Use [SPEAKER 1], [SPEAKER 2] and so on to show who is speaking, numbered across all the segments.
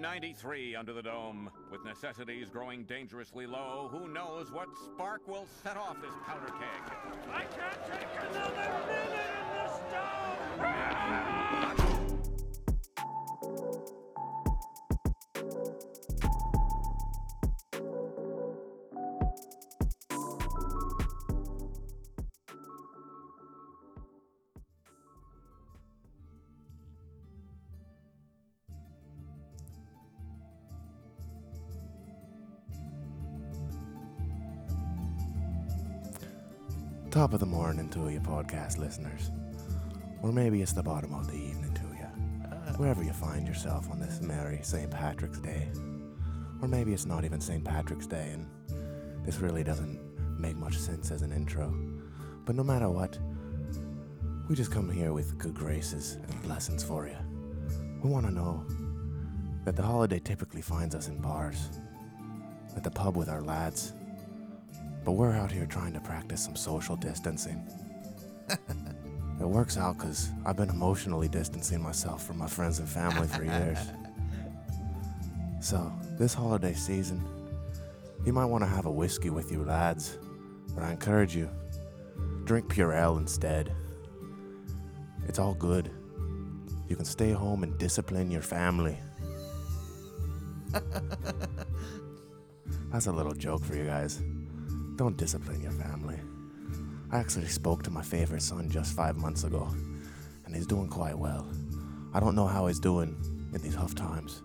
[SPEAKER 1] 93 under the dome. With necessities growing dangerously low, who knows what spark will set off this powder keg?
[SPEAKER 2] I can't take another minute in this town!
[SPEAKER 3] Top of the morning to you, podcast listeners. Or maybe it's the bottom of the evening to you. Wherever you find yourself on this merry St. Patrick's Day. Or maybe it's not even St. Patrick's Day, and this really doesn't make much sense as an intro. But no matter what, we just come here with good graces and blessings for you. We want to know that the holiday typically finds us in bars, at the pub with our lads, but we're out here trying to practice some social distancing. it works out because I've been emotionally distancing myself from my friends and family for years. So, this holiday season, you might want to have a whiskey with you lads, but I encourage you, drink Purell instead. It's all good. You can stay home and discipline your family. That's a little joke for you guys. Don't discipline your family. I actually spoke to my favorite son just five months ago, and he's doing quite well. I don't know how he's doing in these tough times.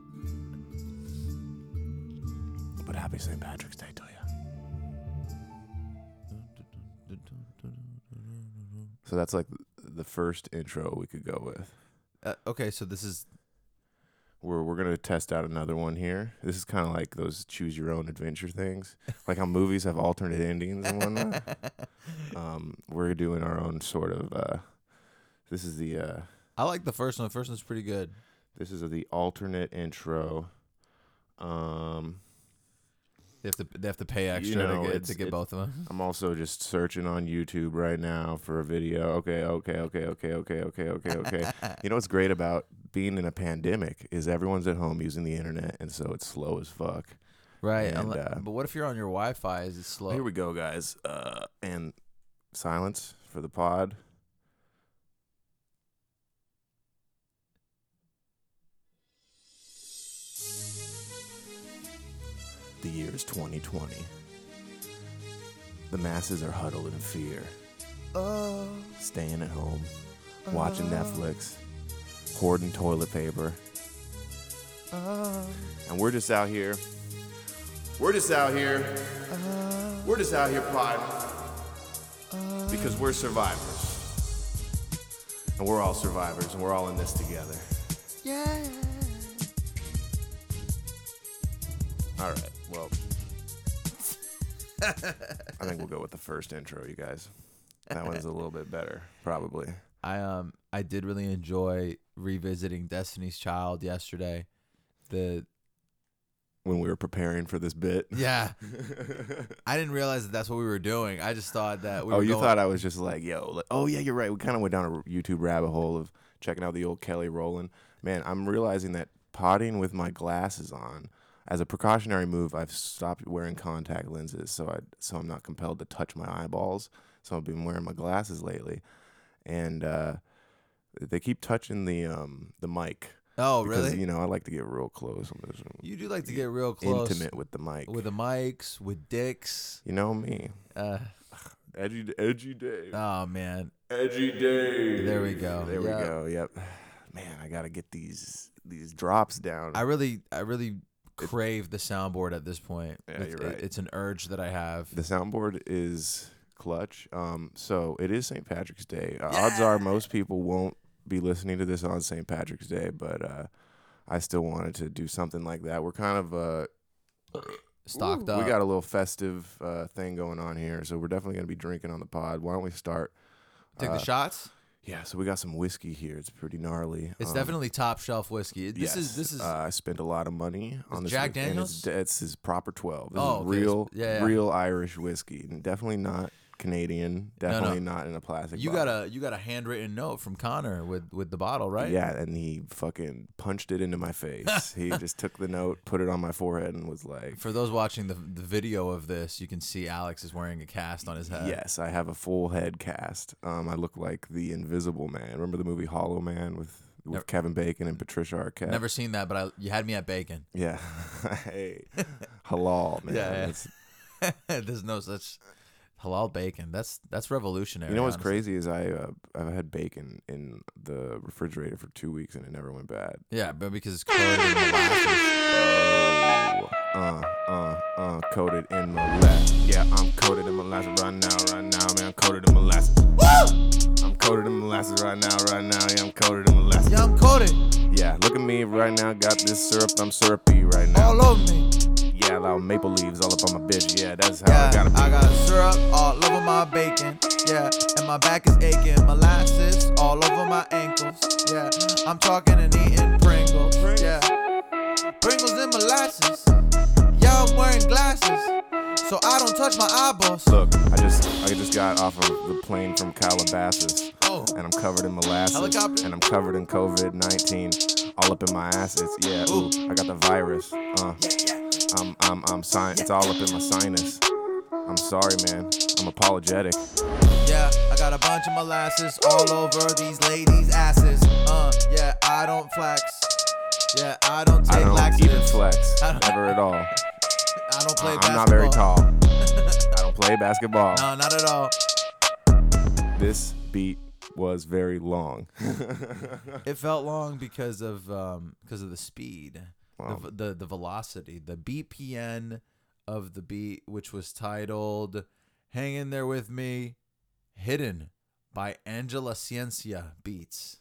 [SPEAKER 3] But happy St. Patrick's Day to you. So that's like the first intro we could go with.
[SPEAKER 4] Uh, okay, so this is
[SPEAKER 3] We're, we're going to test out another one here. This is kind of like those choose your own adventure things, like how movies have alternate endings and whatnot. um, we're doing our own sort of. Uh, this is the uh,
[SPEAKER 4] I like the first one. The first one's pretty good.
[SPEAKER 3] this is the alternate intro. Um,
[SPEAKER 4] They have to they have to pay extra
[SPEAKER 3] know,
[SPEAKER 4] to get
[SPEAKER 3] it's-
[SPEAKER 4] to get
[SPEAKER 3] it-
[SPEAKER 4] both of them.
[SPEAKER 3] I'm also just searching on YouTube right now for a video. Okay, okay, okay, okay, okay, okay, okay, okay. you know what's great about being in a pandemic is everyone's at home using the internet, and so it's slow as fuck.
[SPEAKER 4] Right.
[SPEAKER 3] And,
[SPEAKER 4] unle-
[SPEAKER 3] uh,
[SPEAKER 4] but what if you're on your Wi-Fi? Is it slow?
[SPEAKER 3] Here we go, guys. Uh, and silence for the pod. The year is 2020. The masses are huddled in fear. Staying at home, watching Netflix, hoarding toilet paper. And we're just out here. We're just out here. We're just out here, Pod. Because we're survivors. And we're all survivors, and we're all in this together. Yeah. All right, well. I think we'll go with the first intro, you guys. That one's a little bit better, probably.
[SPEAKER 4] I um I did really enjoy revisiting Destiny's Child yesterday. The
[SPEAKER 3] When we were preparing for this bit.
[SPEAKER 4] yeah, I didn't realize that that's what we were doing. I just thought that we.
[SPEAKER 3] oh,
[SPEAKER 4] were
[SPEAKER 3] you
[SPEAKER 4] going-
[SPEAKER 3] thought I was just like, yo, like, oh yeah, you're right. We kind of went down a YouTube rabbit hole of checking out the old Kelly Rowland. Man, I'm realizing that potting with my glasses on, as a precautionary move, I've stopped wearing contact lenses, so I so I'm not compelled to touch my eyeballs. So I've been wearing my glasses lately, and uh, they keep touching the um the mic.
[SPEAKER 4] Oh,
[SPEAKER 3] because,
[SPEAKER 4] really?
[SPEAKER 3] You know, I like to get real close. I'm just
[SPEAKER 4] You do like to get real close
[SPEAKER 3] intimate with the mic.
[SPEAKER 4] with the mics, with dicks.
[SPEAKER 3] you know me,
[SPEAKER 4] Uh,
[SPEAKER 3] edgy, edgy day.
[SPEAKER 4] oh man,
[SPEAKER 3] Edgy day.
[SPEAKER 4] There we go.
[SPEAKER 3] There we
[SPEAKER 4] Yeah.
[SPEAKER 3] go. Yep. Man, I gotta get these these drops down.
[SPEAKER 4] I really, I really crave the soundboard at this point.
[SPEAKER 3] Yeah,
[SPEAKER 4] It's-
[SPEAKER 3] you're right.
[SPEAKER 4] It's an urge that I have.
[SPEAKER 3] the soundboard is clutch. Um, so it is St. Patrick's Day. Uh, Odds are most people won't be listening to this on St. Patrick's Day, but uh, I still wanted to do something like that. We're kind of uh,
[SPEAKER 4] Stocked up.
[SPEAKER 3] we got a little festive uh, thing going on here, so we're definitely gonna be drinking on the pod. Why don't we start?
[SPEAKER 4] Take
[SPEAKER 3] uh,
[SPEAKER 4] the shots.
[SPEAKER 3] Yeah, so we got some whiskey here. It's pretty gnarly.
[SPEAKER 4] It's
[SPEAKER 3] Um,
[SPEAKER 4] definitely top shelf whiskey. This
[SPEAKER 3] Yes.
[SPEAKER 4] is this is
[SPEAKER 3] Uh, I spent a lot of money on this.
[SPEAKER 4] Jack
[SPEAKER 3] whiskey, and
[SPEAKER 4] Daniels?
[SPEAKER 3] It's, it's his proper twelve. This is
[SPEAKER 4] Oh, okay.
[SPEAKER 3] real,
[SPEAKER 4] Yeah, yeah.
[SPEAKER 3] real Irish whiskey, and definitely not Canadian.
[SPEAKER 4] No, no.
[SPEAKER 3] Definitely not in a plastic.
[SPEAKER 4] You
[SPEAKER 3] bottle.
[SPEAKER 4] got a you got a handwritten note from Connor with with the bottle, right?
[SPEAKER 3] Yeah, and he fucking punched it into my face. he just took the note, put it on my forehead, and was like,
[SPEAKER 4] For those watching the the video of this, you can see Alex is wearing a cast on his head.
[SPEAKER 3] "Yes, I have a full head cast. Um, I look like the Invisible Man. Remember the movie Hollow Man with with
[SPEAKER 4] Never-
[SPEAKER 3] Kevin Bacon and Patricia Arquette?
[SPEAKER 4] Never seen that, but I you had me at bacon.
[SPEAKER 3] Yeah. hey, halal man.
[SPEAKER 4] Yeah, yeah.
[SPEAKER 3] It's-
[SPEAKER 4] There's no such halal bacon. That's that's revolutionary.
[SPEAKER 3] You know what's
[SPEAKER 4] honestly.
[SPEAKER 3] crazy is I uh, I've had bacon in the refrigerator for two weeks and it never went bad.
[SPEAKER 4] Yeah, but because it's coated in molasses.
[SPEAKER 3] uh, uh, uh, coated in molasses. Yeah, I'm coated in molasses right now, right now, man. I'm coated in molasses. I'm coated in molasses right now, right now. Yeah, I'm coated in molasses.
[SPEAKER 4] Yeah, I'm coated
[SPEAKER 3] Yeah, look at me right now. Got this syrup, I'm syrupy right now.
[SPEAKER 4] all over me.
[SPEAKER 3] Yeah, loud maple leaves all up on my bitch. Yeah, that's how
[SPEAKER 4] Oh. Yeah,
[SPEAKER 3] I gotta be.
[SPEAKER 4] I got syrup all over my bacon. Yeah, and my back is aching. Molasses all over my ankles. Yeah, I'm talking and eating Pringles. Yeah, Pringles and molasses. Yeah, I'm wearing glasses, so I don't touch my eyeballs.
[SPEAKER 3] Look, I just I just got off of the plane from Calabasas.
[SPEAKER 4] Oh.
[SPEAKER 3] And I'm covered in molasses.
[SPEAKER 4] Helicopter?
[SPEAKER 3] And I'm covered in COVID 19. All up in my assets. Yeah, ooh, I got the virus. Uh, I'm, I'm, I'm, sin- it's all up in my sinus. I'm sorry, man. I'm apologetic.
[SPEAKER 4] Yeah, I got a bunch of molasses all over these ladies' asses. Uh, yeah, I don't flex. Yeah, I don't take
[SPEAKER 3] I don't
[SPEAKER 4] laxatives.
[SPEAKER 3] even flex.
[SPEAKER 4] I don't-
[SPEAKER 3] Never at all.
[SPEAKER 4] I don't play basketball.
[SPEAKER 3] I'm not very tall. I don't play basketball.
[SPEAKER 4] No, not at all.
[SPEAKER 3] This beat was very long.
[SPEAKER 4] It felt long because of um because of the speed,
[SPEAKER 3] Wow.
[SPEAKER 4] the, v- the the velocity, the BPN of the beat, which was titled "Hang in There with Me," hidden by Angela Ciencia Beats.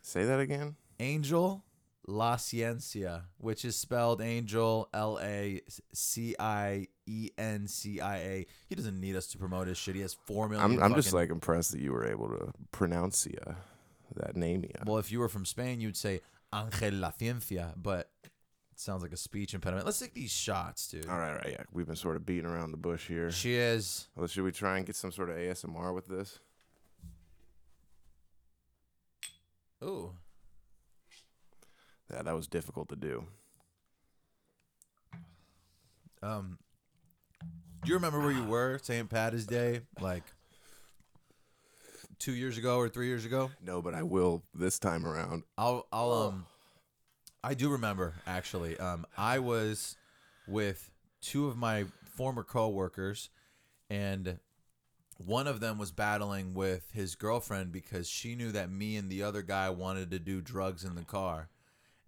[SPEAKER 3] Say that again.
[SPEAKER 4] Angel La Ciencia, which is spelled Angel L A C I E N C I A. He doesn't need us to promote his shit. He has four million.
[SPEAKER 3] I'm, I'm just
[SPEAKER 4] fucking-
[SPEAKER 3] like impressed that you were able to pronounce ya, that name. ya.
[SPEAKER 4] Well, if you were from Spain, you'd say Angel La Ciencia, but it sounds like a speech impediment. Let's take these shots, dude.
[SPEAKER 3] All right, all right, yeah. We've been sort of beating around the bush here.
[SPEAKER 4] Cheers.
[SPEAKER 3] Well, should we try and get some sort of ASMR with this?
[SPEAKER 4] Ooh.
[SPEAKER 3] Yeah, that was difficult to do.
[SPEAKER 4] Um, do you remember where you were St. Patty's Day, like two years ago or three years ago?
[SPEAKER 3] No, but I will this time around.
[SPEAKER 4] I'll I'll um I do remember actually. Um I was with two of my former coworkers and one of them was battling with his girlfriend because she knew that me and the other guy wanted to do drugs in the car.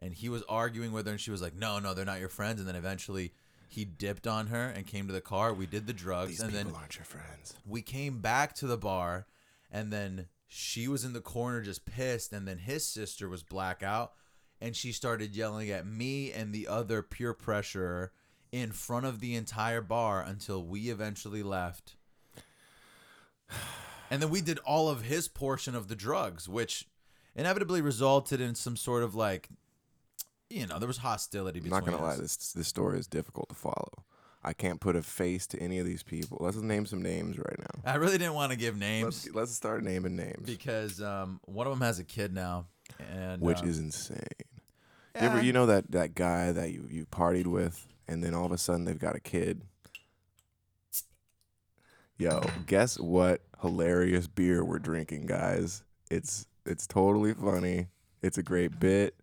[SPEAKER 4] And he was arguing with her and she was like, "No, no, they're not your friends." And then eventually he dipped on her and came to the car. We did the drugs
[SPEAKER 3] These
[SPEAKER 4] and
[SPEAKER 3] people
[SPEAKER 4] then
[SPEAKER 3] aren't your friends.
[SPEAKER 4] we came back to the bar and then she was in the corner just pissed and then his sister was blackout and she started yelling at me and the other peer pressure in front of the entire bar until we eventually left and then we did all of his portion of the drugs which inevitably resulted in some sort of like you know there was hostility
[SPEAKER 3] I'm not
[SPEAKER 4] between
[SPEAKER 3] gonna lie,
[SPEAKER 4] us.
[SPEAKER 3] this this story is difficult to follow. I can't put a face to any of these people. Let's name some names right now.
[SPEAKER 4] i really didn't want to give
[SPEAKER 3] Let's
[SPEAKER 4] names
[SPEAKER 3] let's start naming names,
[SPEAKER 4] because um, one of them has a kid now and
[SPEAKER 3] which
[SPEAKER 4] uh,
[SPEAKER 3] is insane. You ever you know that that guy that you you partied with, and then all of a sudden they've got a kid. Yo, guess what? Hilarious beer we're drinking, guys. It's it's totally funny. It's a great bit.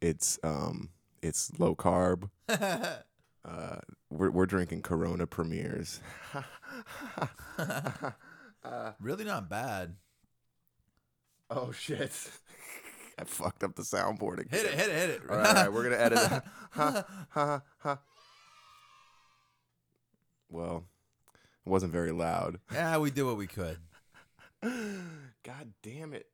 [SPEAKER 3] It's um it's low carb. uh, we're we're drinking Corona premieres.
[SPEAKER 4] Really not bad.
[SPEAKER 3] Oh shit! I fucked up the soundboard again.
[SPEAKER 4] Hit it, hit it, hit it.
[SPEAKER 3] All right, all right, we're gonna edit it. Ha, ha, ha. Well, it wasn't very loud.
[SPEAKER 4] yeah, we did what we could.
[SPEAKER 3] God damn it!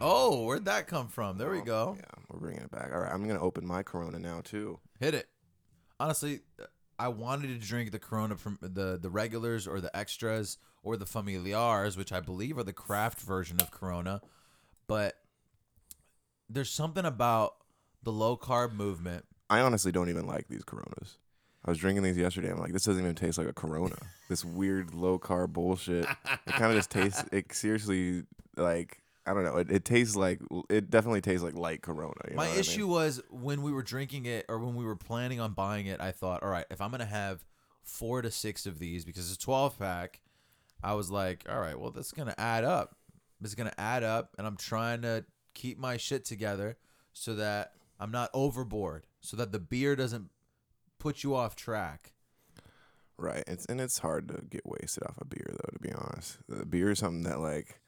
[SPEAKER 4] Oh, where'd that come from? There
[SPEAKER 3] Oh,
[SPEAKER 4] we go.
[SPEAKER 3] Yeah, we're bringing it back. All right, I'm gonna open my Corona now too.
[SPEAKER 4] Hit it. Honestly, I wanted to drink the Corona from the the regulars or the extras or the familiars, which I believe are the craft version of Corona, but there's something about the low carb movement.
[SPEAKER 3] I honestly don't even like these Coronas. I was drinking these yesterday. I'm like, this doesn't even taste like a Corona. This weird low carb bullshit. It kind of just tastes. It seriously like I don't know. It, it tastes like it definitely tastes like light Corona. you know
[SPEAKER 4] My
[SPEAKER 3] what I mean?
[SPEAKER 4] issue was when we were drinking it or when we were planning on buying it, I thought, all right, if I'm going to have four to six of these because it's a 12 pack, I was like, all right, well, that's going to add up. It's going to add up. And I'm trying to keep my shit together so that I'm not overboard, so that the beer doesn't put you off track.
[SPEAKER 3] Right. It's and it's hard to get wasted off a beer though, to be honest. The beer is something that like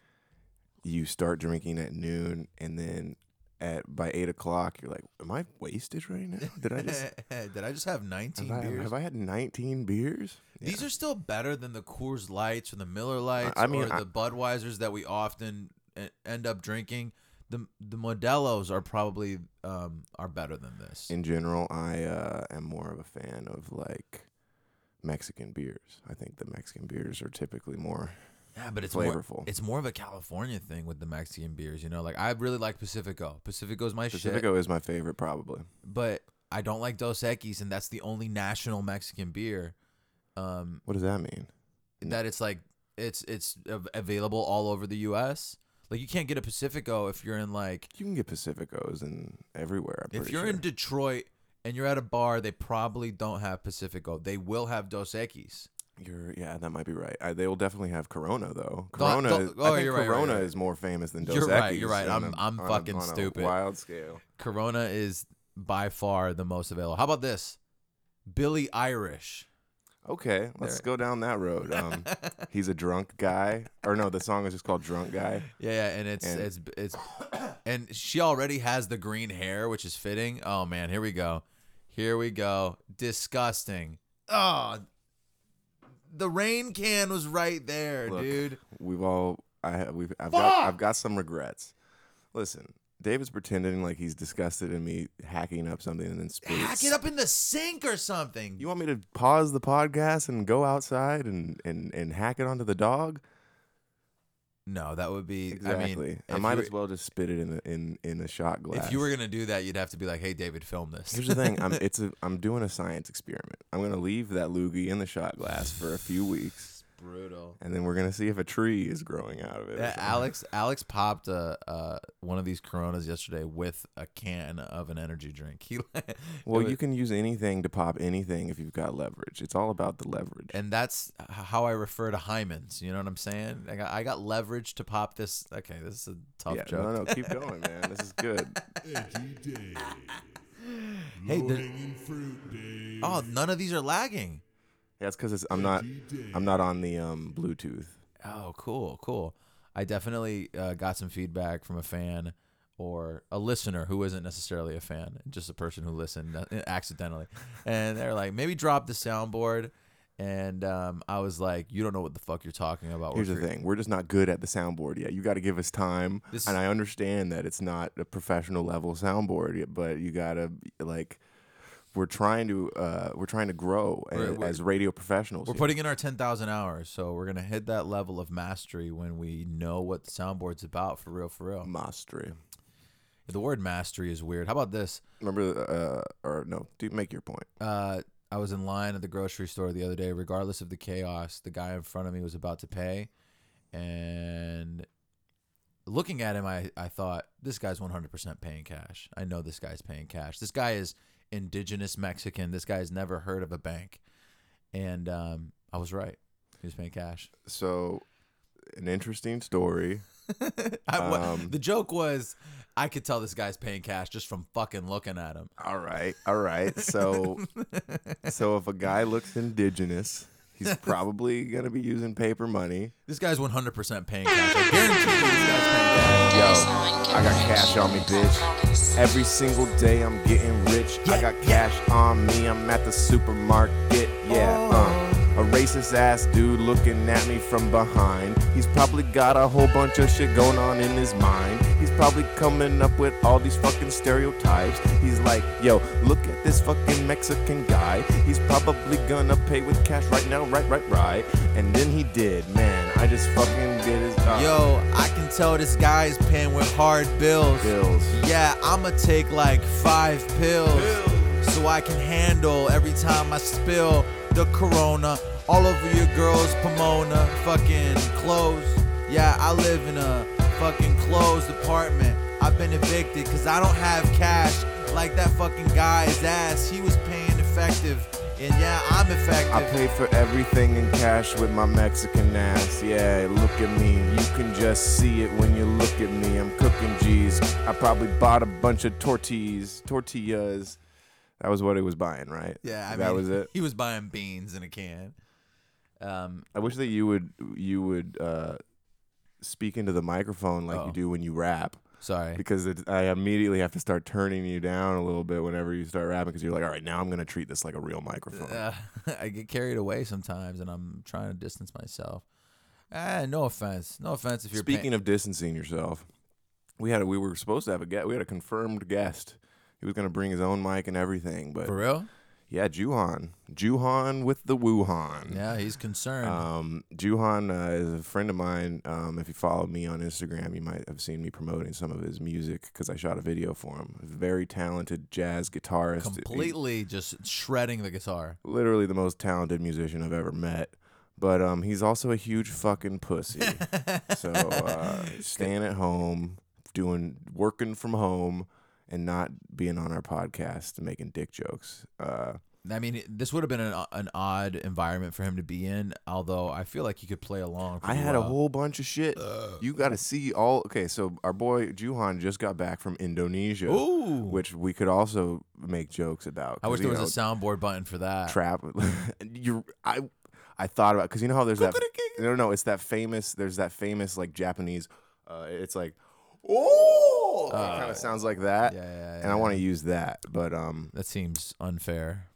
[SPEAKER 3] you start drinking at noon and then at by eight o'clock you're like, Am I wasted right now? Did I just
[SPEAKER 4] Did I just have 19
[SPEAKER 3] have, I,
[SPEAKER 4] beers?
[SPEAKER 3] have I had nineteen beers?
[SPEAKER 4] These are still better than the Coors Lights or the Miller Lights
[SPEAKER 3] I mean,
[SPEAKER 4] or
[SPEAKER 3] I-
[SPEAKER 4] the Budweisers that we often e- end up drinking. The the Modelo's are probably um, are better than this.
[SPEAKER 3] In general, I uh, am more of a fan of like Mexican beers. I think the Mexican beers are typically more
[SPEAKER 4] yeah, but it's More,
[SPEAKER 3] flavorful.
[SPEAKER 4] it's more of a California thing with the Mexican beers. You know, like I really like Pacifico. Pacifico's my shit.
[SPEAKER 3] Pacifico is my favorite probably.
[SPEAKER 4] But I don't like Dos Equis, and that's the only national Mexican beer um,
[SPEAKER 3] What does that mean?
[SPEAKER 4] that it's like it's it's av- available all over the U.S. Like you can't get a Pacifico if you're in like
[SPEAKER 3] You can get Pacificos in everywhere, I'm
[SPEAKER 4] If
[SPEAKER 3] pretty
[SPEAKER 4] you're
[SPEAKER 3] sure.
[SPEAKER 4] in Detroit and you're at a bar, they probably don't have Pacifico. They will have Dos Equis.
[SPEAKER 3] You're yeah, that might be right. I, they will definitely have Corona though.
[SPEAKER 4] Don't-
[SPEAKER 3] Corona,
[SPEAKER 4] don't-
[SPEAKER 3] is-
[SPEAKER 4] oh,
[SPEAKER 3] I think
[SPEAKER 4] you're right, you're right,
[SPEAKER 3] Corona
[SPEAKER 4] you're right.
[SPEAKER 3] is more famous than Dos
[SPEAKER 4] You're right,
[SPEAKER 3] Equis
[SPEAKER 4] you're right.
[SPEAKER 3] on
[SPEAKER 4] I'm-
[SPEAKER 3] a-
[SPEAKER 4] I'm
[SPEAKER 3] on a-
[SPEAKER 4] fucking
[SPEAKER 3] on a
[SPEAKER 4] stupid.
[SPEAKER 3] Wild scale.
[SPEAKER 4] Corona is by far the most available. How about this? Billy Irish.
[SPEAKER 3] Okay, let's go down that road. Um, he's a drunk guy, or no? The song is just called "Drunk Guy."
[SPEAKER 4] Yeah, yeah, and it's
[SPEAKER 3] And-
[SPEAKER 4] it's it's and she already has the green hair, which is fitting. Oh man, here we go. Here we go. Disgusting. Oh the rain can was right there,
[SPEAKER 3] Look,
[SPEAKER 4] dude.
[SPEAKER 3] We've all I have we've I've got I've got some regrets. Listen, David's pretending like he's disgusted in me hacking up something and then spit.
[SPEAKER 4] Hack it up in the sink or something.
[SPEAKER 3] You want me to pause the podcast and go outside and and and hack it onto the dog?
[SPEAKER 4] no, that would be I
[SPEAKER 3] Exactly. I,
[SPEAKER 4] mean if
[SPEAKER 3] might
[SPEAKER 4] you-
[SPEAKER 3] as well just spit it in the in in a shot glass.
[SPEAKER 4] If you were gonna do that, you'd have to be like, "Hey, David, film this."
[SPEAKER 3] Here's the thing. I'm it's a I'm doing a science experiment. I'm gonna leave that loogie in the shot glass for a few weeks,
[SPEAKER 4] brutal.
[SPEAKER 3] and then we're gonna see if a tree is growing out of it. or something.
[SPEAKER 4] Uh, Alex, Alex popped a, uh, one of these Coronas yesterday with a can of an energy drink. He, it
[SPEAKER 3] Well,
[SPEAKER 4] was-
[SPEAKER 3] you can use anything to pop anything if you've got leverage. It's all about the leverage.
[SPEAKER 4] and that's h- how I refer to hymens. You know what I'm saying? I got, I got leverage to pop this. Okay, this is a tough
[SPEAKER 3] yeah,
[SPEAKER 4] joke.
[SPEAKER 3] no, no, keep going, man. This is good.
[SPEAKER 5] Eggy day.
[SPEAKER 4] Hey,
[SPEAKER 5] Low
[SPEAKER 4] the-
[SPEAKER 5] hanging fruit day.
[SPEAKER 4] Oh, none of these are lagging.
[SPEAKER 3] Yeah, it's because I'm not I'm not on the um Bluetooth.
[SPEAKER 4] Oh, cool, cool. I definitely uh, got some feedback from a fan or a listener who isn't necessarily a fan, just a person who listened uh, accidentally. And they're like, maybe drop the soundboard. And um, I was like, you don't know what the fuck you're talking about.
[SPEAKER 3] Here's the
[SPEAKER 4] We're cre-
[SPEAKER 3] thing: we're just not good at the soundboard yet. You got to give us time,
[SPEAKER 4] This-
[SPEAKER 3] and I understand that it's not a professional level soundboard, yet, but you got to like we're trying to uh, we're trying to grow a-
[SPEAKER 4] We're-
[SPEAKER 3] as,
[SPEAKER 4] we're-
[SPEAKER 3] radio professionals.
[SPEAKER 4] We're
[SPEAKER 3] here.
[SPEAKER 4] putting in our 10,000 hours. So we're going to hit that level of mastery when we know what the soundboard's about for real, for real.
[SPEAKER 3] mastery.
[SPEAKER 4] The word mastery is weird. How about this?
[SPEAKER 3] Remember, uh, or no, do make your point.
[SPEAKER 4] uh, I was in line at the grocery store the other day. Regardless of the chaos, the guy in front of me was about to pay, and looking at him, I, I thought this guy's 100% paying cash. I know this guy's paying cash. This guy is indigenous Mexican. This guy's never heard of a bank, and um, I was right. He was paying cash.
[SPEAKER 3] So, an interesting story.
[SPEAKER 4] I, wa-
[SPEAKER 3] Um,
[SPEAKER 4] the joke was, I could tell this guy's paying cash just from fucking looking at him.
[SPEAKER 3] All right, all right. So, so if a guy looks indigenous, he's probably gonna be using paper money.
[SPEAKER 4] This guy's 100% paying cash. I guarantee you this guy's paying cash.
[SPEAKER 3] Yo, I got cash on me, bitch. Every single day I'm getting rich. I got cash on me, I'm at the supermarket. Yeah, uh. A racist ass dude looking at me from behind. He's probably got a whole bunch of shit going on in his mind. He's probably coming up with all these fucking stereotypes. He's like, yo, look at this fucking Mexican guy. He's probably gonna pay with cash right now, right, right, right. And then he did, man. I just fucking did his uh,
[SPEAKER 4] Yo, I can tell this guy's paying with hard bills.
[SPEAKER 3] bills.
[SPEAKER 4] Yeah, I'ma take like five pills. so I can handle every time I spill the corona all over your girl's Pomona fucking clothes. Yeah, I live in a fucking closed apartment. I've been evicted cause I don't have cash like that fucking guy's ass. He was paying effective. And yeah, I'm effective.
[SPEAKER 3] I pay for everything in cash with my Mexican ass. Yeah, look at me. You can just see it when you look at me. I'm cooking G's. I probably bought a bunch of tortillas. Tortillas. That was what he was buying, right?
[SPEAKER 4] Yeah, I
[SPEAKER 3] that
[SPEAKER 4] mean,
[SPEAKER 3] was it.
[SPEAKER 4] He was buying beans in a can. Um,
[SPEAKER 3] I wish that you would you would uh, speak into the microphone like
[SPEAKER 4] Oh.
[SPEAKER 3] you do when you rap,
[SPEAKER 4] sorry.
[SPEAKER 3] because it, I immediately have to start turning you down a little bit whenever you start rapping, because you're like, all right, now I'm gonna treat this like a real microphone.
[SPEAKER 4] Uh, I get carried away sometimes, and I'm trying to distance myself. Ah, no offense, no offense. If you're
[SPEAKER 3] Speaking of distancing yourself, we had a, we were supposed to have a guest. We had a confirmed guest. He was going to bring his own mic and everything, but
[SPEAKER 4] for real,
[SPEAKER 3] yeah, Juhan, Juhan with the Wuhan.
[SPEAKER 4] yeah, he's concerned.
[SPEAKER 3] Um, Juhan uh, is a friend of mine. Um, if you follow me on Instagram, you might have seen me promoting some of his music because I shot a video for him. Very talented jazz guitarist. He-
[SPEAKER 4] Completely just shredding the guitar.
[SPEAKER 3] literally the most talented musician I've ever met. But um, he's also a huge fucking pussy. so uh, staying at home, doing working from home, and not being on our podcast and making dick jokes. Uh,
[SPEAKER 4] I mean, this would have been an, an odd environment for him to be in. Although I feel like he could play along.
[SPEAKER 3] I
[SPEAKER 4] pretty
[SPEAKER 3] had a
[SPEAKER 4] well.
[SPEAKER 3] whole bunch of shit.
[SPEAKER 4] Uh.
[SPEAKER 3] You got to see all. Okay, so our boy Juhan just got back from Indonesia,
[SPEAKER 4] Ooh.
[SPEAKER 3] which we could also make jokes about.
[SPEAKER 4] I wish
[SPEAKER 3] 'cause,
[SPEAKER 4] there
[SPEAKER 3] you
[SPEAKER 4] was
[SPEAKER 3] know,
[SPEAKER 4] a soundboard button for that.
[SPEAKER 3] trap. you, I, I thought about because you know how there's that. No, no, it's that famous. There's that famous like Japanese. Uh, it's like, oh, it kind of sounds like that.
[SPEAKER 4] Uh, yeah, yeah,
[SPEAKER 3] And I want to use that, but um,
[SPEAKER 4] that seems unfair.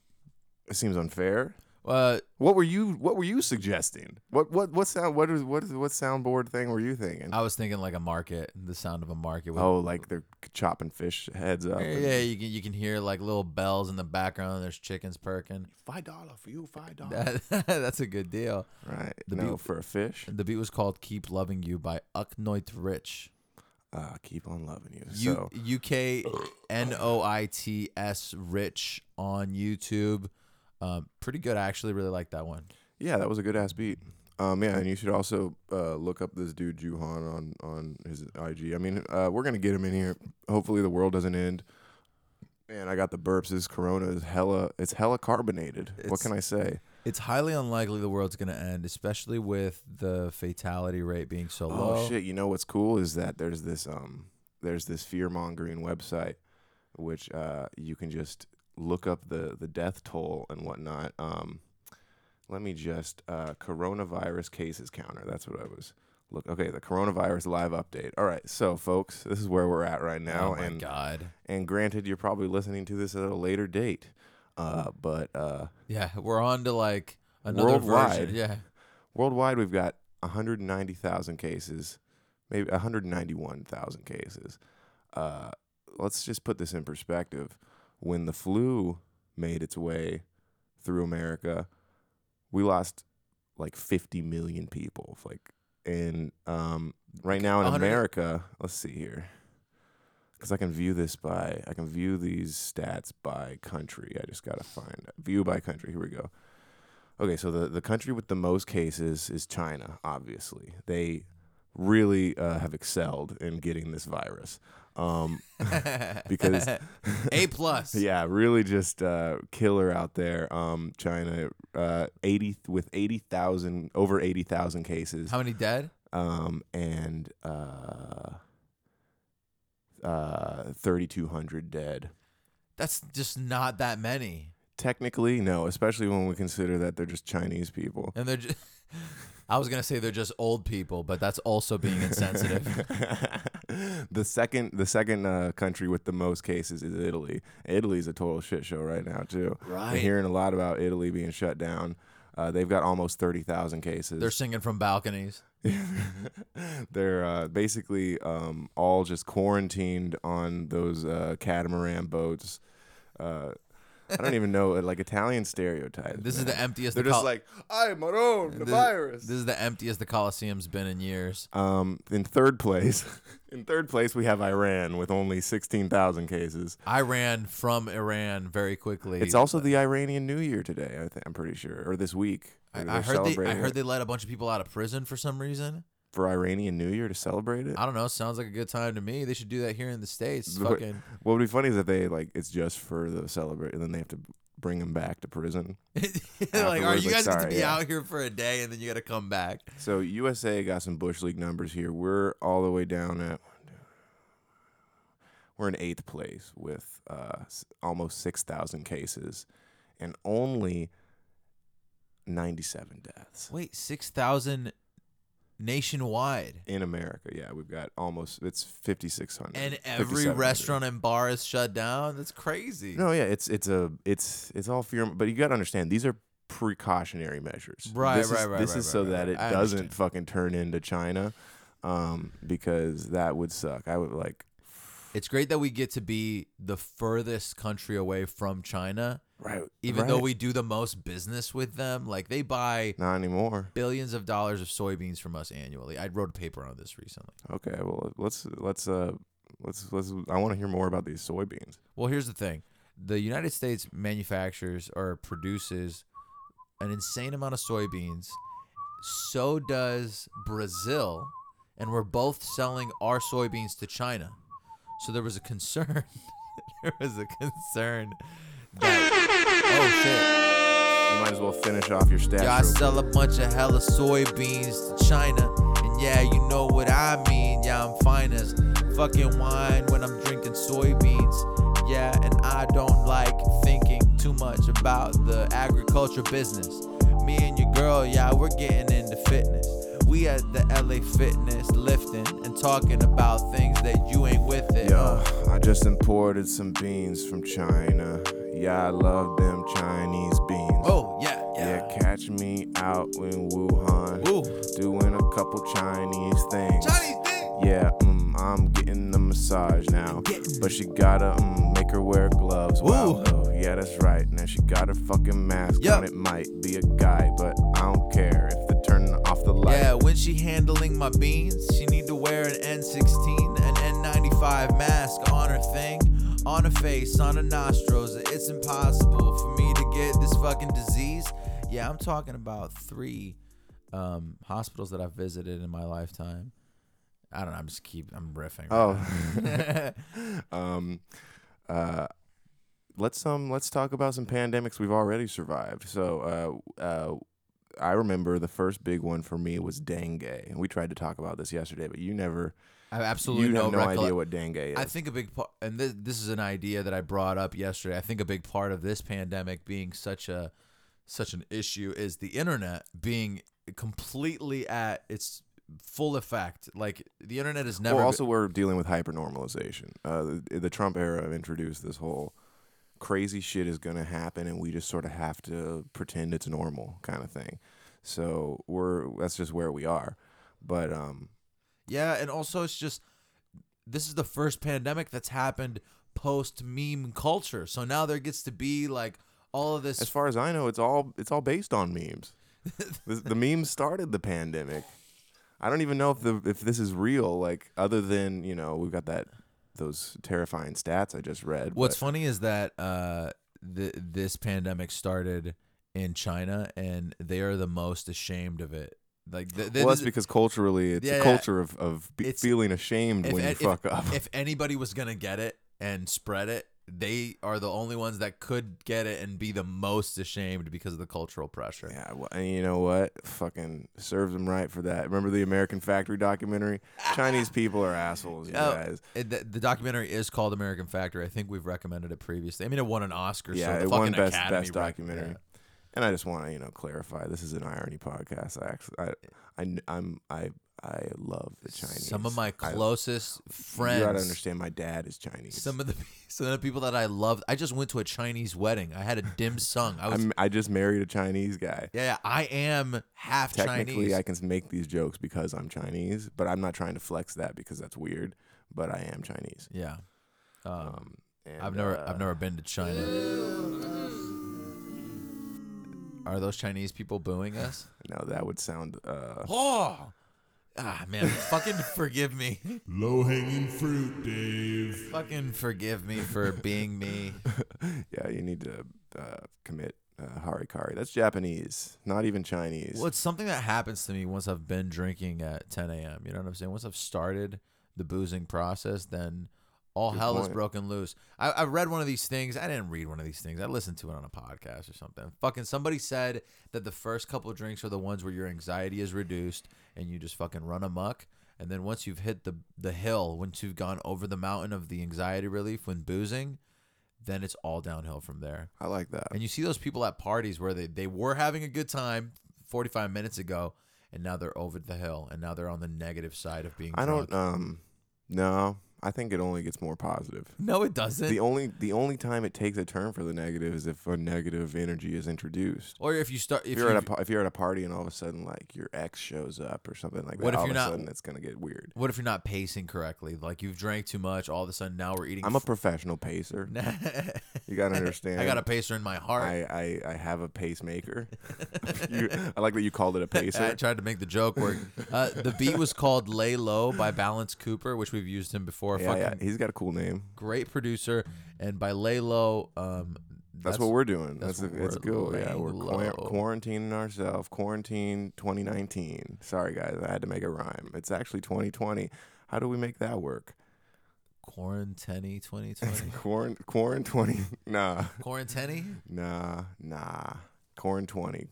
[SPEAKER 3] it seems unfair.
[SPEAKER 4] Uh,
[SPEAKER 3] What were you? What were you suggesting? What what what sound? What is what is what soundboard thing were you thinking?
[SPEAKER 4] I was thinking like a market, the sound of a market. With,
[SPEAKER 3] oh, like they're chopping fish heads up.
[SPEAKER 4] Yeah,
[SPEAKER 3] and-
[SPEAKER 4] yeah, you can you can hear like little bells in the background. There's chickens perking.
[SPEAKER 3] Five dollar for you. Five dollar.
[SPEAKER 4] That, that's a good deal.
[SPEAKER 3] Right.
[SPEAKER 4] The
[SPEAKER 3] no,
[SPEAKER 4] beau-
[SPEAKER 3] for a fish.
[SPEAKER 4] The beat was called "Keep Loving You" by Ucknoit Rich.
[SPEAKER 3] Uh, keep on loving you.
[SPEAKER 4] U-
[SPEAKER 3] so
[SPEAKER 4] U K N O I T S Rich on YouTube. Um, pretty good, I actually. Really like that one.
[SPEAKER 3] Yeah, that was a good ass beat. Um, yeah, and you should also uh, look up this dude Juhan on on his IG. I mean, uh, we're gonna get him in here. Hopefully, the world doesn't end. Man, I got the burps. This Corona is hella. It's hella carbonated. what
[SPEAKER 4] It's-
[SPEAKER 3] can I say?
[SPEAKER 4] It's highly unlikely the world's gonna end, especially with the fatality rate being so low.
[SPEAKER 3] Oh shit! You know what's cool is that there's this um there's this fear mongering website, which uh you can just look up the the death toll and whatnot. Um, let me just uh coronavirus cases counter. That's what I was look. Okay, the coronavirus live update. All right, so folks, this is where we're at right now.
[SPEAKER 4] Oh my
[SPEAKER 3] and
[SPEAKER 4] god.
[SPEAKER 3] and granted, you're probably listening to this at a later date, uh, but uh
[SPEAKER 4] Yeah, we're on to like another
[SPEAKER 3] Worldwide.
[SPEAKER 4] version. Yeah.
[SPEAKER 3] Worldwide, we've got 190,000 cases, maybe 191,000 cases. Uh, let's just put this in perspective. When the flu made its way through America, we lost like 50 million people. Like, and um, right now in
[SPEAKER 4] 100
[SPEAKER 3] America, let's see here. Because I can view this by, I can view these stats by country. I just got to find, view by country. Here we go. Okay, so the, the country with the most cases is China, obviously. They really uh, have excelled in getting this virus. Um, because,
[SPEAKER 4] A plus.
[SPEAKER 3] yeah, really just uh, killer out there. Um, China, uh, 80, with 80,000, over 80,000 cases.
[SPEAKER 4] How many dead?
[SPEAKER 3] Um, and uh, uh, 3,200 dead.
[SPEAKER 4] That's just not that many.
[SPEAKER 3] Technically, no, especially when we consider that they're just Chinese people.
[SPEAKER 4] And they're just I was gonna say they're just old people, but that's also being insensitive.
[SPEAKER 3] the second the second uh, country with the most cases is Italy. Italy's a total shit show right now too.
[SPEAKER 4] Right.
[SPEAKER 3] We're hearing a lot about Italy being shut down. Uh, they've got almost thirty thousand cases.
[SPEAKER 4] they're singing from balconies.
[SPEAKER 3] They're uh, basically um, all just quarantined on those uh, catamaran boats. Uh, I don't even know like Italian stereotypes.
[SPEAKER 4] This is
[SPEAKER 3] man.
[SPEAKER 4] the emptiest.
[SPEAKER 3] They're
[SPEAKER 4] the
[SPEAKER 3] just
[SPEAKER 4] Col-
[SPEAKER 3] like I'm Marone, the
[SPEAKER 4] this-
[SPEAKER 3] virus.
[SPEAKER 4] This is the emptiest the Coliseum's been in years.
[SPEAKER 3] um, in third place, in third place we have Iran with only sixteen thousand cases.
[SPEAKER 4] I ran from Iran very quickly.
[SPEAKER 3] It's also the Iranian New Year today. I th- I'm pretty sure, or this week.
[SPEAKER 4] I,
[SPEAKER 3] They're
[SPEAKER 4] I heard they. I
[SPEAKER 3] celebrating
[SPEAKER 4] heard
[SPEAKER 3] it
[SPEAKER 4] they let a bunch of people out of prison for some reason.
[SPEAKER 3] for Iranian New Year to celebrate it.
[SPEAKER 4] I don't know. Sounds like a good time to me. They should do that here in the states.
[SPEAKER 3] But-
[SPEAKER 4] Fucking.
[SPEAKER 3] What would be funny is if they like it's just for the celebrate, and then they have to bring him back to prison.
[SPEAKER 4] like, are
[SPEAKER 3] Afterwards, like,
[SPEAKER 4] you guys going to
[SPEAKER 3] sorry,
[SPEAKER 4] be
[SPEAKER 3] yeah.
[SPEAKER 4] out here for a day and then you got to come back?
[SPEAKER 3] So USA got some bush league numbers here. We're all the way down at we're in eighth place with uh, s- almost six thousand cases and only ninety-seven deaths
[SPEAKER 4] Wait, six thousand nationwide,
[SPEAKER 3] in America. Yeah, we've got almost it's fifty-six hundred
[SPEAKER 4] and every restaurant and bar is shut down. That's crazy.
[SPEAKER 3] No, yeah, it's it's a it's it's all fear, but you got to understand these are precautionary measures.
[SPEAKER 4] Right,
[SPEAKER 3] this is,
[SPEAKER 4] right, right,
[SPEAKER 3] This
[SPEAKER 4] right,
[SPEAKER 3] is
[SPEAKER 4] right,
[SPEAKER 3] so
[SPEAKER 4] right,
[SPEAKER 3] that
[SPEAKER 4] right.
[SPEAKER 3] it
[SPEAKER 4] I
[SPEAKER 3] doesn't
[SPEAKER 4] understand.
[SPEAKER 3] fucking turn into China, um, because that would suck. I would like
[SPEAKER 4] It's great that we get to be the furthest country away from China,
[SPEAKER 3] right,
[SPEAKER 4] even though
[SPEAKER 3] right.
[SPEAKER 4] we do the most business with them. Like they buy
[SPEAKER 3] not anymore.
[SPEAKER 4] billions of dollars of soybeans from us annually. I wrote a paper on this recently.
[SPEAKER 3] Okay, well let's let's uh let's let's I want to hear more about these soybeans.
[SPEAKER 4] Well, here's the thing: the United States manufactures or produces an insane amount of soybeans. So does Brazil, and we're both selling our soybeans to China. So there was a concern. there was a concern. That, oh shit!
[SPEAKER 3] You might as well finish off your stats.
[SPEAKER 4] Yeah, I
[SPEAKER 3] real quick.
[SPEAKER 4] sell a bunch of hella soybeans to China, and yeah, you know what I mean. Yeah, I'm fine as fucking wine when I'm drinking soybeans. Yeah, and I don't like thinking too much about the agriculture business. Me and your girl, yeah, we're getting into fitness. We at the LA Fitness lifting and talking about things that you ain't with it.
[SPEAKER 3] Yo, I just imported some beans from China. Yeah, I love them Chinese beans.
[SPEAKER 4] Oh yeah,
[SPEAKER 3] Yeah,
[SPEAKER 4] yeah.
[SPEAKER 3] catch me out in Wuhan.
[SPEAKER 4] Ooh,
[SPEAKER 3] Doing a couple Chinese things.
[SPEAKER 4] Chinese thing.
[SPEAKER 3] Yeah, mm, I'm getting a massage now.
[SPEAKER 4] Getting-
[SPEAKER 3] But she gotta mm, make her wear gloves. Wow.
[SPEAKER 4] Ooh.
[SPEAKER 3] Oh, yeah, that's right. Now she got her fucking mask
[SPEAKER 4] Yup.
[SPEAKER 3] on. It might be a guy, but I don't care if they're turning off the light.
[SPEAKER 4] Yeah, when she handling my beans, she need to wear an N16, an N95 mask on her thing, on her face, on her nostrils. It's impossible for me to get this fucking disease. Yeah, I'm talking about three um, hospitals that I've visited in my lifetime. I don't know. I'm just keep. I'm riffing.
[SPEAKER 3] Oh. um, uh, let's um, let's talk about some pandemics we've already survived. So, uh, uh, I remember the first big one for me was dengue, and we tried to talk about this yesterday, but you never,
[SPEAKER 4] I have absolutely
[SPEAKER 3] you
[SPEAKER 4] no,
[SPEAKER 3] have no
[SPEAKER 4] recollec-
[SPEAKER 3] idea what dengue is.
[SPEAKER 4] I think a big part, and this, this is an idea that I brought up yesterday. I think a big part of this pandemic being such a such an issue is the internet being completely at its full effect. Like the internet is never
[SPEAKER 3] well, also we're dealing with hypernormalization. Uh, the, the Trump era introduced this whole crazy shit is going to happen, and we just sort of have to pretend it's normal kind of thing. So we're that's just where we are. But um,
[SPEAKER 4] yeah, and also it's just this is the first pandemic that's happened post meme culture. So now there gets to be like all of this
[SPEAKER 3] as far as I know, it's all it's all based on memes. the, the memes started the pandemic. I don't even know if the if this is real. Like other than you know we've got that those terrifying stats I just read.
[SPEAKER 4] What's
[SPEAKER 3] but
[SPEAKER 4] funny is that uh, th- this pandemic started in China, and they are the most ashamed of it. Like, th- th-
[SPEAKER 3] well, that's
[SPEAKER 4] this-
[SPEAKER 3] because culturally it's
[SPEAKER 4] Yeah,
[SPEAKER 3] a
[SPEAKER 4] yeah.
[SPEAKER 3] culture of of be-
[SPEAKER 4] It's-
[SPEAKER 3] feeling ashamed
[SPEAKER 4] if,
[SPEAKER 3] when you
[SPEAKER 4] if-
[SPEAKER 3] fuck up.
[SPEAKER 4] if anybody was gonna get it and spread it, they are the only ones that could get it and be the most ashamed because of the cultural pressure.
[SPEAKER 3] yeah, well, and you know what? Fucking serves them right for that. Remember the American Factory documentary? Chinese people are assholes, you
[SPEAKER 4] Oh,
[SPEAKER 3] guys.
[SPEAKER 4] it- the, the documentary is called American Factory. I think we've recommended it previously. I mean, it won an Oscar. so
[SPEAKER 3] Yeah,
[SPEAKER 4] the
[SPEAKER 3] it won
[SPEAKER 4] fucking
[SPEAKER 3] best
[SPEAKER 4] Academy
[SPEAKER 3] best
[SPEAKER 4] rec-
[SPEAKER 3] documentary.
[SPEAKER 4] yeah.
[SPEAKER 3] And I just want to you know clarify this is an irony podcast. I actually I, I kn- I'm I I love the Chinese.
[SPEAKER 4] Some of my
[SPEAKER 3] I-
[SPEAKER 4] closest friends.
[SPEAKER 3] You gotta understand, my dad is Chinese.
[SPEAKER 4] Some of the some of the people that I loved. I just went to a Chinese wedding. I had a dim sum. I was
[SPEAKER 3] I'm, I just married a Chinese guy.
[SPEAKER 4] yeah, yeah, I am half
[SPEAKER 3] Technically,
[SPEAKER 4] Chinese.
[SPEAKER 3] I can make these jokes because I'm Chinese, but I'm not trying to flex that because that's weird. But I am Chinese.
[SPEAKER 4] yeah. Um,
[SPEAKER 3] Um, And,
[SPEAKER 4] I've never
[SPEAKER 3] uh,
[SPEAKER 4] I've never been to China. Are those Chinese people booing us?
[SPEAKER 3] No, that would sound. Uh,
[SPEAKER 4] Oh, ah man, fucking forgive me.
[SPEAKER 5] Low hanging fruit, Dave.
[SPEAKER 4] fucking forgive me for being me.
[SPEAKER 3] yeah, you need to uh, commit uh, harikari. That's Japanese, not even Chinese.
[SPEAKER 4] Well, it's something that happens to me once I've been drinking at 10 a.m. You know what I'm saying? Once I've started the boozing process, then all hell is
[SPEAKER 3] point.
[SPEAKER 4] broken loose. I, I read one of these things. I didn't read one of these things. I listened to it on a podcast or something. Fucking somebody said that the first couple of drinks are the ones where your anxiety is reduced and you just fucking run amok. And then once you've hit the the hill, once you've gone over the mountain of the anxiety relief when boozing, then it's all downhill from there.
[SPEAKER 3] I like that.
[SPEAKER 4] And you see those people at parties where they, they were having a good time 45 minutes ago, and now they're over the hill, and now they're on the negative side of being.
[SPEAKER 3] I don't.
[SPEAKER 4] drunk.
[SPEAKER 3] Um, no, I think it only gets more positive.
[SPEAKER 4] No, it doesn't.
[SPEAKER 3] The only the only time it takes a turn for the negative is if a negative energy is introduced.
[SPEAKER 4] or if you start, if
[SPEAKER 3] If, you're at a
[SPEAKER 4] you've-
[SPEAKER 3] pa- if you're at a party and all of a sudden like your ex shows up or something like that,
[SPEAKER 4] What if
[SPEAKER 3] all
[SPEAKER 4] you're
[SPEAKER 3] of
[SPEAKER 4] not-
[SPEAKER 3] a sudden it's gonna get weird.
[SPEAKER 4] what if you're not pacing correctly? Like you've drank too much, all of a sudden now we're eating.
[SPEAKER 3] I'm a professional pacer.
[SPEAKER 4] f-
[SPEAKER 3] You gotta understand.
[SPEAKER 4] I got a pacer in my heart. I,
[SPEAKER 3] I, I, I have a pacemaker. you, I like that you called it a pacer.
[SPEAKER 4] tried to make the joke work. Uh, the beat was called "Lay Low" by Balance Cooper, which we've used him before.
[SPEAKER 3] Yeah,
[SPEAKER 4] Fucking
[SPEAKER 3] yeah, he's got a cool name.
[SPEAKER 4] great producer, and by "Lay Low," um,
[SPEAKER 3] That's, what we're doing.
[SPEAKER 4] that's
[SPEAKER 3] That's
[SPEAKER 4] what
[SPEAKER 3] a, it's
[SPEAKER 4] we're
[SPEAKER 3] cool. Yeah,
[SPEAKER 4] laying
[SPEAKER 3] we're qua-
[SPEAKER 4] low.
[SPEAKER 3] quarantining ourselves. Quarantine 2019. Sorry guys, I had to make a rhyme. It's actually 2020. How do we make that work?
[SPEAKER 4] quarantini 2020.
[SPEAKER 3] Quarant quarant 20. Nah,
[SPEAKER 4] Quarantini?
[SPEAKER 3] nah, nah. Quarant 20.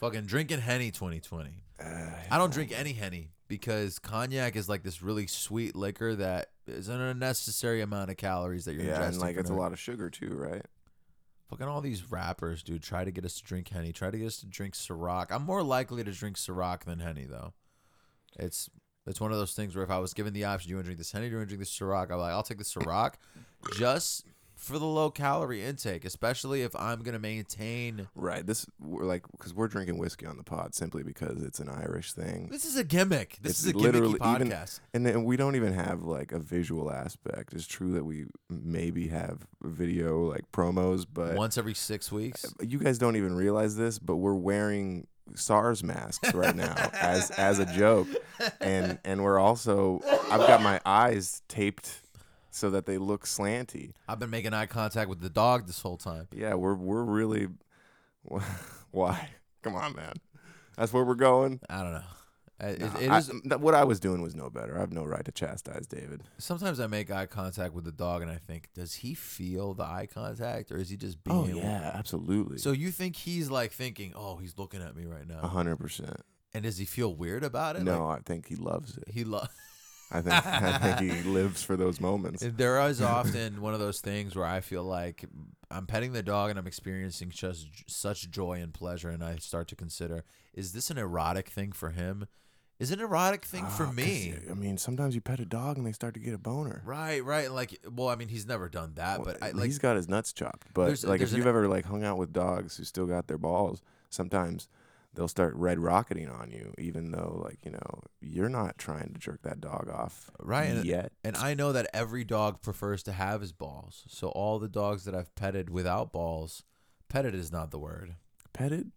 [SPEAKER 4] Fucking drinking Henny 2020.
[SPEAKER 3] Uh,
[SPEAKER 4] I don't drink any Henny because cognac is like this really sweet liquor that is an unnecessary amount of calories that you're
[SPEAKER 3] Yeah,
[SPEAKER 4] ingesting.
[SPEAKER 3] and like
[SPEAKER 4] from
[SPEAKER 3] it's a
[SPEAKER 4] it.
[SPEAKER 3] lot of sugar too, right?
[SPEAKER 4] Fucking all these rappers, dude, try to get us to drink Henny. Try to get us to drink Ciroc. I'm more likely to drink Ciroc than Henny, though. It's it's one of those things where if I was given the option, do you want to drink this Henny, do you want to drink this Ciroc? I'm like, I'll take the Ciroc just for the low calorie intake, especially if I'm going to maintain.
[SPEAKER 3] Right. This we're like because we're drinking whiskey on the pod simply because it's an Irish thing.
[SPEAKER 4] This is a gimmick. This is a gimmicky podcast.
[SPEAKER 3] even and then we don't even have like a visual aspect. It's true that we maybe have video like promos, but
[SPEAKER 4] once every six weeks.
[SPEAKER 3] you guys don't even realize this, but we're wearing SARS masks right now as as a joke, and and we're also I've got my eyes taped so that they look slanty.
[SPEAKER 4] I've been making eye contact with the dog this whole time.
[SPEAKER 3] Yeah, we're we're really why? Come on, man. That's where we're going.
[SPEAKER 4] I don't know. I- It,
[SPEAKER 3] Nah,
[SPEAKER 4] it
[SPEAKER 3] I-
[SPEAKER 4] is- um,
[SPEAKER 3] th- what I was doing was no better. I have no right to chastise David.
[SPEAKER 4] sometimes I make eye contact with the dog and I think, does he feel the eye contact or is he just
[SPEAKER 3] Oh,
[SPEAKER 4] being?
[SPEAKER 3] absolutely.
[SPEAKER 4] So you think he's like thinking, oh, he's looking at me right now,
[SPEAKER 3] hundred percent.
[SPEAKER 4] and does he feel weird about it?
[SPEAKER 3] Uh-huh. No,
[SPEAKER 4] Like,
[SPEAKER 3] I think he loves it.
[SPEAKER 4] he loves.
[SPEAKER 3] I think I think he lives for those moments.
[SPEAKER 4] There is often one of those things where I feel like I'm petting the dog and I'm experiencing just such joy and pleasure, and I start to consider, is this an erotic thing for him? Is it an erotic thing
[SPEAKER 3] Ah,
[SPEAKER 4] for
[SPEAKER 3] 'cause
[SPEAKER 4] me?
[SPEAKER 3] you- I mean, sometimes you pet a dog and they start to get a boner.
[SPEAKER 4] Right, right. Like, well, I mean, he's never done that,
[SPEAKER 3] Well,
[SPEAKER 4] but I, like,
[SPEAKER 3] he's got his nuts chopped. But
[SPEAKER 4] There's-
[SPEAKER 3] like,
[SPEAKER 4] there's
[SPEAKER 3] if
[SPEAKER 4] an-
[SPEAKER 3] you've ever like hung out with dogs who still got their balls, sometimes they'll start red rocketing on you, even though like you know you're not trying to jerk that dog off
[SPEAKER 4] right, and,
[SPEAKER 3] yet.
[SPEAKER 4] and I know that every dog prefers to have his balls. So all the dogs that I've petted without balls, petted is not the word.
[SPEAKER 3] Petted?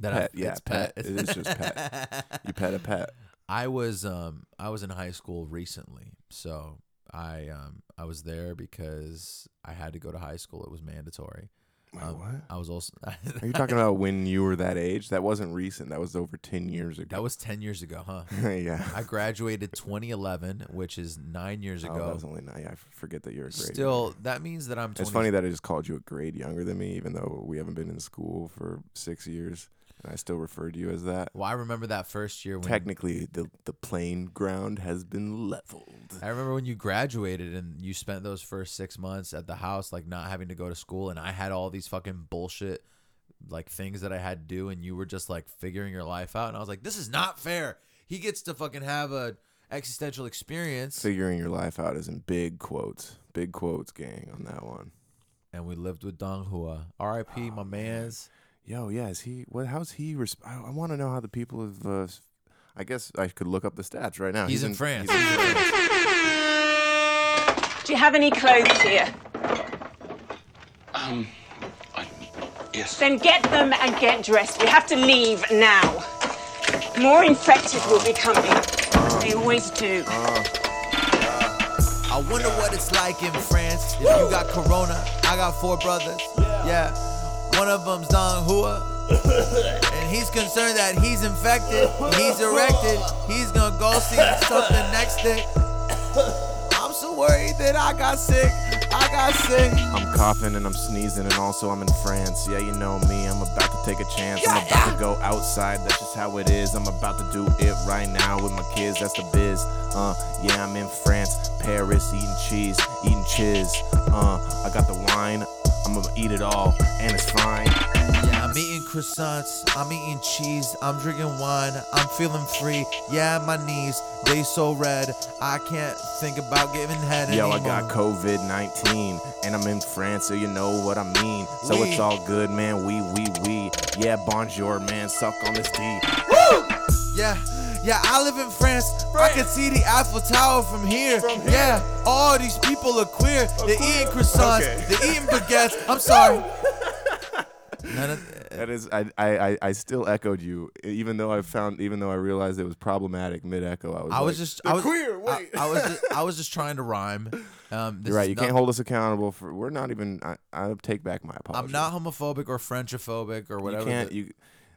[SPEAKER 4] That
[SPEAKER 3] Pet,
[SPEAKER 4] I,
[SPEAKER 3] yeah,
[SPEAKER 4] it's
[SPEAKER 3] pet. It is just pet. You pet a pet.
[SPEAKER 4] I was um I was in high school recently, so I um I was there because I had to go to high school. It was mandatory.
[SPEAKER 3] Wait,
[SPEAKER 4] Um,
[SPEAKER 3] what?
[SPEAKER 4] I was also
[SPEAKER 3] Are you talking about when you were that age? That wasn't recent. That was over ten years
[SPEAKER 4] that
[SPEAKER 3] ago.
[SPEAKER 4] was ten years ago, huh?
[SPEAKER 3] yeah.
[SPEAKER 4] I graduated 2011, which is nine years
[SPEAKER 3] Oh,
[SPEAKER 4] ago.
[SPEAKER 3] that was only nine. I forget that you're a grade.
[SPEAKER 4] Still, that means that I'm. 20,
[SPEAKER 3] It's funny that I just called you a grade younger than me, even though we haven't been in school for six years, and I still refer to you as that.
[SPEAKER 4] Well, I remember that first year when
[SPEAKER 3] Technically, the the playing ground has been leveled.
[SPEAKER 4] I remember when you graduated and you spent those first six months at the house, like not having to go to school, and I had all these fucking bullshit like things that I had to do, and you were just like figuring your life out, and I was like, this is not fair. He gets to fucking have a existential experience,
[SPEAKER 3] Figuring your life out is in big quotes, big quotes, gang, on that one.
[SPEAKER 4] and we lived with Dong Hua, R.I.P. my man's.
[SPEAKER 3] Yo, yeah, is he? What? How's he? Resp- I, I want to know how the people of. Uh, s- I guess I could look up the stats right now.
[SPEAKER 4] He's in France.
[SPEAKER 3] he's in France.
[SPEAKER 6] Do you have any clothes here? Um, I, yes.
[SPEAKER 7] Then get them and get dressed. We have to leave now. More infected will be coming. They always do.
[SPEAKER 4] I wonder what it's like in France. If you got corona, I got four brothers. Yeah. One of them's Don Hua. and he's concerned that he's infected. He's erected. He's gonna go see something next day. I'm so worried that I got sick. I got sick.
[SPEAKER 3] I'm coughing and I'm sneezing, and also I'm in France. Yeah, you know me, I'm about to take a chance. I'm about to go outside, that's just how it is. I'm about to do it right now with my kids, that's the biz. Uh, yeah, I'm in France, Paris, eating cheese, eating chiz. Uh, I got the wine, I'm gonna eat it all, and it's fine.
[SPEAKER 4] Yeah, I'm eating croissants, I'm eating cheese, I'm drinking wine, I'm feeling free. Yeah, my knees, they so red. I can't think about giving head
[SPEAKER 3] Yo,
[SPEAKER 4] anymore.
[SPEAKER 3] I got COVID 19 and I'm in France, so you know what I mean. So
[SPEAKER 4] Oui.
[SPEAKER 3] it's all good, man. We, we, we. Yeah, bonjour, man. Suck on this D.
[SPEAKER 4] Yeah, yeah, I live in France. I can see the Eiffel Tower from here. Yeah, all these people are queer. They're eating croissants. They're eating baguettes. I'm sorry. None of,
[SPEAKER 3] That is, I, I, I- I still echoed you, e, even though I found, even though I realized it was problematic mid echo. I was,
[SPEAKER 4] I
[SPEAKER 3] like,
[SPEAKER 4] was just, I was,
[SPEAKER 8] queer,
[SPEAKER 4] I,
[SPEAKER 8] wait.
[SPEAKER 4] I was, just, I was just trying to rhyme. Um, this
[SPEAKER 3] You're right.
[SPEAKER 4] is
[SPEAKER 3] You
[SPEAKER 4] not-
[SPEAKER 3] can't hold us accountable for. We're not even. I, I take back my apology.
[SPEAKER 4] I'm not homophobic or Frenchophobic or whatever.
[SPEAKER 3] You can't.
[SPEAKER 4] the-
[SPEAKER 3] You.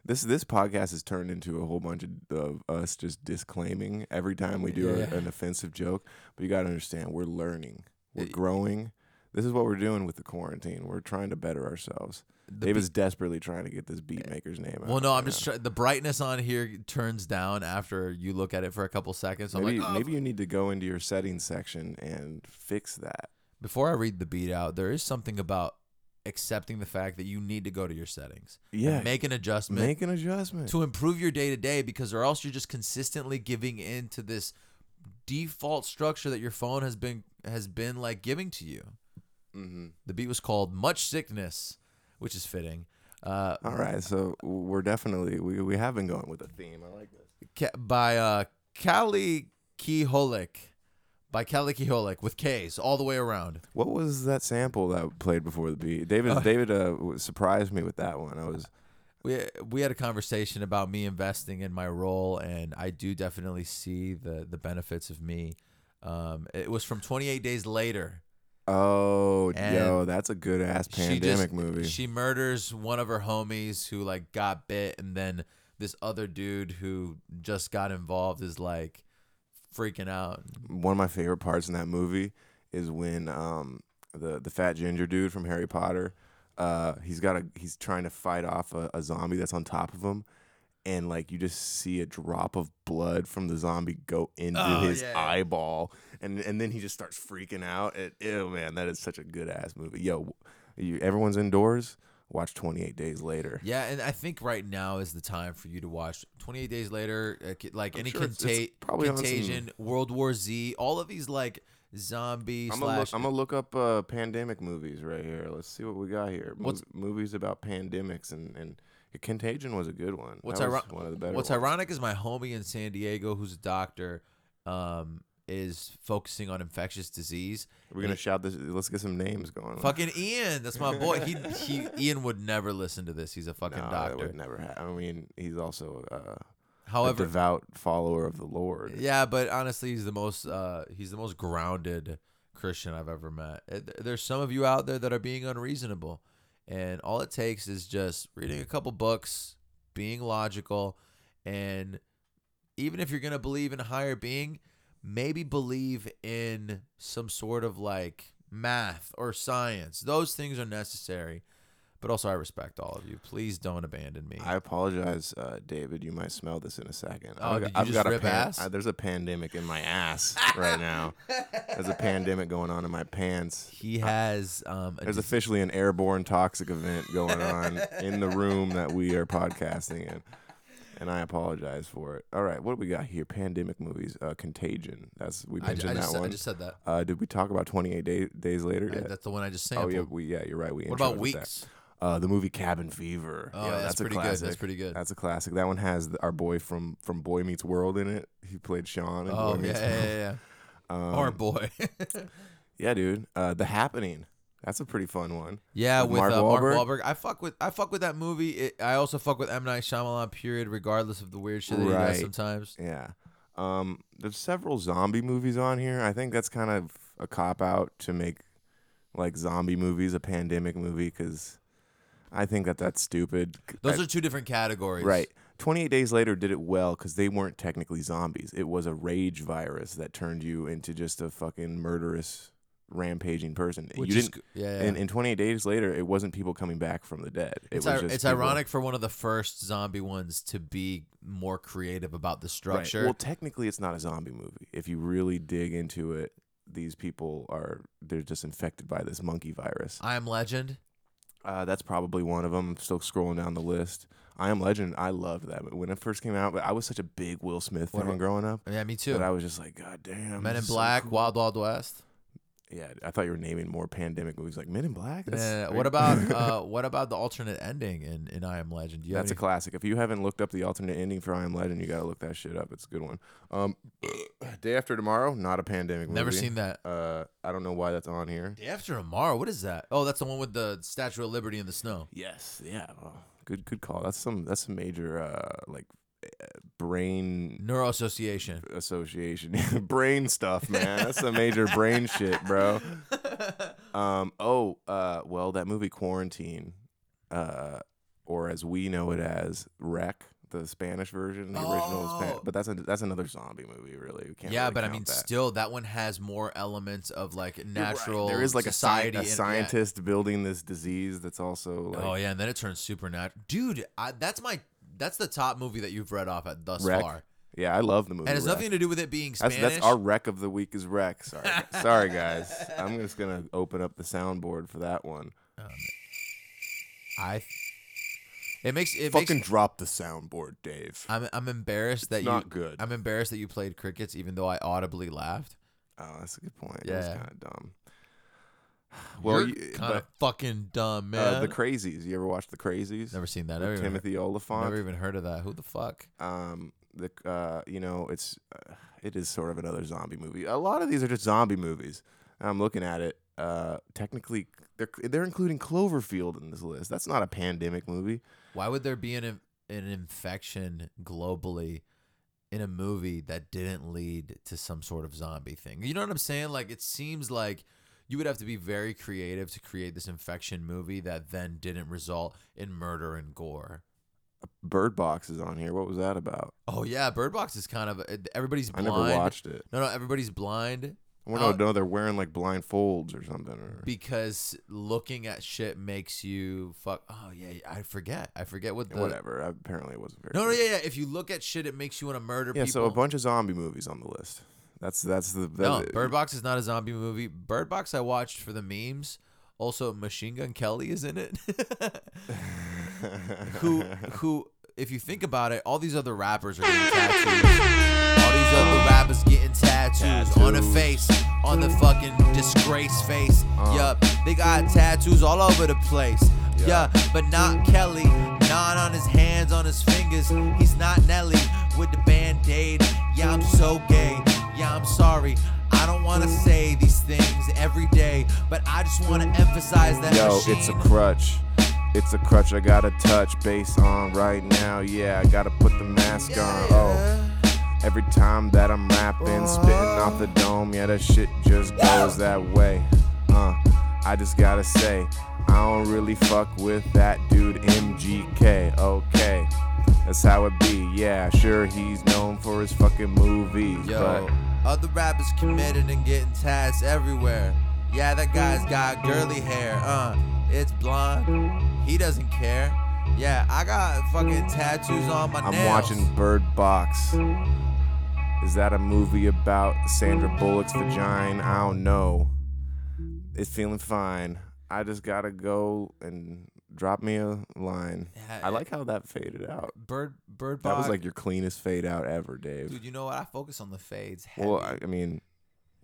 [SPEAKER 3] This this podcast has turned into a whole bunch of, of us just disclaiming every time we do a-
[SPEAKER 4] Yeah.
[SPEAKER 3] an offensive joke. But you got to understand, we're learning, we're growing. This is what we're doing with the quarantine. We're trying to better ourselves. David's desperately trying to get this beat maker's name out.
[SPEAKER 4] Eh, well, no, I'm
[SPEAKER 3] right
[SPEAKER 4] just try- the brightness on here turns down after you look at it for a couple seconds.
[SPEAKER 3] now.
[SPEAKER 4] I'm
[SPEAKER 3] Maybe,
[SPEAKER 4] like, "Oh,
[SPEAKER 3] maybe you need to go into your settings section and fix that.
[SPEAKER 4] before I read the beat out, there is something about accepting the fact that you need to go to your settings. and
[SPEAKER 3] Yeah.
[SPEAKER 4] make an adjustment
[SPEAKER 3] Make an adjustment.
[SPEAKER 4] to improve your day to day because or else you're just consistently giving in to this default structure that your phone has been has been like giving to you. The beat was called Much Sickness, which is fitting. Uh,
[SPEAKER 3] All right, so we're definitely we, we have been going with a theme. I like this.
[SPEAKER 4] Ca- by uh Kali Kiholik. By Kali Kiholik with K's all the way around.
[SPEAKER 3] What was that sample that played before the beat? David David uh, w- surprised me with that one. I was
[SPEAKER 4] we we had a conversation about me investing in my role, and I do definitely see the the benefits of me. Um, it was from 28 Days Later.
[SPEAKER 3] oh
[SPEAKER 4] And
[SPEAKER 3] yo, that's a good ass pandemic movie.
[SPEAKER 4] She murders one of her homies who like got bit, and then this other dude who just got involved is like freaking out.
[SPEAKER 3] one of my favorite parts in that movie is when um the the fat ginger dude from Harry Potter uh he's got a he's trying to fight off a, a zombie that's on top of him and like you just see a drop of blood from the zombie go into
[SPEAKER 4] Oh,
[SPEAKER 3] his
[SPEAKER 4] yeah, yeah.
[SPEAKER 3] eyeball and and then he just starts freaking out and ew man that is such a good ass movie yo you everyone's indoors watch 28 days later
[SPEAKER 4] Yeah, and I think right now is the time for you to watch 28 Days Later, uh, ca- like any
[SPEAKER 3] sure it's-
[SPEAKER 4] conta-
[SPEAKER 3] it's probably on some-
[SPEAKER 4] contagion, World War Z, all of these like zombie
[SPEAKER 3] I'm gonna, look,
[SPEAKER 4] slash
[SPEAKER 3] I'm gonna look up uh, pandemic movies right here. Let's see what we got here. Mov-
[SPEAKER 4] What's-
[SPEAKER 3] movies about pandemics and and Contagion was a good one.
[SPEAKER 4] What's,
[SPEAKER 3] that was
[SPEAKER 4] iro-
[SPEAKER 3] one of the better.
[SPEAKER 4] what's
[SPEAKER 3] ones.
[SPEAKER 4] ironic is my homie in San Diego, who's a doctor, um, is focusing on infectious disease.
[SPEAKER 3] We're gonna shout this. Let's get some names going.
[SPEAKER 4] Fucking Ian, that's my boy. He, he Ian would never listen to this. He's a
[SPEAKER 3] no,
[SPEAKER 4] fucking
[SPEAKER 3] that
[SPEAKER 4] doctor.
[SPEAKER 3] would never happen. I mean, he's also uh, a
[SPEAKER 4] However,
[SPEAKER 3] devout follower of the Lord.
[SPEAKER 4] yeah, but honestly, he's the most uh, he's the most grounded Christian I've ever met. Uh, th- There's some of you out there that are being unreasonable, and all it takes is just reading a couple books, being logical, and even if you're gonna believe in a higher being, maybe believe in some sort of like math or science. Those things are necessary. But also, I respect all of you. Please don't abandon me.
[SPEAKER 3] I apologize, uh, David. You might smell this in a second.
[SPEAKER 4] Oh, did you just rip ass?
[SPEAKER 3] uh, there's a pandemic in my ass right now. There's a pandemic going on in my pants.
[SPEAKER 4] he has um, a
[SPEAKER 3] There's officially an airborne toxic event going on in the room that we are podcasting in. And I apologize for it. All right, what do we got here? Pandemic movies, uh, Contagion. That's we
[SPEAKER 4] I, ju-
[SPEAKER 3] mentioned
[SPEAKER 4] I just,
[SPEAKER 3] that
[SPEAKER 4] said- I
[SPEAKER 3] one.
[SPEAKER 4] just said that.
[SPEAKER 3] uh, did we talk about 28 day, days later?
[SPEAKER 4] I-
[SPEAKER 3] yet?
[SPEAKER 4] that's the one I just
[SPEAKER 3] oh
[SPEAKER 4] sampled.
[SPEAKER 3] yeah, we yeah, you're right. We
[SPEAKER 4] what about
[SPEAKER 3] introed with that.
[SPEAKER 4] Weeks?
[SPEAKER 3] Uh, the movie Cabin Fever.
[SPEAKER 4] Oh,
[SPEAKER 3] yeah,
[SPEAKER 4] that's
[SPEAKER 3] a
[SPEAKER 4] pretty good, that's
[SPEAKER 3] classic.
[SPEAKER 4] pretty good.
[SPEAKER 3] That's a classic. That one has the, our boy from from Boy Meets World in it. He played Sean. In Boy Um,
[SPEAKER 4] Oh yeah,
[SPEAKER 3] Meets
[SPEAKER 4] yeah, yeah. yeah. Our boy.
[SPEAKER 3] Yeah, dude. Uh, the Happening. That's a pretty fun one.
[SPEAKER 4] Yeah, with,
[SPEAKER 3] With Mark
[SPEAKER 4] uh, Mark
[SPEAKER 3] Wahlberg?
[SPEAKER 4] Wahlberg. I fuck with I fuck with that movie. It, I also fuck with M Night Shyamalan. Period. Regardless of the weird shit that he
[SPEAKER 3] Right.
[SPEAKER 4] does sometimes.
[SPEAKER 3] Yeah. Um, there's several zombie movies on here. I think that's kind of a cop out to make like zombie movies a pandemic movie because I think that that's stupid.
[SPEAKER 4] Those
[SPEAKER 3] I-
[SPEAKER 4] are two different categories.
[SPEAKER 3] right. 28 Days Later did it well because they weren't technically zombies. It was a rage virus that turned you into just a fucking murderous, rampaging person.
[SPEAKER 4] Which
[SPEAKER 3] you
[SPEAKER 4] is
[SPEAKER 3] didn't.
[SPEAKER 4] g- yeah, yeah.
[SPEAKER 3] And, and 28 Days Later, it wasn't people coming back from the dead. It
[SPEAKER 4] It's,
[SPEAKER 3] was
[SPEAKER 4] ir-
[SPEAKER 3] just
[SPEAKER 4] it's
[SPEAKER 3] people-
[SPEAKER 4] ironic for one of the first zombie ones to be more creative about the
[SPEAKER 3] Right.
[SPEAKER 4] structure.
[SPEAKER 3] Well, technically, it's not a zombie movie. If you really dig into it, these people are they're just infected by this monkey virus.
[SPEAKER 4] I am Legend.
[SPEAKER 3] Uh, that's probably one of them. I'm still scrolling down the list. I Am Legend. I loved that when it first came out. But I was such a big Will Smith
[SPEAKER 4] What
[SPEAKER 3] fan
[SPEAKER 4] a-
[SPEAKER 3] growing up
[SPEAKER 4] Oh, Yeah, me too.
[SPEAKER 3] that I was just like, God damn.
[SPEAKER 4] Men
[SPEAKER 3] this
[SPEAKER 4] in
[SPEAKER 3] is so
[SPEAKER 4] Black,
[SPEAKER 3] cool."
[SPEAKER 4] Wild Wild West.
[SPEAKER 3] Yeah, I thought you were naming more pandemic movies like Men in Black. That's
[SPEAKER 4] Uh,
[SPEAKER 3] great.
[SPEAKER 4] what about uh, what about the alternate ending in, in I Am Legend? Do you have
[SPEAKER 3] That's a
[SPEAKER 4] any-
[SPEAKER 3] classic. If you haven't looked up the alternate ending for I Am Legend, you got to look that shit up. It's a good one. Um, Day After Tomorrow, not a pandemic movie.
[SPEAKER 4] never seen that.
[SPEAKER 3] Uh, I don't know why that's on here.
[SPEAKER 4] Day After Tomorrow. What is that? Oh, that's the one with the Statue of Liberty in the snow.
[SPEAKER 3] Yes. Yeah. well, good. Good call. That's some. That's some major uh, like uh, brain
[SPEAKER 4] Neuroassociation.
[SPEAKER 3] association, brain stuff, man. That's some major brain shit, bro. Um. Oh. Uh. Well, that movie Quarantine, uh, or as we know it as Wreck. The Spanish version, the original, is Spa-
[SPEAKER 4] Oh.
[SPEAKER 3] but that's a, that's another zombie movie, really. We can't
[SPEAKER 4] Yeah,
[SPEAKER 3] really
[SPEAKER 4] but I
[SPEAKER 3] count
[SPEAKER 4] mean,
[SPEAKER 3] that.
[SPEAKER 4] still, that one has more elements of like
[SPEAKER 3] You're right.
[SPEAKER 4] natural.
[SPEAKER 3] There is like a, sci-
[SPEAKER 4] society
[SPEAKER 3] a
[SPEAKER 4] in- yeah.
[SPEAKER 3] scientist building this disease that's also like
[SPEAKER 4] Oh yeah, and then it turns supernatural. Dude, I, that's my that's the top movie that you've read off at thus
[SPEAKER 3] Wreck.
[SPEAKER 4] far,
[SPEAKER 3] Yeah, I love the movie.
[SPEAKER 4] and it's
[SPEAKER 3] Wreck.
[SPEAKER 4] nothing to do with it being Spanish.
[SPEAKER 3] That's, that's our wreck of the week is wreck. Sorry, gu- sorry guys. I'm just gonna open up the soundboard for that one.
[SPEAKER 4] I. It makes it
[SPEAKER 3] Fucking
[SPEAKER 4] makes.
[SPEAKER 3] drop the soundboard, Dave.
[SPEAKER 4] I'm I'm embarrassed that you.
[SPEAKER 3] not good.
[SPEAKER 4] I'm embarrassed that you played crickets, even though I audibly laughed.
[SPEAKER 3] Oh, that's a good point. That's
[SPEAKER 4] Yeah.
[SPEAKER 3] kind of dumb. Well, you,
[SPEAKER 4] kind of
[SPEAKER 3] but,
[SPEAKER 4] fucking dumb, man.
[SPEAKER 3] uh, the Crazies. You ever watch the Crazies?
[SPEAKER 4] Never seen that.
[SPEAKER 3] With
[SPEAKER 4] Never even,
[SPEAKER 3] Timothy Oliphant.
[SPEAKER 4] never even heard of that. Who the fuck?
[SPEAKER 3] um the uh you know it's uh, it is sort of another zombie movie a lot of these are just zombie movies i'm looking at it uh technically they're they're including cloverfield in this list that's not a pandemic movie
[SPEAKER 4] Why would there be an in- an infection globally in a movie that didn't lead to some sort of zombie thing? You know what I'm saying? Like it seems like you would have to be very creative to create this infection movie that then didn't result in murder and gore.
[SPEAKER 3] bird box is on here what was that about
[SPEAKER 4] Oh yeah, Bird Box is kind of everybody's blind.
[SPEAKER 3] i never watched it
[SPEAKER 4] No, no, everybody's blind
[SPEAKER 3] i want
[SPEAKER 4] Oh.
[SPEAKER 3] to know they're wearing like blindfolds or something or
[SPEAKER 4] because looking at shit makes you fuck. Oh yeah, I forget. I forget what the
[SPEAKER 3] whatever apparently it wasn't very
[SPEAKER 4] No, no,
[SPEAKER 3] good.
[SPEAKER 4] yeah, yeah. If you look at shit, it makes you want to murder
[SPEAKER 3] yeah
[SPEAKER 4] people.
[SPEAKER 3] so a bunch of zombie movies on the list that's that's the that,
[SPEAKER 4] No, Bird Box is not a zombie movie. Bird Box I watched for the memes. Also, Machine Gun Kelly is in it. who who if you think about it, all these other rappers are getting tattoos. All these other rappers getting tattoos, on the
[SPEAKER 3] Mm. Tattoos.
[SPEAKER 4] face, on the fucking disgrace face.
[SPEAKER 3] Uh.
[SPEAKER 4] Yup, they got tattoos all over the place. Yeah, but not Kelly. Not on his hands, on his fingers. He's not Nelly with the band aid. Yeah, I'm so gay. Yeah, I'm sorry. I don't wanna say these things every day, but I just wanna emphasize that
[SPEAKER 3] Yo,
[SPEAKER 4] machine.
[SPEAKER 3] it's a crutch. It's a crutch I gotta touch base on right now. Yeah, I gotta put the mask on. Oh, every time that I'm rapping, spitting off the dome, yeah, that shit just goes that way. Uh, I just gotta say, I don't really fuck with that dude MGK. Okay, that's how it be. Yeah, sure, he's known for his fucking movies,
[SPEAKER 4] Yo,
[SPEAKER 3] but
[SPEAKER 4] other rappers committed and getting tats everywhere. Yeah, that guy's got girly hair. Uh, it's blonde. He doesn't care. Yeah, I got fucking tattoos on my
[SPEAKER 3] I'm
[SPEAKER 4] nails.
[SPEAKER 3] watching Bird Box. Is that a movie about Sandra Bullock's vagina? I don't know. It's feeling fine. I just gotta go and drop me a line.
[SPEAKER 4] Yeah,
[SPEAKER 3] I like how that faded out.
[SPEAKER 4] bird bird
[SPEAKER 3] That was
[SPEAKER 4] Box.
[SPEAKER 3] like your cleanest fade out ever, Dave.
[SPEAKER 4] dude. You know what? I focus on the fades. Heavy.
[SPEAKER 3] Well, I, I mean,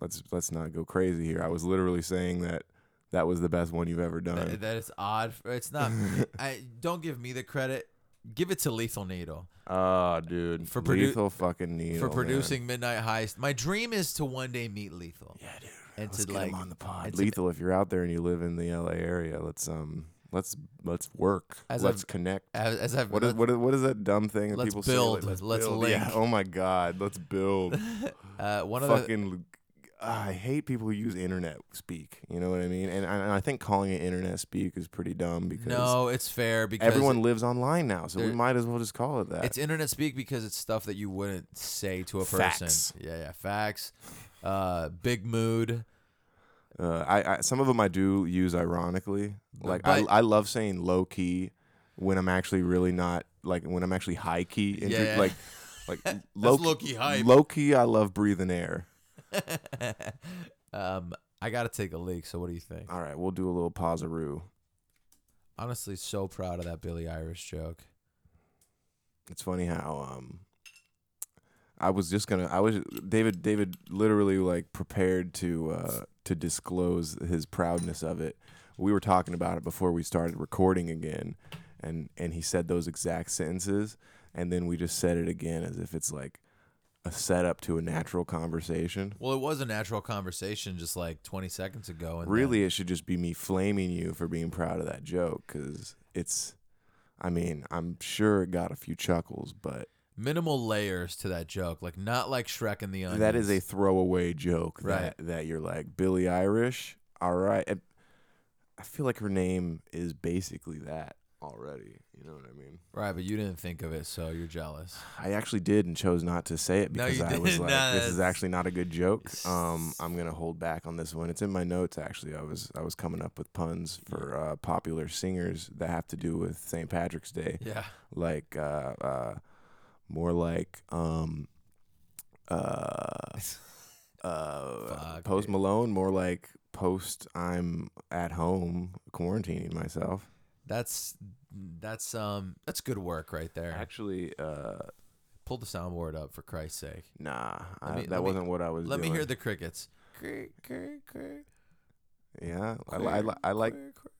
[SPEAKER 3] let's let's not go crazy here. I was literally saying that that was the best one you've ever
[SPEAKER 4] Th-
[SPEAKER 3] done.
[SPEAKER 4] that it's odd. for- It's not. I don't give me the credit. Give it to Lethal Needle
[SPEAKER 3] Oh, dude,
[SPEAKER 4] For
[SPEAKER 3] for
[SPEAKER 4] produ-
[SPEAKER 3] lethal fucking needle
[SPEAKER 4] for
[SPEAKER 3] man.
[SPEAKER 4] producing Midnight Heist. My dream is to one day meet Lethal. Yeah, dude.
[SPEAKER 8] and
[SPEAKER 3] Let's
[SPEAKER 8] to
[SPEAKER 3] get
[SPEAKER 8] like
[SPEAKER 3] him on the pod.
[SPEAKER 8] and to-
[SPEAKER 3] Lethal, if you're out there and you live in the LA area, let's um let's let's work.
[SPEAKER 8] As
[SPEAKER 3] let's
[SPEAKER 8] I've-
[SPEAKER 3] connect.
[SPEAKER 8] as, as I've
[SPEAKER 3] What is,
[SPEAKER 8] let-
[SPEAKER 3] what is what is that dumb thing that
[SPEAKER 4] Let's
[SPEAKER 3] people say? like,
[SPEAKER 4] build, let's
[SPEAKER 3] build." Yeah,
[SPEAKER 4] link.
[SPEAKER 3] Oh my god, let's build.
[SPEAKER 8] uh, one of the
[SPEAKER 3] Fucking I hate people who use internet speak. You know what I mean? And I, and I think calling it internet speak is pretty dumb because
[SPEAKER 4] No, it's fair because
[SPEAKER 3] everyone lives online now, so we
[SPEAKER 4] there-
[SPEAKER 3] might as well just call it that.
[SPEAKER 4] It's internet speak because it's stuff that you wouldn't say to a person.
[SPEAKER 3] Facts.
[SPEAKER 4] Yeah, yeah, facts. Uh, big mood.
[SPEAKER 3] Uh, I, I some of them I do use ironically. Like
[SPEAKER 4] Uh, but-
[SPEAKER 3] I, I love saying low key when I'm actually really not like when I'm actually high key. Into,
[SPEAKER 4] Yeah.
[SPEAKER 3] Like like low
[SPEAKER 4] low-key hype.
[SPEAKER 3] Low key, I love breathing air.
[SPEAKER 4] Um, I gotta take a leak. So what do you think?
[SPEAKER 3] All right, we'll do a little pauseroo.
[SPEAKER 4] Honestly, so proud of that Billy Irish joke.
[SPEAKER 3] It's funny how um I was just gonna I was David David literally like prepared to uh to disclose his proudness of it. We were talking about it before we started recording again and and he said those exact sentences and then we just said it again as if it's like a setup to a natural conversation.
[SPEAKER 4] Well, it was a natural conversation just like 20 seconds ago. And
[SPEAKER 3] Really it should just be me flaming you for being proud of that joke cuz it's I mean, I'm sure it got a few chuckles, but
[SPEAKER 4] then minimal layers to that joke, like not like Shrek and the Onions.
[SPEAKER 3] That is a throwaway joke
[SPEAKER 4] Right.
[SPEAKER 3] that, that you're like Billie Irish. All right, And I feel like her name is basically that already. You know what I mean?
[SPEAKER 4] right, but you didn't think of it, so you're jealous.
[SPEAKER 3] I actually did and chose not to say it
[SPEAKER 4] No,
[SPEAKER 3] because
[SPEAKER 4] you
[SPEAKER 3] I was
[SPEAKER 4] didn't.
[SPEAKER 3] like,
[SPEAKER 4] No,
[SPEAKER 3] this is
[SPEAKER 4] that's-
[SPEAKER 3] actually not a good joke. Um, I'm gonna hold back on this one. It's in my notes actually. I was I was coming up with puns for uh, popular singers that have to do with St. Patrick's Day
[SPEAKER 4] Yeah.
[SPEAKER 3] like uh, uh, more like um, uh, uh,
[SPEAKER 4] Fuck,
[SPEAKER 3] post Malone, more like post I'm at home quarantining myself.
[SPEAKER 4] That's that's um that's good work right there.
[SPEAKER 3] Actually, uh,
[SPEAKER 4] Pull the soundboard up for Christ's sake.
[SPEAKER 3] nah, I,
[SPEAKER 4] me- let
[SPEAKER 3] that
[SPEAKER 4] me-
[SPEAKER 3] wasn't what I was.
[SPEAKER 4] Let me hear
[SPEAKER 3] doing.
[SPEAKER 4] the crickets. Crick, crick, crick,
[SPEAKER 3] Yeah, I, li- I, li- I like.
[SPEAKER 4] crick, crick.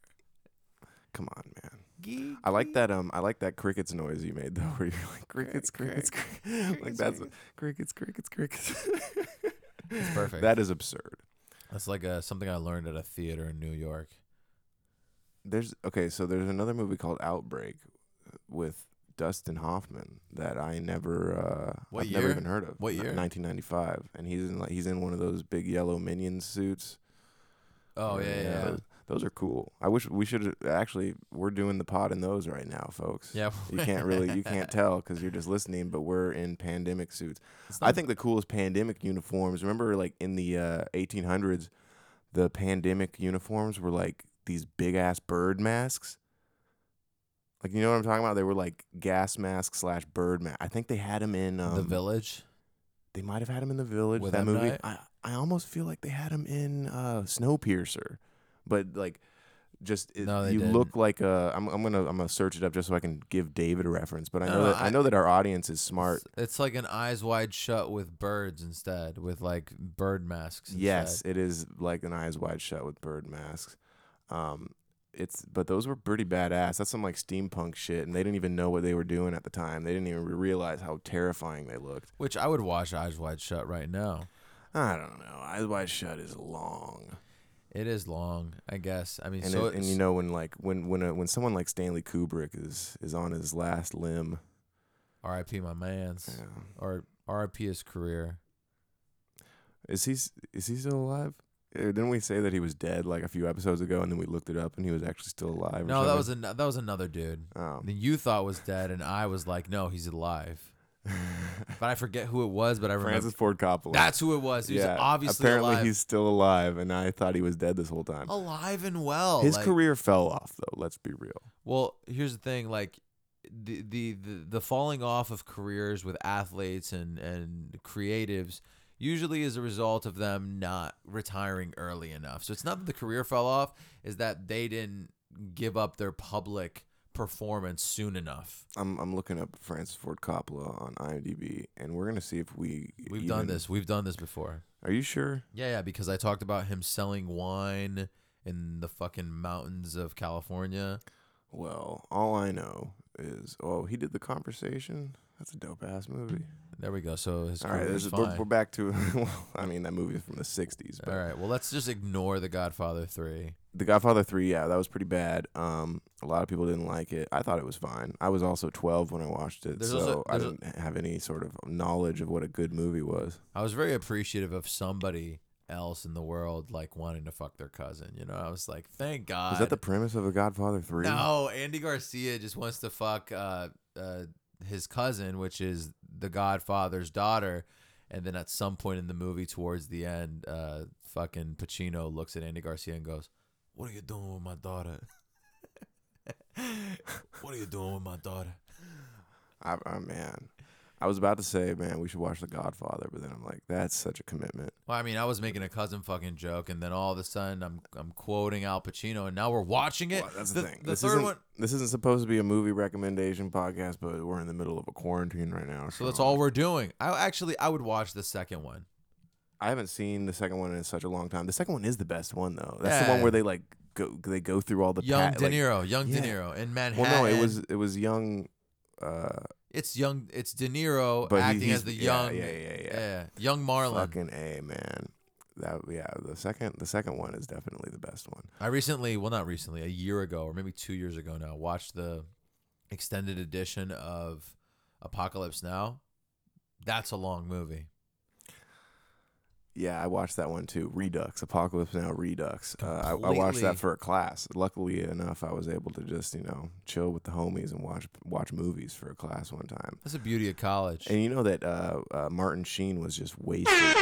[SPEAKER 3] Come on, man.
[SPEAKER 4] Gee,
[SPEAKER 3] I like that. Um, I like that crickets noise you made though, where you're like crickets, crickets, crickets. like that's crickets, crickets, crickets.
[SPEAKER 4] It's perfect.
[SPEAKER 3] that is absurd.
[SPEAKER 4] That's like uh something I learned at a theater in New York.
[SPEAKER 3] there's okay so there's another movie called outbreak with dustin hoffman that i never uh
[SPEAKER 4] What
[SPEAKER 3] i've never
[SPEAKER 4] year?
[SPEAKER 3] even heard of
[SPEAKER 4] What
[SPEAKER 3] Ni-
[SPEAKER 4] year?
[SPEAKER 3] 1995 and he's in like he's in one of those big yellow minion suits
[SPEAKER 4] Oh yeah, yeah, yeah.
[SPEAKER 3] those, those are cool i wish we should actually we're doing the pod in those right now folks
[SPEAKER 4] Yeah.
[SPEAKER 3] you can't really you can't tell because you're just listening but we're in pandemic suits i think the coolest pandemic uniforms remember like in the uh 1800s the pandemic uniforms were like these big ass bird masks like you know what i'm talking about they were like gas mask slash bird mask i think they had them in um,
[SPEAKER 4] the village.
[SPEAKER 3] they might have had him in the village
[SPEAKER 4] With
[SPEAKER 3] that
[SPEAKER 4] M.
[SPEAKER 3] movie
[SPEAKER 4] Night?
[SPEAKER 3] I, I almost feel like they had him in uh snowpiercer but like just it,
[SPEAKER 4] No, they
[SPEAKER 3] you
[SPEAKER 4] didn't.
[SPEAKER 3] look like a I'm, I'm gonna i'm gonna search it up just so i can give david a reference but i know
[SPEAKER 4] no,
[SPEAKER 3] that I,
[SPEAKER 4] I-
[SPEAKER 3] know that our audience is smart
[SPEAKER 4] It's like an eyes wide shut with birds instead, with like bird masks. Instead.
[SPEAKER 3] yes it is like an eyes wide shut with bird masks um it's but those were pretty badass that's some like steampunk shit and they didn't even know what they were doing at the time they didn't even realize how terrifying they looked
[SPEAKER 4] Which I would watch Eyes Wide Shut right now.
[SPEAKER 3] i don't know eyes wide shut is long
[SPEAKER 4] It is long, I guess. I mean,
[SPEAKER 3] and,
[SPEAKER 4] so
[SPEAKER 3] it- and you
[SPEAKER 4] it's-
[SPEAKER 3] know when like when when a, when someone like Stanley Kubrick is is on his last limb,
[SPEAKER 4] R.I.P. my man's, or R.I.P. his career.
[SPEAKER 3] is he s- is he still alive? Uh, Didn't we say that he was dead like a few episodes ago, and then we looked it up and he was actually still alive? or
[SPEAKER 4] No, that was
[SPEAKER 3] something?
[SPEAKER 4] an, that was another dude.
[SPEAKER 3] Oh.
[SPEAKER 4] That you thought was dead, and I was like, no, he's alive. but I forget who it was, but I remember
[SPEAKER 3] Francis Ford Coppola.
[SPEAKER 4] that's who it was. He's obviously
[SPEAKER 3] apparently
[SPEAKER 4] alive.
[SPEAKER 3] he's still alive, and I thought he was dead this whole time.
[SPEAKER 4] alive and well.
[SPEAKER 3] His
[SPEAKER 4] like-
[SPEAKER 3] career fell off though. Let's be real.
[SPEAKER 4] Well, here's the thing, like the the the, the falling off of careers with athletes and and creatives usually is a result of them not retiring early enough. So it's not that the career fell off, is that they didn't give up their public performance soon enough.
[SPEAKER 3] I'm I'm looking up Francis Ford Coppola on IMDb, and we're gonna see if we
[SPEAKER 4] We've
[SPEAKER 3] even-
[SPEAKER 4] done this. We've done this before.
[SPEAKER 3] Are you sure?
[SPEAKER 4] Yeah, yeah, because I talked about him selling wine in the fucking mountains of California.
[SPEAKER 3] Well, all I know is, oh, he did the conversation. That's a dope ass movie.
[SPEAKER 4] There we go. So his
[SPEAKER 3] All right,
[SPEAKER 4] career's
[SPEAKER 3] this is, we're,
[SPEAKER 4] fine.
[SPEAKER 3] we're back to. Well, I mean, that movie's from the '60s, but
[SPEAKER 4] All right. Well, let's just ignore The Godfather Three.
[SPEAKER 3] The Godfather Three, yeah, that was pretty bad. Um, a lot of people didn't like it. I thought it was fine. I was also 12 when I watched it,
[SPEAKER 4] There's
[SPEAKER 3] so
[SPEAKER 4] also-
[SPEAKER 3] I
[SPEAKER 4] there's a-
[SPEAKER 3] didn't have any sort of knowledge of what a good movie was.
[SPEAKER 4] I was very appreciative of somebody else in the world like wanting to fuck their cousin. You know, I was like, thank God.
[SPEAKER 3] Is that the premise of The Godfather Three?
[SPEAKER 4] No, Andy Garcia just wants to fuck uh, uh, his cousin, which is the Godfather's daughter. And then at some point in the movie, towards the end, uh, fucking Pacino looks at Andy Garcia and goes, "What are you doing with my daughter? what are you doing with my daughter?"
[SPEAKER 3] I, I, man, I was about to say, man, we should watch The Godfather, but then I'm like, that's such a commitment.
[SPEAKER 4] Well, I mean, I was making a cousin fucking joke, and then all of a sudden, I'm I'm quoting Al Pacino, and now we're watching it.
[SPEAKER 3] Well, that's the, thing.
[SPEAKER 4] The
[SPEAKER 3] this
[SPEAKER 4] 3rd
[SPEAKER 3] isn't,
[SPEAKER 4] one.
[SPEAKER 3] This isn't supposed to be a movie recommendation podcast, but we're in the middle of a quarantine right now.
[SPEAKER 4] So that's all we're doing. I actually I would watch the second one.
[SPEAKER 3] I haven't seen the second one in such a long time. The second one is the best one though. That's the one
[SPEAKER 4] Yeah.
[SPEAKER 3] where they like go they go through all the
[SPEAKER 4] Young
[SPEAKER 3] pat-
[SPEAKER 4] De
[SPEAKER 3] like-
[SPEAKER 4] Niro, Young
[SPEAKER 3] yeah.
[SPEAKER 4] De Niro in Manhattan.
[SPEAKER 3] well, no, it was it was young. Uh,
[SPEAKER 4] it's young. It's De Niro
[SPEAKER 3] But he-
[SPEAKER 4] acting
[SPEAKER 3] he's-
[SPEAKER 4] as the
[SPEAKER 3] yeah,
[SPEAKER 4] young,
[SPEAKER 3] yeah, yeah, yeah.
[SPEAKER 4] young Marlon.
[SPEAKER 3] fucking a man. That yeah, the second the second one is definitely the best one.
[SPEAKER 4] I recently, well, not recently, a year ago or maybe two years ago now, watched the extended edition of Apocalypse Now. That's a long movie.
[SPEAKER 3] Yeah, I watched that one too. Redux, Apocalypse Now, Redux. Uh, I, I watched
[SPEAKER 4] Completely.
[SPEAKER 3] that for a class. Luckily enough, I was able to just you know chill with the homies and watch watch movies for a class one time.
[SPEAKER 4] That's the beauty of college.
[SPEAKER 3] And you know that uh, uh, Martin Sheen was just wasted. Yo,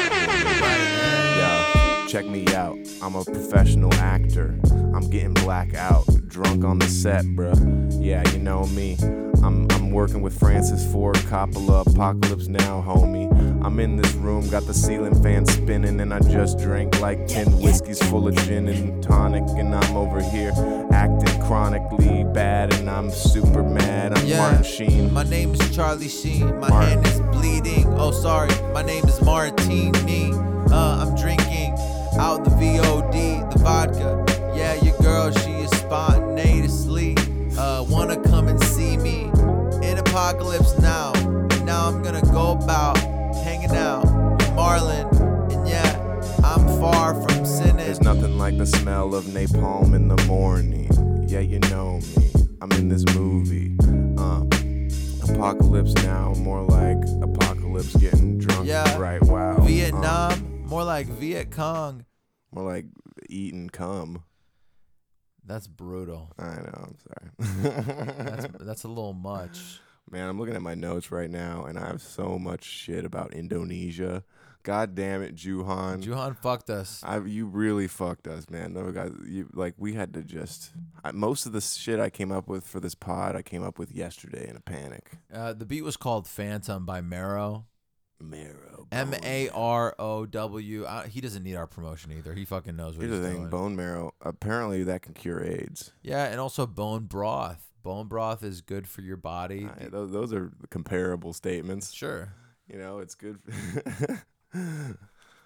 [SPEAKER 3] check me out. I'm a professional actor. I'm getting blackout, drunk on the set, bruh. Yeah, you know me. I'm, I'm working with Francis Ford Coppola, Apocalypse Now, homie. I'm in this room, got the ceiling fan spinning, and I just drank like 10 whiskeys full of gin and tonic, and I'm over here acting chronically bad, and I'm super mad. I'm
[SPEAKER 4] Yeah.
[SPEAKER 3] Martin Sheen.
[SPEAKER 4] My name is Charlie Sheen. My
[SPEAKER 3] Martin.
[SPEAKER 4] hand is bleeding. Oh, sorry. My name is Martini. Uh, I'm drinking out the VOD, the vodka. Yeah, your girl, she is spontaneously. Uh, wanna come and see me in Apocalypse Now. Now I'm gonna go about hanging out with Marlon. And yeah, I'm far from sinning.
[SPEAKER 3] There's nothing like the smell of napalm in the morning. Yeah, you know me. I'm in this movie. Um, apocalypse now, more like apocalypse getting drunk.
[SPEAKER 4] Yeah.
[SPEAKER 3] Right. Wow. Um,
[SPEAKER 4] Vietnam, more like Viet Cong.
[SPEAKER 3] more like eating cum.
[SPEAKER 4] That's brutal.
[SPEAKER 3] I know. I'm sorry.
[SPEAKER 4] That's that's a little much.
[SPEAKER 3] Man, I'm looking at my notes right now, and I have so much shit about Indonesia. God damn it, Juhan.
[SPEAKER 4] Johan fucked us.
[SPEAKER 3] I you really fucked us, man. No guys, you like we had to just I, most of the shit I came up with for this pod, I came up with yesterday in a panic.
[SPEAKER 4] Uh, the beat was called Phantom by
[SPEAKER 3] Oh,
[SPEAKER 4] Marrow.
[SPEAKER 3] Marrow.
[SPEAKER 4] M
[SPEAKER 3] bone-
[SPEAKER 4] A R O W. Uh, He doesn't need our promotion either. He fucking knows what
[SPEAKER 3] Here's
[SPEAKER 4] he's
[SPEAKER 3] the thing,
[SPEAKER 4] doing.
[SPEAKER 3] bone marrow. Apparently that can cure AIDS.
[SPEAKER 4] yeah, and also bone broth. Bone broth is good for your body.
[SPEAKER 3] I- those, those are comparable statements.
[SPEAKER 4] Sure.
[SPEAKER 3] You know, it's good.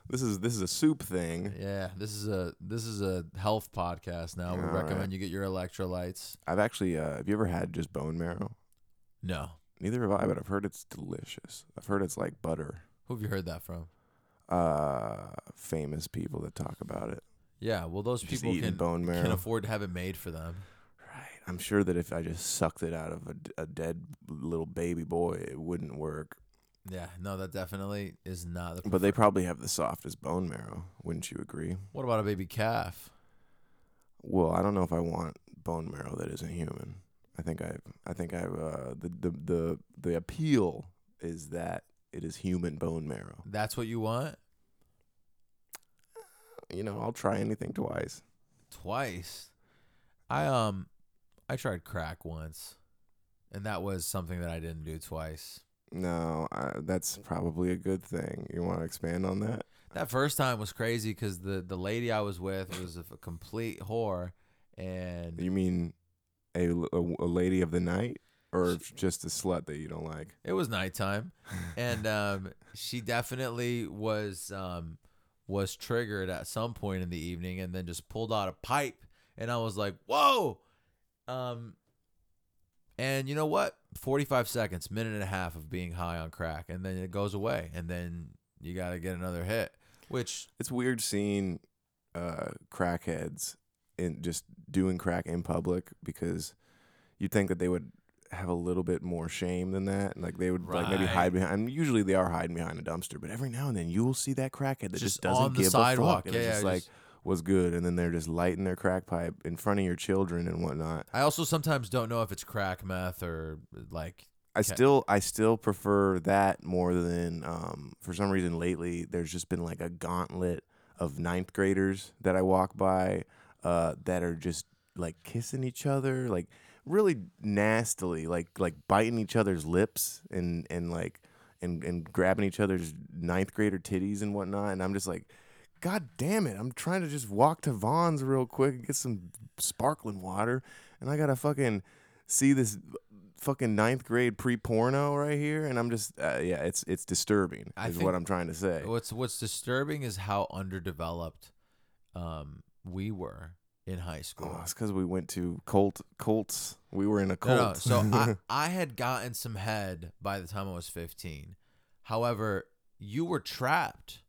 [SPEAKER 3] this is this is a soup thing.
[SPEAKER 4] Yeah, this is a this is a health podcast. Now we
[SPEAKER 3] All
[SPEAKER 4] recommend
[SPEAKER 3] right.
[SPEAKER 4] you get your electrolytes.
[SPEAKER 3] I've actually uh, have you ever had just bone marrow?
[SPEAKER 4] No,
[SPEAKER 3] Neither have I, but I've heard it's delicious. I've heard it's like butter.
[SPEAKER 4] who have you heard that from?
[SPEAKER 3] Uh, famous people that talk about it.
[SPEAKER 4] Yeah, well, those
[SPEAKER 3] Just
[SPEAKER 4] people
[SPEAKER 3] eating
[SPEAKER 4] can
[SPEAKER 3] bone
[SPEAKER 4] can
[SPEAKER 3] marrow.
[SPEAKER 4] afford to have it made for them.
[SPEAKER 3] Right. I'm sure that if I just sucked it out of a, d- a dead little baby boy, it wouldn't work.
[SPEAKER 4] Yeah, no, that definitely is not. The
[SPEAKER 3] But they probably have the softest bone marrow, wouldn't you agree?
[SPEAKER 4] what about a baby calf?
[SPEAKER 3] Well, I don't know if I want bone marrow that isn't human. I think I, I think I, uh, the, the the the appeal is that it is human bone marrow.
[SPEAKER 4] That's what you want
[SPEAKER 3] You know, I'll try anything twice.
[SPEAKER 4] twice. I um I tried crack once. And that was something that I didn't do twice.
[SPEAKER 3] No, I, that's probably a good thing. You want to expand on that?
[SPEAKER 4] That first time was crazy cuz the the lady I was with was a, f- complete whore and
[SPEAKER 3] You mean a, a, a lady of the night, or just a slut that you don't like?
[SPEAKER 4] it was nighttime and um she definitely was um was triggered at some point in the evening and then just pulled out a pipe and I was like, "Whoa!" Um And you know what? 45 seconds, minute and a half of being high on crack, and then it goes away, and then you got to get another hit, which
[SPEAKER 3] It's weird seeing uh, crackheads in just doing crack in public because you'd think that they would have a little bit more shame than that. and, Like they would like maybe
[SPEAKER 4] Right.
[SPEAKER 3] hide behind. usually they are hiding behind a dumpster, but every now and then you will see that crackhead that just,
[SPEAKER 4] Just
[SPEAKER 3] doesn't
[SPEAKER 4] on the
[SPEAKER 3] give
[SPEAKER 4] sidewalk.
[SPEAKER 3] a fuck. And
[SPEAKER 4] Yeah,
[SPEAKER 3] it's
[SPEAKER 4] yeah,
[SPEAKER 3] just like
[SPEAKER 4] just-
[SPEAKER 3] was good, and then they're just lighting their crack pipe in front of your children and whatnot.
[SPEAKER 4] I also sometimes don't know if it's crack meth or like
[SPEAKER 3] I still I still prefer that more than um, for some reason lately there's just been like a gauntlet of ninth graders that I walk by uh, that are just like kissing each other like really nastily like like biting each other's lips and and like and and grabbing each other's ninth grader titties and whatnot and I'm just like God damn it! I'm trying to just walk to Vaughn's real quick and get some sparkling water, and I gotta fucking see this fucking ninth grade pre-porno right here, and I'm just uh, yeah, it's it's disturbing.
[SPEAKER 4] I
[SPEAKER 3] is
[SPEAKER 4] think-
[SPEAKER 3] what I'm trying to say.
[SPEAKER 4] What's what's disturbing is how underdeveloped um, we were in high school.
[SPEAKER 3] Oh, it's because we went to Colt Colts. We were in a
[SPEAKER 4] No,
[SPEAKER 3] cult. Oh,
[SPEAKER 4] no, So I, I had gotten some head by the time I was 15. However, you were trapped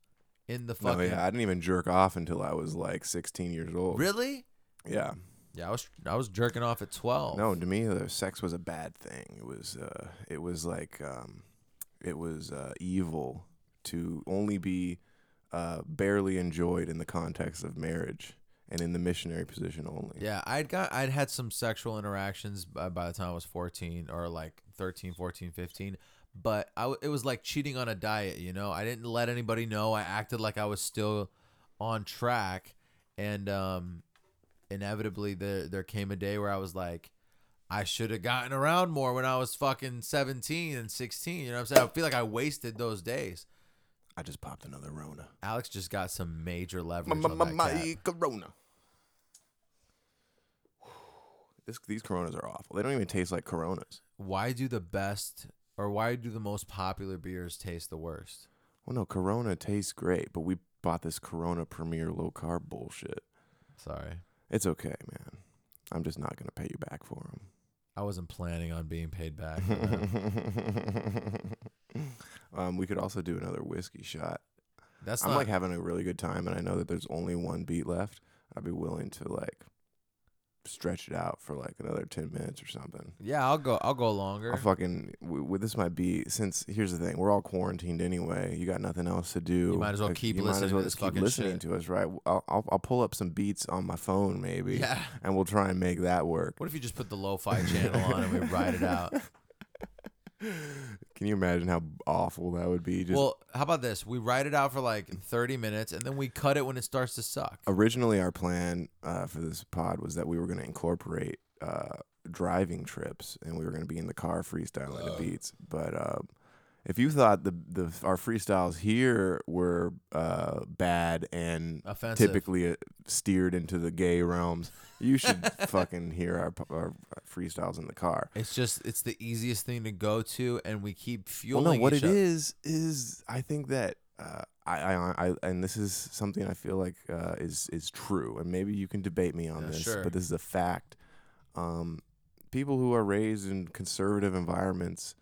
[SPEAKER 4] in the
[SPEAKER 3] No,
[SPEAKER 4] fucking.
[SPEAKER 3] Oh, yeah, I didn't even jerk off until I was like 16 years old.
[SPEAKER 4] really?
[SPEAKER 3] Yeah.
[SPEAKER 4] Yeah, I was I was jerking off at 12.
[SPEAKER 3] No, to me, the sex was a bad thing. It was, uh, it was like, um, it was uh, evil to only be uh, barely enjoyed in the context of marriage and in the missionary position only.
[SPEAKER 4] Yeah, I'd got I'd had some sexual interactions by, by the time I was 14 or like 13, 14, 15, but I w- it was like cheating on a diet, you know. I didn't let anybody know. I acted like I was still on track and um inevitably there there came a day where I was like I should have gotten around more when I was fucking 17 and 16, you know what I'm saying? I feel like I wasted those days.
[SPEAKER 3] I just popped another Rona.
[SPEAKER 4] Alex just got some major leverage on that
[SPEAKER 3] My
[SPEAKER 4] cat.
[SPEAKER 3] Corona. This, these Coronas are awful. They don't even taste like Coronas.
[SPEAKER 4] why do the best or why do the most popular beers taste the worst?
[SPEAKER 3] Well, no, Corona tastes great, but we bought this Corona Premier low carb bullshit.
[SPEAKER 4] Sorry.
[SPEAKER 3] It's okay, man. I'm just not gonna pay you back for them.
[SPEAKER 4] I wasn't planning on being paid back. for that.
[SPEAKER 3] um, we could also do another whiskey shot.
[SPEAKER 4] That's
[SPEAKER 3] I'm
[SPEAKER 4] not
[SPEAKER 3] like having a really good time, and I know that there's only one beat left. I'd be willing to like stretch it out for like another ten minutes or something.
[SPEAKER 4] Yeah, I'll go I'll go longer.
[SPEAKER 3] I'll fucking w- w- this might be since here's the thing we're all quarantined anyway. You got nothing else to do.
[SPEAKER 4] You might as well
[SPEAKER 3] Like,
[SPEAKER 4] keep
[SPEAKER 3] you might
[SPEAKER 4] listening
[SPEAKER 3] as well
[SPEAKER 4] to this
[SPEAKER 3] just keep
[SPEAKER 4] fucking
[SPEAKER 3] listening
[SPEAKER 4] shit.
[SPEAKER 3] to us, right? I'll, I'll I'll pull up some beats on my phone maybe,
[SPEAKER 4] Yeah.
[SPEAKER 3] and we'll try and make that work.
[SPEAKER 4] What if you just put the lo-fi channel on and we ride it out?
[SPEAKER 3] Can you imagine how awful that would be? Just
[SPEAKER 4] well, how about this? We ride it out for like 30 minutes and then we cut it when it starts to suck.
[SPEAKER 3] originally our plan uh, for this pod was that we were going to incorporate uh, driving trips and we were going to be in the car freestyling the beats but uh, if you thought the, the our freestyles here were uh, bad and
[SPEAKER 4] Offensive.
[SPEAKER 3] typically uh, steered into the gay realms you should fucking hear our, po- our uh, freestyles in the car
[SPEAKER 4] It's just it's the easiest thing to go to and we keep
[SPEAKER 3] well
[SPEAKER 4] fueling
[SPEAKER 3] no what
[SPEAKER 4] each
[SPEAKER 3] it
[SPEAKER 4] other.
[SPEAKER 3] is is i think that uh, I, I, I and this is something i feel like uh, is is true and maybe you can debate me on
[SPEAKER 4] Yeah,
[SPEAKER 3] this
[SPEAKER 4] sure.
[SPEAKER 3] but this is a fact um, people who are raised in conservative environments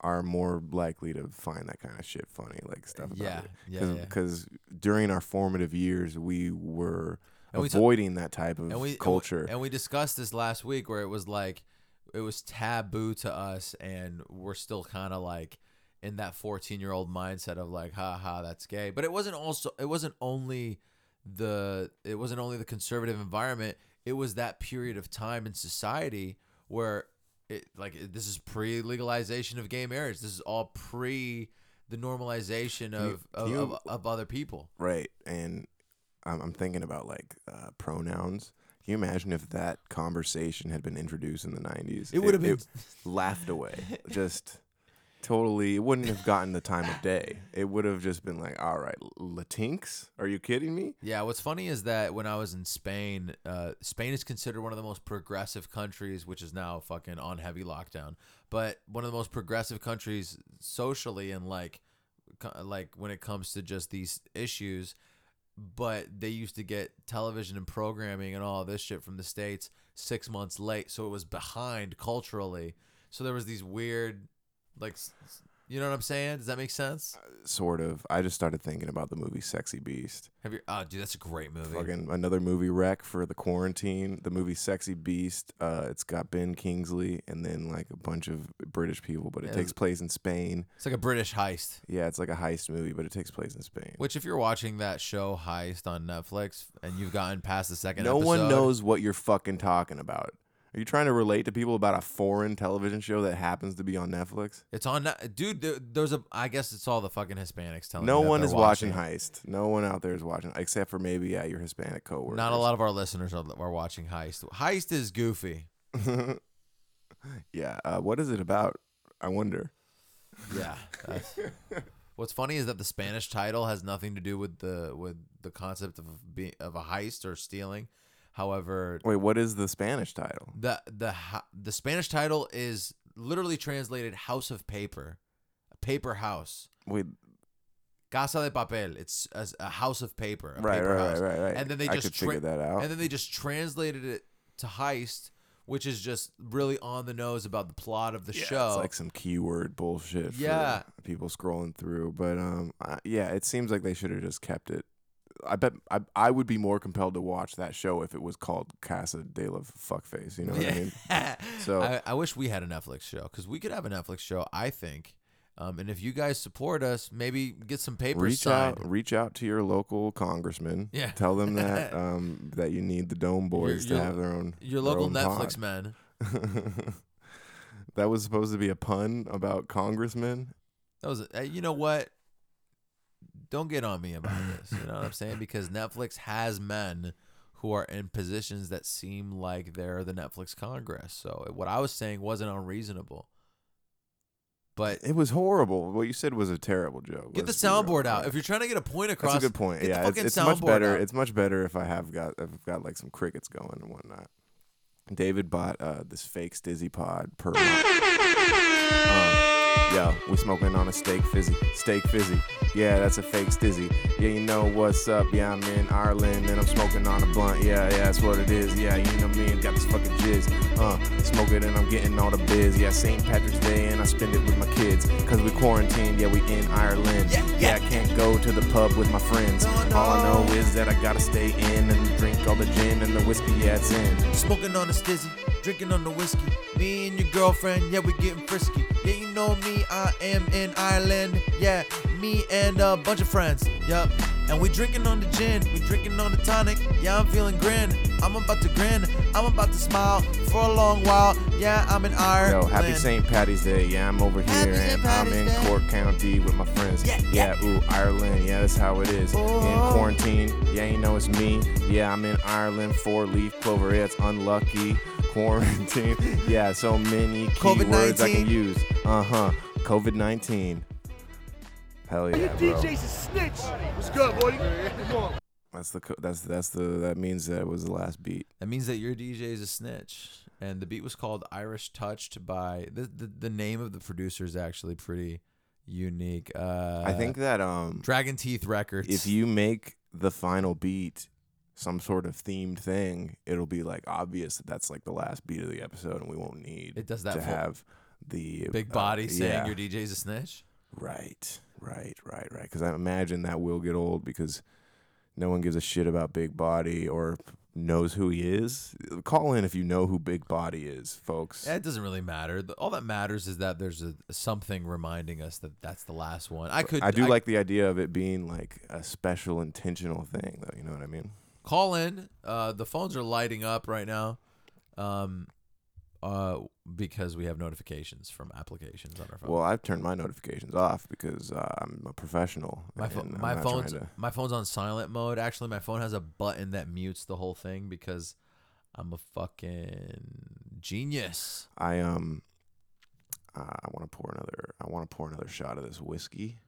[SPEAKER 3] are more likely to find that kind of shit funny like stuff about
[SPEAKER 4] Yeah,
[SPEAKER 3] it.
[SPEAKER 4] yeah, yeah.
[SPEAKER 3] because during our formative years we were
[SPEAKER 4] And we ta-
[SPEAKER 3] avoiding that type of
[SPEAKER 4] and we and we-
[SPEAKER 3] culture
[SPEAKER 4] And we, discussed this last week where it was like it was taboo to us and we're still kind of like in that 14 year old mindset of like ha ha that's gay but it wasn't also it wasn't only the it wasn't only the conservative environment it was that period of time in society where it like it- this is pre legalization of gay marriage this is all pre the normalization
[SPEAKER 3] you-
[SPEAKER 4] of
[SPEAKER 3] can you-
[SPEAKER 4] of, of, of other people
[SPEAKER 3] Right. And I'm, I'm thinking about like uh, pronouns. Can you imagine if that conversation had been introduced in the 90s?
[SPEAKER 4] It would have
[SPEAKER 3] it laughed away. Just totally. It wouldn't have gotten the time of day. It would have just been like, all right, Latinx? Are you kidding me?
[SPEAKER 4] Yeah, what's funny is that when I was in Spain, uh, Spain is considered one of the most progressive countries, which is now fucking on heavy lockdown. But one of the most progressive countries socially and like, co- like when it comes to just these issues. but they used to get television and programming and all this shit from the states six months late, so it was behind culturally. So there was these weird, like, s- s- you know what I'm saying? Does that make sense?
[SPEAKER 3] Sort of. I just started thinking about the movie Sexy Beast.
[SPEAKER 4] Have you? Oh, dude, that's a great movie.
[SPEAKER 3] Fucking another movie wreck for the quarantine. The movie Sexy Beast. Uh, it's got Ben Kingsley and then like a bunch of British people, but it
[SPEAKER 4] Yeah.
[SPEAKER 3] takes place in Spain.
[SPEAKER 4] It's like a British heist.
[SPEAKER 3] Yeah, it's like a heist movie, but it takes place in Spain.
[SPEAKER 4] Which, if you're watching that show Heist on Netflix and you've gotten past the second,
[SPEAKER 3] no one
[SPEAKER 4] episode-
[SPEAKER 3] knows what you're fucking talking about. Are you trying to relate to people about a foreign television show that happens to be on Netflix?
[SPEAKER 4] It's on, Net- dude. There, there's a. I guess it's all the fucking Hispanics telling.
[SPEAKER 3] no
[SPEAKER 4] me that
[SPEAKER 3] one
[SPEAKER 4] they're
[SPEAKER 3] is watching.
[SPEAKER 4] watching
[SPEAKER 3] Heist. No one out there is watching, except for maybe yeah, your Hispanic coworkers.
[SPEAKER 4] Not a lot of our listeners are, are watching Heist. Heist is goofy.
[SPEAKER 3] Yeah. Uh, what is it about? I wonder.
[SPEAKER 4] Yeah. that's- what's funny is that the Spanish title has nothing to do with the with the concept of be, of a heist or stealing. However,
[SPEAKER 3] Wait, what is the Spanish title?
[SPEAKER 4] the the ho- the Spanish title is literally translated "House of Paper," a paper house.
[SPEAKER 3] Wait,
[SPEAKER 4] Casa de Papel. It's a, a house of paper. A
[SPEAKER 3] Right,
[SPEAKER 4] paper
[SPEAKER 3] right,
[SPEAKER 4] house.
[SPEAKER 3] right, right, right.
[SPEAKER 4] And then they
[SPEAKER 3] I
[SPEAKER 4] just
[SPEAKER 3] could figure that out.
[SPEAKER 4] And then they just translated it to heist, which is just really on the nose about the plot of the show.
[SPEAKER 3] it's like some keyword bullshit.
[SPEAKER 4] Oh. Yeah.
[SPEAKER 3] For people scrolling through, but um, I, yeah, it seems like they should have just kept it. I bet I, I would be more compelled to watch that show if it was called Casa de la Fuckface. You know what I mean? So-
[SPEAKER 4] I, I wish we had a Netflix show because we could have a Netflix show. I think. Um, and if you guys support us, maybe get some papers
[SPEAKER 3] reach
[SPEAKER 4] signed.
[SPEAKER 3] out reach out to your local congressman
[SPEAKER 4] Yeah.
[SPEAKER 3] tell them that um that you need the dome boys
[SPEAKER 4] your-
[SPEAKER 3] to have their own
[SPEAKER 4] Your
[SPEAKER 3] their
[SPEAKER 4] local
[SPEAKER 3] own
[SPEAKER 4] Netflix
[SPEAKER 3] pod.
[SPEAKER 4] men.
[SPEAKER 3] that was supposed to be a pun about congressmen
[SPEAKER 4] That was. uh, You know what? Don't get on me about this. You know what I'm saying? Because Netflix has men who are in positions that seem like they're the Netflix Congress. So what I was saying wasn't unreasonable. But
[SPEAKER 3] it was horrible what you said was a terrible joke
[SPEAKER 4] get the
[SPEAKER 3] let's be real.
[SPEAKER 4] soundboard out
[SPEAKER 3] Yeah.
[SPEAKER 4] if you're trying to get a point across.
[SPEAKER 3] that's a good point
[SPEAKER 4] get the
[SPEAKER 3] yeah it's,
[SPEAKER 4] fucking
[SPEAKER 3] it's much
[SPEAKER 4] soundboard
[SPEAKER 3] better
[SPEAKER 4] out.
[SPEAKER 3] it's much better if i have got if i've got like some crickets going and whatnot david bought uh this fake stizzy pod per Yo, we smoking on a steak fizzy, steak fizzy. Yeah, that's a fake stizzy. Yeah, you know what's up. Yeah, I'm in Ireland and I'm smoking on a blunt. Yeah, yeah, that's what it is. Yeah, you know me and got this fucking jizz. Uh, smoke it and I'm getting all the biz. Yeah, St. Patrick's Day and I spend it with my kids. Cause we quarantined, yeah, we in Ireland. Yeah, I can't go to the pub with my friends. All I know is that I gotta stay in and drink all the gin and the whiskey, yeah, it's in.
[SPEAKER 4] Smoking on the stizzy, drinking on the whiskey. Me and your girlfriend, yeah, we getting frisky. Yeah, you know me, I am in Ireland. Yeah, me and a bunch of friends. Yup. And we drinking on the gin, we drinking on the tonic. Yeah, I'm feeling grin. I'm about to grin. I'm about to smile for a long while. Yeah, I'm in
[SPEAKER 3] Yo,
[SPEAKER 4] Ireland.
[SPEAKER 3] happy St. Patty's Day. Yeah, I'm over
[SPEAKER 4] Happy
[SPEAKER 3] here
[SPEAKER 4] St.
[SPEAKER 3] and I'm in
[SPEAKER 4] Patty's Day.
[SPEAKER 3] Cork County with my friends.
[SPEAKER 4] Yeah, yeah.
[SPEAKER 3] ooh, Ireland. Yeah, that's how it is.
[SPEAKER 4] Oh.
[SPEAKER 3] In quarantine. Yeah, you know it's me. Yeah, I'm in Ireland. Four leaf clover. Yeah, it's unlucky. Quarantine. Yeah, so many keywords words I
[SPEAKER 4] COVID-19.
[SPEAKER 3] can use. Uh huh. COVID 19. Hell yeah, bro.
[SPEAKER 2] DJ's a snitch. What's good, buddy? Come on.
[SPEAKER 3] That's the co- that's that's the that means that was the last beat.
[SPEAKER 4] That means that your DJ is a snitch. And the beat was called Irish Touched by the the, the name of the producer is actually pretty unique. Uh,
[SPEAKER 3] I think that um
[SPEAKER 4] Dragon Teeth Records.
[SPEAKER 3] if you make the final beat some sort of themed thing, it'll be like obvious that that's like the last beat of the episode, and we won't need
[SPEAKER 4] It does that
[SPEAKER 3] to
[SPEAKER 4] for-
[SPEAKER 3] have the
[SPEAKER 4] big
[SPEAKER 3] uh,
[SPEAKER 4] body saying
[SPEAKER 3] yeah.
[SPEAKER 4] your DJ's a snitch.
[SPEAKER 3] right, right, right, right. Because I imagine that will get old because no one gives a shit about Big Body or knows who he is. Call in if you know who Big Body is, folks.
[SPEAKER 4] It doesn't really matter. The- All that matters is that there's a something reminding us that that's the last one. I could
[SPEAKER 3] I do like the idea of it being like a special intentional thing, though. You know what I mean?
[SPEAKER 4] call in. Uh, the phones are lighting up right now, um, uh, because we have notifications from applications on our phone.
[SPEAKER 3] Well, I've turned my notifications off because uh, I'm a professional.
[SPEAKER 4] my phone,
[SPEAKER 3] and I'm
[SPEAKER 4] my
[SPEAKER 3] not
[SPEAKER 4] phone's
[SPEAKER 3] trying to-
[SPEAKER 4] my phone's on silent mode. Actually, my phone has a button that mutes the whole thing because I'm a fucking genius.
[SPEAKER 3] I um, uh, I want to pour another. I want to pour another shot of this whiskey.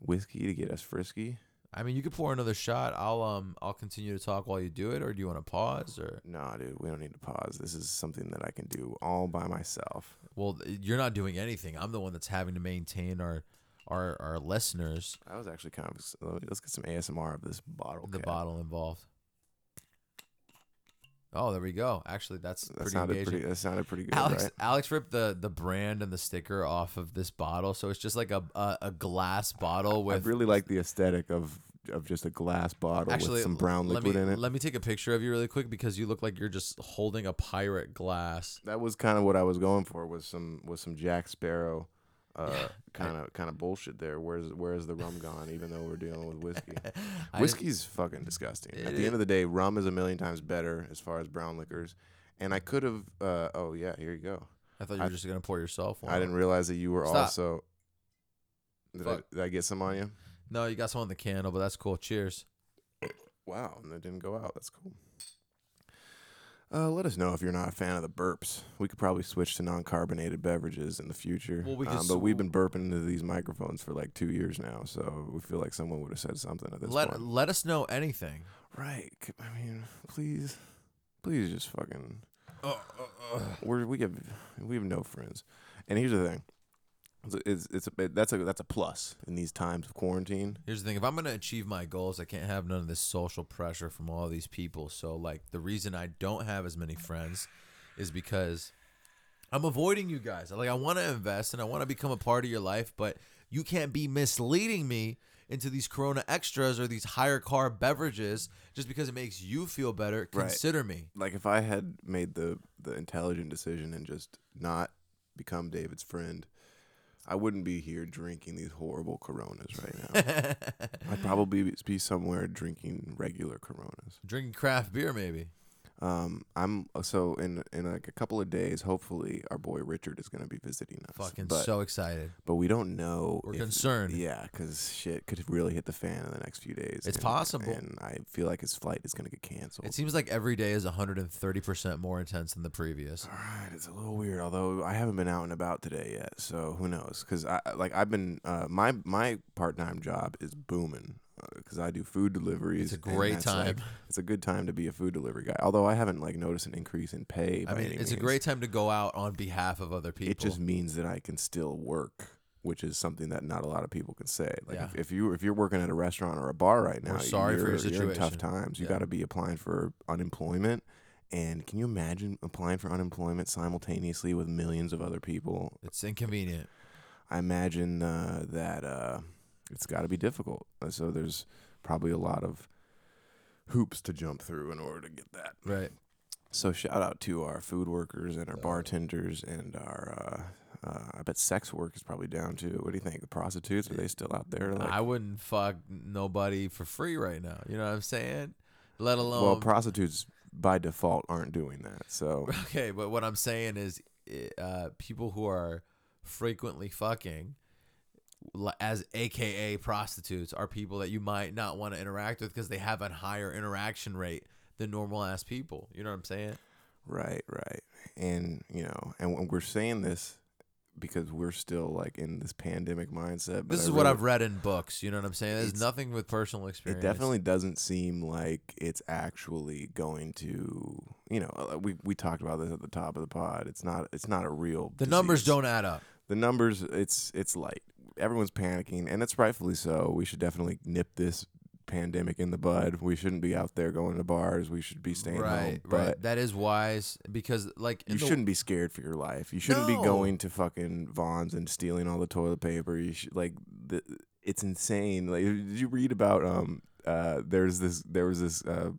[SPEAKER 3] Whiskey to get us frisky.
[SPEAKER 4] I mean, you could pour another shot. I'll um, I'll continue to talk while you do it, or do you want to pause? Or
[SPEAKER 3] Nah, dude, we don't need to pause. This is something that I can do all by myself.
[SPEAKER 4] well, th- you're not doing anything. I'm the one that's having to maintain our our our listeners
[SPEAKER 3] I was actually kind of. ex- Let's get some ASMR of this bottle.
[SPEAKER 4] the
[SPEAKER 3] cap.
[SPEAKER 4] bottle involved. Oh, there we go. Actually, that's
[SPEAKER 3] That
[SPEAKER 4] pretty
[SPEAKER 3] sounded
[SPEAKER 4] engaging.
[SPEAKER 3] pretty. That sounded pretty good,
[SPEAKER 4] Alex
[SPEAKER 3] right?
[SPEAKER 4] Alex ripped the the brand and the sticker off of this bottle, so it's just like a a, a glass bottle with
[SPEAKER 3] I really like the aesthetic of of just a glass bottle with some brown
[SPEAKER 4] let
[SPEAKER 3] liquid
[SPEAKER 4] me,
[SPEAKER 3] in it.
[SPEAKER 4] Let me take a picture of you really quick because you look like you're just holding a pirate glass.
[SPEAKER 3] that was kind of what I was going for was some was some Jack Sparrow uh kind of kind of bullshit there. Where's where's the rum gone even though we're dealing with whiskey? Whiskey's fucking disgusting. At the end of the day, rum is a million times better as far as brown liquors. And I could have uh oh yeah, here you go.
[SPEAKER 4] I thought you were just gonna pour yourself one.
[SPEAKER 3] I didn't realize that you were
[SPEAKER 4] Stop.
[SPEAKER 3] also did I,
[SPEAKER 4] Fuck.
[SPEAKER 3] did I get some on you?
[SPEAKER 4] No, you got some on the candle, but that's cool. Cheers.
[SPEAKER 3] Wow, and that didn't go out. That's cool. Uh, let us know if you're not a fan of the burps. We could probably switch to non-carbonated beverages in the future.
[SPEAKER 4] Well, we could
[SPEAKER 3] um, but we've
[SPEAKER 4] sw-
[SPEAKER 3] been burping into these microphones for like two years now, so we feel like someone would have said something at this
[SPEAKER 4] Let
[SPEAKER 3] point.
[SPEAKER 4] let us know anything.
[SPEAKER 3] Right? c- I mean, please, please, just fucking.
[SPEAKER 4] Uh,
[SPEAKER 3] We're, we have we have no friends, and here's the thing. It's a- It's, it's a, that's a that's a plus in these times of quarantine.
[SPEAKER 4] Here's the thing: if I'm gonna achieve my goals, I can't have none of this social pressure from all these people. So, like, the reason I don't have as many friends is because I'm avoiding you guys. Like, I want to invest and I want to become a part of your life, but you can't be misleading me into these Corona extras or these higher carb beverages just because it makes you feel better.
[SPEAKER 3] Right.
[SPEAKER 4] Consider me.
[SPEAKER 3] like if I had made the the intelligent decision and just not become David's friend, I wouldn't be here drinking these horrible Coronas right now. I'd probably be- be somewhere drinking regular Coronas.
[SPEAKER 4] Drinking craft beer, maybe.
[SPEAKER 3] Um, I'm so in in like a couple of days. Hopefully, our boy Richard is going to be visiting us.
[SPEAKER 4] Fucking
[SPEAKER 3] but,
[SPEAKER 4] so excited.
[SPEAKER 3] but we don't know.
[SPEAKER 4] We're concerned.
[SPEAKER 3] Yeah, because shit could really hit the fan in the next few days.
[SPEAKER 4] It's
[SPEAKER 3] and-
[SPEAKER 4] possible.
[SPEAKER 3] and I feel like his flight is going to get canceled.
[SPEAKER 4] It seems like every day is 130% more intense than the previous.
[SPEAKER 3] All right, it's a little weird. Although I haven't been out and about today yet, so who knows? Because I like I've been uh, my my part time job is booming because I do food deliveries.
[SPEAKER 4] It's a
[SPEAKER 3] and
[SPEAKER 4] great
[SPEAKER 3] that's, like,
[SPEAKER 4] time.
[SPEAKER 3] it's a good time to be a food delivery guy. Although I haven't like noticed an increase in pay.
[SPEAKER 4] I
[SPEAKER 3] by
[SPEAKER 4] mean,
[SPEAKER 3] any
[SPEAKER 4] it's a
[SPEAKER 3] means.
[SPEAKER 4] great time to go out on behalf of other people.
[SPEAKER 3] It just means that I can still work, which is something that not a lot of people can say. Like
[SPEAKER 4] Yeah.
[SPEAKER 3] if, if you if you're working at a restaurant or a bar right now,
[SPEAKER 4] We're sorry for your
[SPEAKER 3] you're- You're in tough
[SPEAKER 4] situation.
[SPEAKER 3] times. You
[SPEAKER 4] Yeah.
[SPEAKER 3] got to be applying for unemployment. And can you imagine applying for unemployment simultaneously with millions of other people?
[SPEAKER 4] It's inconvenient.
[SPEAKER 3] I imagine uh, that uh, it's got to be difficult. Uh, So there's probably a lot of hoops to jump through in order to get that.
[SPEAKER 4] Right.
[SPEAKER 3] So shout out to our food workers and our bartenders and our. Uh, uh, I bet sex work is probably down too. What do you think? The prostitutes are they still out there? Like,
[SPEAKER 4] I wouldn't fuck nobody for free right now. You know what I'm saying? Let alone
[SPEAKER 3] well, prostitutes by default aren't doing that. So
[SPEAKER 4] okay, but what I'm saying is i- uh people who are frequently fucking li- as aka prostitutes are people that you might not want to interact with because they have a higher interaction rate than normal ass people. You know what I'm saying?
[SPEAKER 3] right, right, and you know, and when we're saying this because we're still like in this pandemic mindset. but
[SPEAKER 4] This
[SPEAKER 3] I
[SPEAKER 4] is what
[SPEAKER 3] really-
[SPEAKER 4] I've read in books. You know what I'm saying? There's
[SPEAKER 3] It's-
[SPEAKER 4] nothing with personal experience.
[SPEAKER 3] It definitely doesn't seem like it's actually going to, you know, uh, we, we talked about this at the top of the pod. It's not it's not a real.
[SPEAKER 4] the numbers
[SPEAKER 3] disease.
[SPEAKER 4] don't add up.
[SPEAKER 3] The numbers. It's it's light. Everyone's panicking, and it's rightfully so. We should definitely nip this pandemic in the bud. We shouldn't be out there going to bars. We should be staying home.
[SPEAKER 4] Right,
[SPEAKER 3] But
[SPEAKER 4] right. That is wise because like in
[SPEAKER 3] you
[SPEAKER 4] the-
[SPEAKER 3] shouldn't be scared for your life. You shouldn't
[SPEAKER 4] No.
[SPEAKER 3] be going to fucking Vons and stealing all the toilet paper. You should like the, it's insane. Like did you read about um uh there's this there was this uh,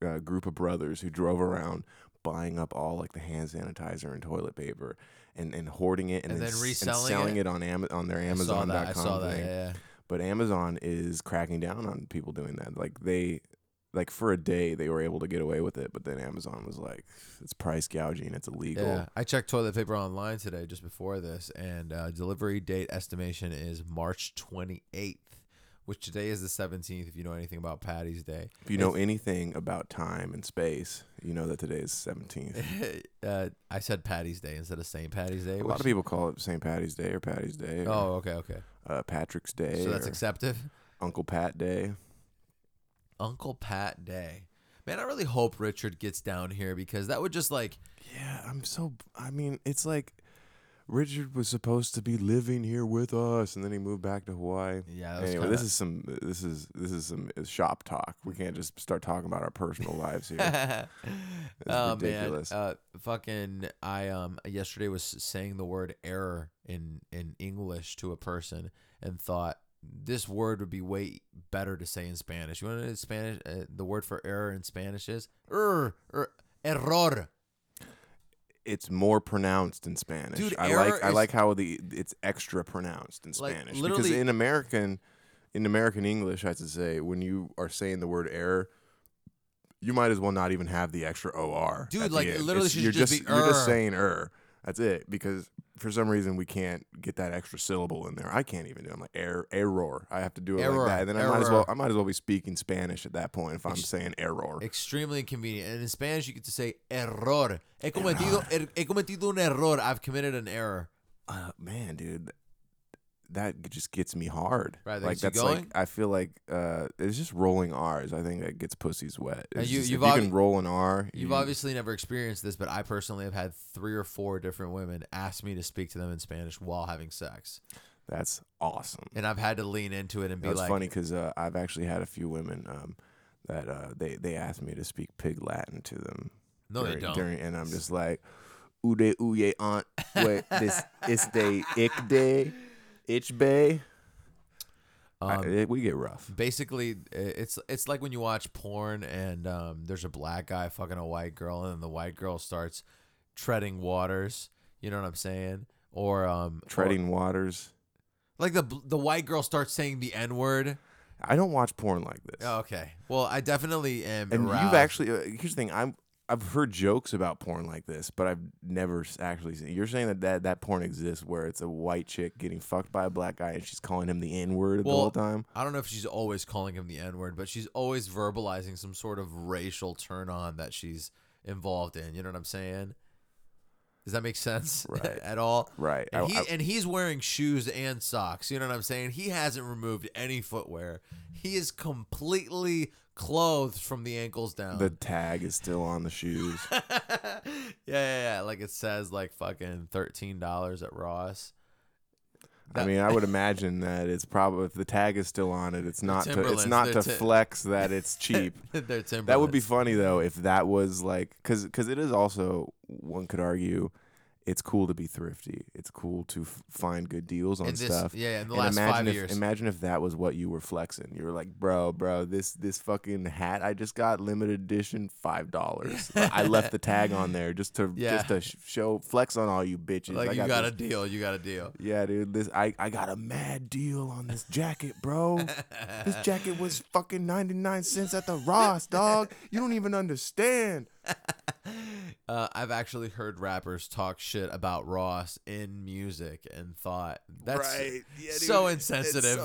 [SPEAKER 3] uh group of brothers who drove around buying up all like the hand sanitizer and toilet paper and and hoarding it and,
[SPEAKER 4] And then
[SPEAKER 3] s-
[SPEAKER 4] reselling
[SPEAKER 3] selling
[SPEAKER 4] it?
[SPEAKER 3] it, on Ama- on their
[SPEAKER 4] I saw
[SPEAKER 3] amazon.com
[SPEAKER 4] that. I saw that.
[SPEAKER 3] thing.
[SPEAKER 4] Yeah, yeah.
[SPEAKER 3] But Amazon is cracking down on people doing that. Like they like for a day they were able to get away with it, but then Amazon was like, it's price gouging, it's illegal.
[SPEAKER 4] Yeah, I checked toilet paper online today just before this, and uh, delivery date estimation is March 28th, which today is the 17th. If you know anything about Patty's Day,
[SPEAKER 3] If you know anything about time and space, you know that today is 17th.
[SPEAKER 4] uh, I said Patty's Day instead of St. Patty's Day.
[SPEAKER 3] A lot of people call it St. Patty's Day or Patty's Day or
[SPEAKER 4] Oh, okay, okay.
[SPEAKER 3] uh, Patrick's Day
[SPEAKER 4] So that's
[SPEAKER 3] or
[SPEAKER 4] accepted.
[SPEAKER 3] Uncle Pat Day.
[SPEAKER 4] Uncle Pat Day. Man, I really hope Richard gets down here because that would just like
[SPEAKER 3] Yeah, I'm so. I mean, it's like Richard was supposed to be living here with us, and then he moved back to Hawaii.
[SPEAKER 4] Yeah, that was
[SPEAKER 3] Anyway,
[SPEAKER 4] kinda-
[SPEAKER 3] this is some this is this is some shop talk. We can't just start talking about our personal lives here. It's
[SPEAKER 4] oh
[SPEAKER 3] ridiculous.
[SPEAKER 4] man, uh, fucking! I um yesterday was saying the word error in in English to a person and thought this word would be way better to say in Spanish. You want to know in Spanish? Uh, the word for error in Spanish is er, er error.
[SPEAKER 3] It's more pronounced in Spanish.
[SPEAKER 4] Dude,
[SPEAKER 3] I
[SPEAKER 4] error
[SPEAKER 3] like I
[SPEAKER 4] is-
[SPEAKER 3] like how the it's extra pronounced in
[SPEAKER 4] Like,
[SPEAKER 3] Spanish because
[SPEAKER 4] literally-
[SPEAKER 3] in American in American English, I should say, when you are saying the word error. You might as well not even have the extra or.
[SPEAKER 4] Dude,
[SPEAKER 3] at the
[SPEAKER 4] like, it
[SPEAKER 3] end.
[SPEAKER 4] literally
[SPEAKER 3] It's-
[SPEAKER 4] should
[SPEAKER 3] you're
[SPEAKER 4] just be
[SPEAKER 3] you're just
[SPEAKER 4] er.
[SPEAKER 3] saying er. That's it because for some reason we can't get that extra syllable in there. I can't even do. It. I'm like error, error. I have to do it
[SPEAKER 4] Error,
[SPEAKER 3] like that, and then I might as well.
[SPEAKER 4] error.
[SPEAKER 3] I might as well be speaking Spanish at that point if I'm saying error.
[SPEAKER 4] Extremely inconvenient. And in Spanish, you get to say error. He cometido, er- he cometido un error. I've committed an error.
[SPEAKER 3] uh, man, dude, that g- just gets me hard.
[SPEAKER 4] Right, that
[SPEAKER 3] like
[SPEAKER 4] gets
[SPEAKER 3] that's
[SPEAKER 4] you going?
[SPEAKER 3] like I feel like uh, it's just rolling R's. I think that gets pussies wet.
[SPEAKER 4] Uh,
[SPEAKER 3] It's
[SPEAKER 4] you-
[SPEAKER 3] just-
[SPEAKER 4] you've
[SPEAKER 3] if you
[SPEAKER 4] obvi-
[SPEAKER 3] can roll an R.
[SPEAKER 4] You've
[SPEAKER 3] you-
[SPEAKER 4] obviously never experienced this, but I personally have had three or four different women ask me to speak to them in Spanish while having sex.
[SPEAKER 3] That's awesome.
[SPEAKER 4] and I've had to lean into it and be
[SPEAKER 3] That's
[SPEAKER 4] like,
[SPEAKER 3] funny because uh, I've actually had a few women um, that uh, they they asked me to speak pig Latin to them.
[SPEAKER 4] No, they
[SPEAKER 3] during,
[SPEAKER 4] don't.
[SPEAKER 3] During, and I'm just like, ude uye aunt, wait, this is de ik de, ich bay.
[SPEAKER 4] Um,
[SPEAKER 3] we get rough.
[SPEAKER 4] basically, i- it's it's like when you watch porn and um, there's a black guy fucking a white girl, and then the white girl starts treading waters. You know what I'm saying? Or um, or-
[SPEAKER 3] Treading waters.
[SPEAKER 4] like the bl- the white girl starts saying the n word.
[SPEAKER 3] I don't watch porn like this.
[SPEAKER 4] Oh, okay, well, I definitely am.
[SPEAKER 3] and
[SPEAKER 4] aroused.
[SPEAKER 3] you've actually uh, here's the thing. I'm I've heard jokes about porn like this, but I've never s- actually seen. You're saying that that, that porn exists where it's a white chick getting fucked by a black guy and she's calling him the N word the whole time.
[SPEAKER 4] I don't know if she's always calling him the N word, but she's always verbalizing some sort of racial turn on that she's involved in. You know what I'm saying? Does that make sense at all?
[SPEAKER 3] Right.
[SPEAKER 4] And,
[SPEAKER 3] I-
[SPEAKER 4] he,
[SPEAKER 3] I-
[SPEAKER 4] and he's wearing shoes and socks. You know what I'm saying? He hasn't removed any footwear. He is completely clothed from the ankles down.
[SPEAKER 3] The tag is still on the shoes.
[SPEAKER 4] yeah, yeah, yeah. Like it says, like fucking thirteen dollars at Ross.
[SPEAKER 3] I mean, I would imagine that it's probably if the tag is still on it, it's not to it's
[SPEAKER 4] Timberlands,
[SPEAKER 3] not
[SPEAKER 4] they're
[SPEAKER 3] to
[SPEAKER 4] ti-
[SPEAKER 3] flex that it's cheap.
[SPEAKER 4] They're Timberlands.
[SPEAKER 3] That would be funny though if that was like because because it is also one could argue it's cool to be thrifty. It's cool to f- find good deals on
[SPEAKER 4] In this-
[SPEAKER 3] stuff.
[SPEAKER 4] yeah, in the
[SPEAKER 3] And
[SPEAKER 4] last
[SPEAKER 3] imagine
[SPEAKER 4] five
[SPEAKER 3] if,
[SPEAKER 4] years.
[SPEAKER 3] Imagine if that was what you were flexing. You were like, bro, bro, this this fucking hat I just got limited edition five dollars. I left the tag on there just to
[SPEAKER 4] Yeah.
[SPEAKER 3] just to sh- show flex on all you bitches.
[SPEAKER 4] like
[SPEAKER 3] I
[SPEAKER 4] you
[SPEAKER 3] got
[SPEAKER 4] got a
[SPEAKER 3] this-
[SPEAKER 4] deal. You got a deal.
[SPEAKER 3] yeah, dude. This I, I got a mad deal on this jacket, bro. this jacket was fucking ninety nine cents at the Ross, dog. You don't even understand.
[SPEAKER 4] Uh, I've actually heard rappers talk shit about Ross in music and thought that's so insensitive.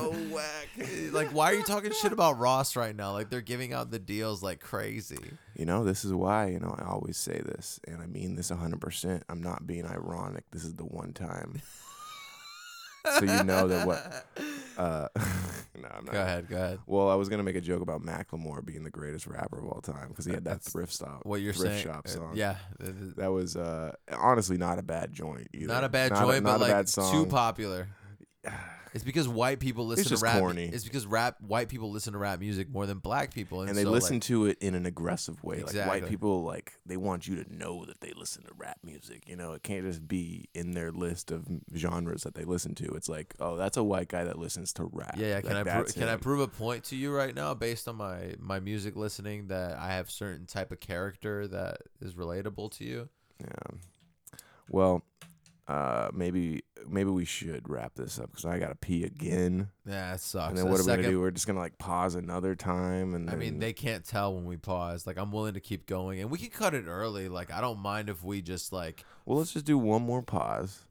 [SPEAKER 4] like, why are you talking shit about Ross right now? Like, they're giving out the deals like crazy.
[SPEAKER 3] You know, this is why, you know, I always say this, and I mean this 100%. I'm not being ironic. This is the one time. so you know that what. Uh, no, I'm not.
[SPEAKER 4] Go ahead, go ahead.
[SPEAKER 3] Well, I was going to make a joke about Macklemore being the greatest rapper of all time because he had that thrift stop.
[SPEAKER 4] What you're
[SPEAKER 3] thrift
[SPEAKER 4] saying?
[SPEAKER 3] shop
[SPEAKER 4] uh,
[SPEAKER 3] song.
[SPEAKER 4] Yeah, th- th-
[SPEAKER 3] That was uh, honestly not a bad joint either.
[SPEAKER 4] not a bad
[SPEAKER 3] not
[SPEAKER 4] joint,
[SPEAKER 3] not
[SPEAKER 4] but
[SPEAKER 3] a
[SPEAKER 4] like
[SPEAKER 3] bad song.
[SPEAKER 4] too popular. It's because white people listen
[SPEAKER 3] just
[SPEAKER 4] to rap.
[SPEAKER 3] corny.
[SPEAKER 4] It's because rap white people listen to rap music more than black people, and,
[SPEAKER 3] and they
[SPEAKER 4] so,
[SPEAKER 3] listen
[SPEAKER 4] like,
[SPEAKER 3] to it in an aggressive way. Like
[SPEAKER 4] Exactly.
[SPEAKER 3] white people, like they want you to know that they listen to rap music. You know, it can't just be in their list of m- genres that they listen to. It's like, oh, that's a white guy that listens to rap.
[SPEAKER 4] Yeah, yeah. Can
[SPEAKER 3] Like,
[SPEAKER 4] I pro-
[SPEAKER 3] that's
[SPEAKER 4] can I
[SPEAKER 3] him.
[SPEAKER 4] prove a point to you right now based on my my music listening that I have certain type of character that is relatable to you?
[SPEAKER 3] Yeah. Well, uh, maybe maybe we should wrap this up because I gotta pee again.
[SPEAKER 4] Yeah, that sucks.
[SPEAKER 3] And then
[SPEAKER 4] That
[SPEAKER 3] what are we
[SPEAKER 4] second-
[SPEAKER 3] gonna do? We're just gonna like pause another time. And
[SPEAKER 4] I mean,
[SPEAKER 3] then-
[SPEAKER 4] they can't tell when we pause. Like, I'm willing to keep going, and we can cut it early. Like, I don't mind if we just like.
[SPEAKER 3] well, let's just do one more pause,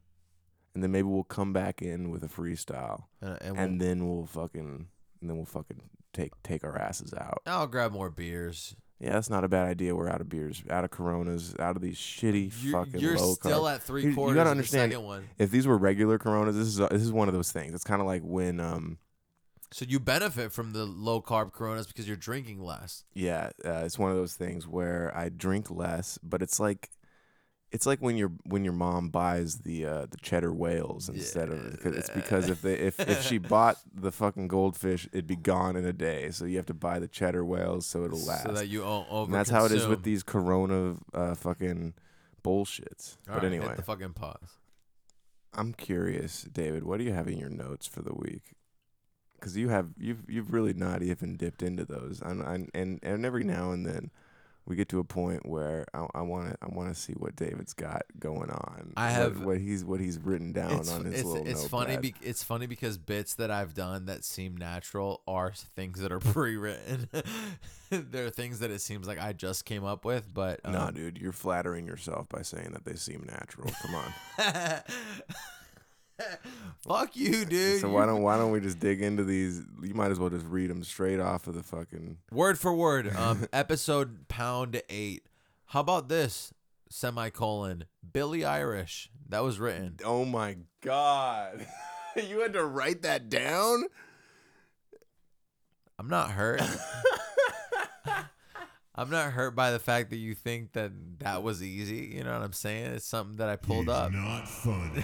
[SPEAKER 3] and then maybe we'll come back in with a freestyle.
[SPEAKER 4] And, uh, and,
[SPEAKER 3] and then we'll fucking and then we'll fucking take take our asses out.
[SPEAKER 4] we'll, I'll grab more beers.
[SPEAKER 3] Yeah, that's not a bad idea. We're out of beers, out of Coronas, out of these shitty
[SPEAKER 4] You're,
[SPEAKER 3] fucking.
[SPEAKER 4] you're
[SPEAKER 3] low
[SPEAKER 4] still
[SPEAKER 3] carb-
[SPEAKER 4] at three
[SPEAKER 3] Dude,
[SPEAKER 4] quarters.
[SPEAKER 3] You gotta
[SPEAKER 4] of the
[SPEAKER 3] understand.
[SPEAKER 4] second one,
[SPEAKER 3] If these were regular Coronas, this is this is one of those things. It's kind of like when um
[SPEAKER 4] so you benefit from the low carb Coronas because you're drinking less.
[SPEAKER 3] yeah, uh, it's one of those things where I drink less, but it's like It's like when your when your mom buys the uh, the cheddar whales instead of because it's because if they if, if she bought the fucking goldfish it'd be gone in a day so you have to buy the cheddar whales so it'll last
[SPEAKER 4] so that you all over.
[SPEAKER 3] and that's how it is with these corona uh, fucking bullshits but anyway
[SPEAKER 4] hit the fucking pause.
[SPEAKER 3] I'm curious David what do you have in your notes for the week because you have you've you've really not even dipped into those and and and, and every now and then we get to a point where I want to I want to see what David's got going on.
[SPEAKER 4] I
[SPEAKER 3] what-
[SPEAKER 4] have-
[SPEAKER 3] what, he's what he's written down
[SPEAKER 4] It's,
[SPEAKER 3] on his
[SPEAKER 4] it's,
[SPEAKER 3] little
[SPEAKER 4] it's funny.
[SPEAKER 3] notepad.
[SPEAKER 4] Be, it's funny because bits that I've done that seem natural are things that are pre-written. They're things that it seems like I just came up with, but um,
[SPEAKER 3] nah, dude, you're flattering yourself by saying that they seem natural. Come on.
[SPEAKER 4] fuck you, dude.
[SPEAKER 3] so why don't why don't we just dig into these? You might as well just read them straight off of the fucking.
[SPEAKER 4] Word for word, um, episode pound eight. How about this semicolon? Billy Irish. That was written.
[SPEAKER 3] Oh my god, you had to write that down.
[SPEAKER 4] I'm not hurt. I'm not hurt by the fact that you think that that was easy. You know what I'm saying? It's something that I pulled
[SPEAKER 5] It's
[SPEAKER 4] up.
[SPEAKER 5] Not funny.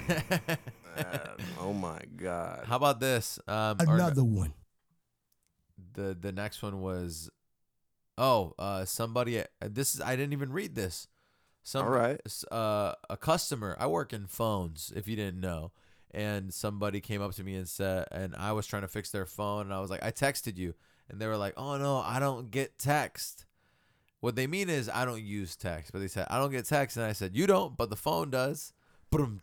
[SPEAKER 3] oh my god.
[SPEAKER 4] How about this? Um, or no-
[SPEAKER 8] Another one.
[SPEAKER 4] the the next one was, oh, uh, somebody. This is I didn't even read this. Some
[SPEAKER 3] All right.
[SPEAKER 4] s- uh, a customer. I work in phones. If you didn't know, and somebody came up to me and said, and I was trying to fix their phone, and I was like, I texted you, and they were like, Oh no, I don't get text. What they mean is I don't use text, but they said I don't get text, and I said you don't, but the phone does. Boom.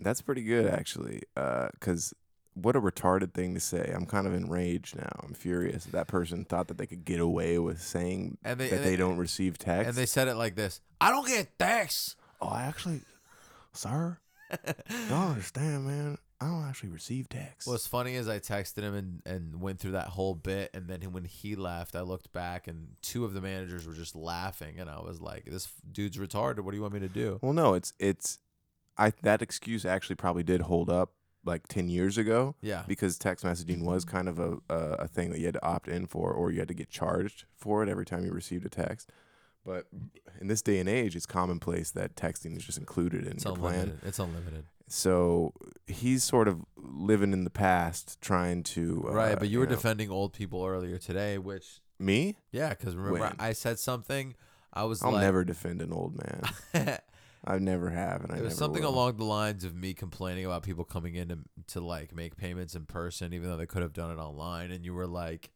[SPEAKER 3] That's pretty good actually. Uh, cause what a retarded thing to say. I'm kind of enraged now. I'm furious. that That person thought that they could get away with saying
[SPEAKER 4] And they-
[SPEAKER 3] that
[SPEAKER 4] and
[SPEAKER 3] they,
[SPEAKER 4] they-
[SPEAKER 3] don't receive text.
[SPEAKER 4] And they said it like this: I don't get text.
[SPEAKER 3] Oh, I actually, sir, I don't understand, man. I don't actually receive texts.
[SPEAKER 4] What's funny is I texted him and, and went through that whole bit, and then when he left, I looked back and two of the managers were just laughing, and I was like, "This dude's retarded. What do you want me to do?"
[SPEAKER 3] well, no, it's it's, I that excuse actually probably did hold up like ten years ago.
[SPEAKER 4] Yeah.
[SPEAKER 3] because text messaging was
[SPEAKER 4] Mm-hmm.
[SPEAKER 3] kind of a a, a thing that you had to opt in for, or you had to get charged for it every time you received a text. But in this day and age, it's commonplace that texting is just included in
[SPEAKER 4] It's
[SPEAKER 3] your plan.
[SPEAKER 4] unlimited. It's unlimited,
[SPEAKER 3] So he's sort of living in the past, trying to uh,
[SPEAKER 4] right? But you were
[SPEAKER 3] know-
[SPEAKER 4] defending old people earlier today, which
[SPEAKER 3] me.
[SPEAKER 4] yeah, because remember
[SPEAKER 3] When?
[SPEAKER 4] I said something. I was
[SPEAKER 3] I'll
[SPEAKER 4] like,
[SPEAKER 3] never defend an old man.
[SPEAKER 4] it
[SPEAKER 3] I never have, and I never
[SPEAKER 4] was something
[SPEAKER 3] will.
[SPEAKER 4] along the lines of me complaining about people coming in to, to like make payments in person, even though they could have done it online, and you were like.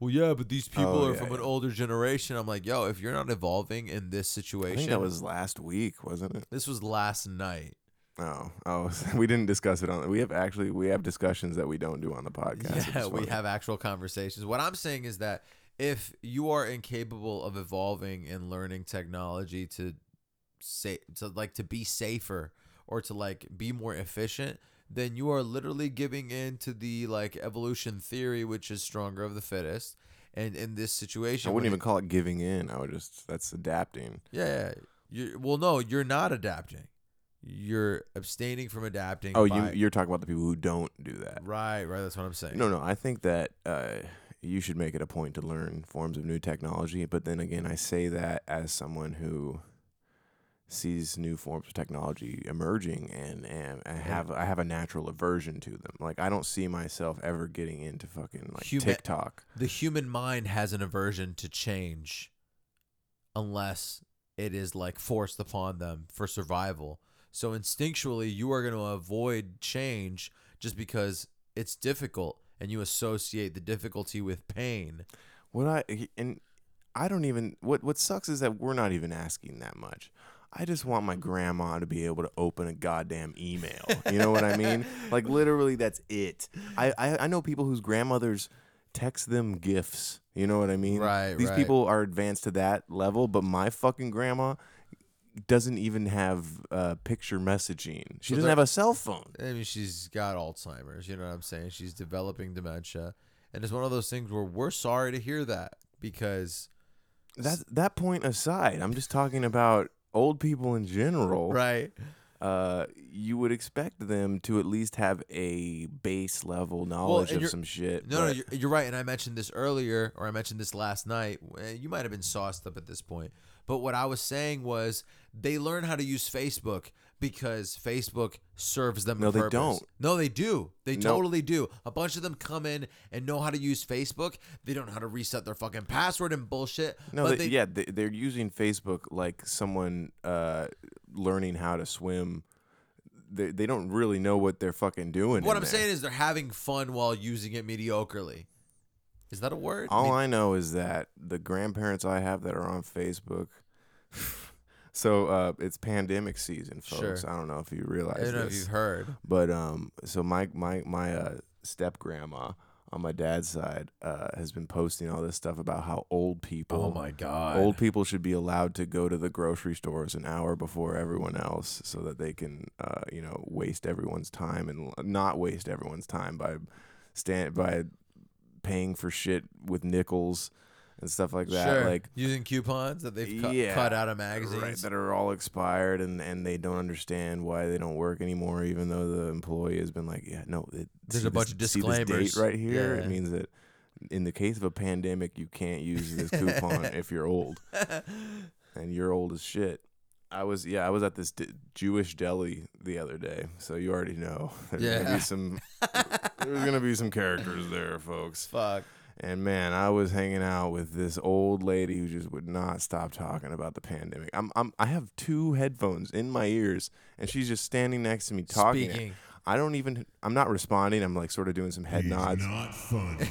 [SPEAKER 4] Well, yeah, but these people
[SPEAKER 3] Oh,
[SPEAKER 4] are
[SPEAKER 3] yeah,
[SPEAKER 4] from an
[SPEAKER 3] yeah.
[SPEAKER 4] older generation. I'm like, yo, if you're not evolving in this
[SPEAKER 3] I
[SPEAKER 4] situation,
[SPEAKER 3] think that was last week, wasn't it?
[SPEAKER 4] This was last night.
[SPEAKER 3] Oh, oh, we didn't discuss it on. We have actually we have discussions that we don't do on the podcast. which
[SPEAKER 4] yeah,
[SPEAKER 3] is
[SPEAKER 4] we
[SPEAKER 3] funny.
[SPEAKER 4] have actual conversations. What I'm saying is that if you are incapable of evolving and learning technology to say to like to be safer or to like be more efficient, then you are literally giving in to the like evolution theory, which is stronger of the fittest. And in this situation,
[SPEAKER 3] I
[SPEAKER 4] when
[SPEAKER 3] wouldn't
[SPEAKER 4] it-
[SPEAKER 3] even call it giving in. I would just that's adapting.
[SPEAKER 4] Yeah, yeah. You well, no, you're not adapting. You're abstaining from adapting.
[SPEAKER 3] Oh,
[SPEAKER 4] by-
[SPEAKER 3] you you're talking about the people who don't do that.
[SPEAKER 4] right, right. That's what I'm saying.
[SPEAKER 3] No, no, I think that uh, you should make it a point to learn forms of new technology. But then again, I say that as someone who sees new forms of technology emerging and, and I have I have a natural aversion to them. Like I don't see myself ever getting into fucking like
[SPEAKER 4] Huma-
[SPEAKER 3] TikTok.
[SPEAKER 4] the human mind has an aversion to change unless it is like forced upon them for survival. So instinctually, you are going to avoid change just because it's difficult and you associate the difficulty with pain.
[SPEAKER 3] What I and I don't even what what sucks is that we're not even asking that much. I just want my grandma to be able to open a goddamn email. You know what I mean? Like literally, that's it. I I, I know people whose grandmothers text them gifts. You know what I mean?
[SPEAKER 4] Right,
[SPEAKER 3] These
[SPEAKER 4] right.
[SPEAKER 3] people are advanced to that level, but my fucking grandma doesn't even have uh, picture messaging. She doesn't
[SPEAKER 4] they're-
[SPEAKER 3] have a cell phone.
[SPEAKER 4] I mean, she's got Alzheimer's, you know what I'm saying? She's developing dementia. And it's one of those things where we're sorry to hear that because,
[SPEAKER 3] That that point aside, I'm just talking about old people in general.
[SPEAKER 4] right?
[SPEAKER 3] uh, you would expect them to at least have a base level knowledge
[SPEAKER 4] and
[SPEAKER 3] of
[SPEAKER 4] you're-
[SPEAKER 3] some shit.
[SPEAKER 4] No, no,
[SPEAKER 3] but-
[SPEAKER 4] you're, you're right. And I mentioned this earlier, or I mentioned this last night. Eh, You might have been sauced up at this point. But what I was saying was they learn how to use Facebook because Facebook serves them.
[SPEAKER 3] No,
[SPEAKER 4] a
[SPEAKER 3] they
[SPEAKER 4] purpose.
[SPEAKER 3] don't.
[SPEAKER 4] No, they do. They
[SPEAKER 3] No.
[SPEAKER 4] totally do. A bunch of them come in and know how to use Facebook. They don't know how to reset their fucking password and bullshit.
[SPEAKER 3] No,
[SPEAKER 4] but
[SPEAKER 3] they, yeah, they, they're using Facebook like someone uh, learning how to swim. They, they don't really know what they're fucking doing.
[SPEAKER 4] What
[SPEAKER 3] in
[SPEAKER 4] I'm
[SPEAKER 3] there.
[SPEAKER 4] saying is they're having fun while using it mediocrely. Is that a word?
[SPEAKER 3] all I know is that the grandparents I have that are on Facebook. so uh, it's pandemic season, folks.
[SPEAKER 4] Sure.
[SPEAKER 3] I don't know if you
[SPEAKER 4] I
[SPEAKER 3] realize
[SPEAKER 4] don't know if
[SPEAKER 3] this.
[SPEAKER 4] you've heard.
[SPEAKER 3] But um, so my my my uh, step grandma on my dad's side uh, has been posting all this stuff about how old people.
[SPEAKER 4] Oh my God.
[SPEAKER 3] Old people should be allowed to go to the grocery stores an hour before everyone else, so that they can uh, you know waste everyone's time and l- not waste everyone's time by stand by paying for shit with nickels and stuff like that.
[SPEAKER 4] Sure.
[SPEAKER 3] Like
[SPEAKER 4] using coupons that they've cut,
[SPEAKER 3] Yeah.
[SPEAKER 4] cut out of
[SPEAKER 3] right,
[SPEAKER 4] magazines.
[SPEAKER 3] that are all expired and, and they don't understand why they don't work anymore, even though the employee has been like, yeah, no, it,
[SPEAKER 4] There's
[SPEAKER 3] see
[SPEAKER 4] a bunch
[SPEAKER 3] this-
[SPEAKER 4] of
[SPEAKER 3] see This
[SPEAKER 4] disclaimers."
[SPEAKER 3] date right here,
[SPEAKER 4] Yeah.
[SPEAKER 3] it means that in the case of a pandemic, you can't use this coupon if you're old, and you're old as shit. I was yeah, I was at this d- Jewish deli the other day, so you already know there's gonna
[SPEAKER 4] Yeah.
[SPEAKER 3] be some there's gonna be some characters there, folks.
[SPEAKER 4] Fuck.
[SPEAKER 3] And man, I was hanging out with this old lady who just would not stop talking about the pandemic. I'm, I'm I have two headphones in my ears, and she's just standing next to me talking.
[SPEAKER 4] Speaking.
[SPEAKER 3] I don't even. I'm not responding. I'm like sort of doing some head
[SPEAKER 5] He's
[SPEAKER 3] nods.
[SPEAKER 5] not funny.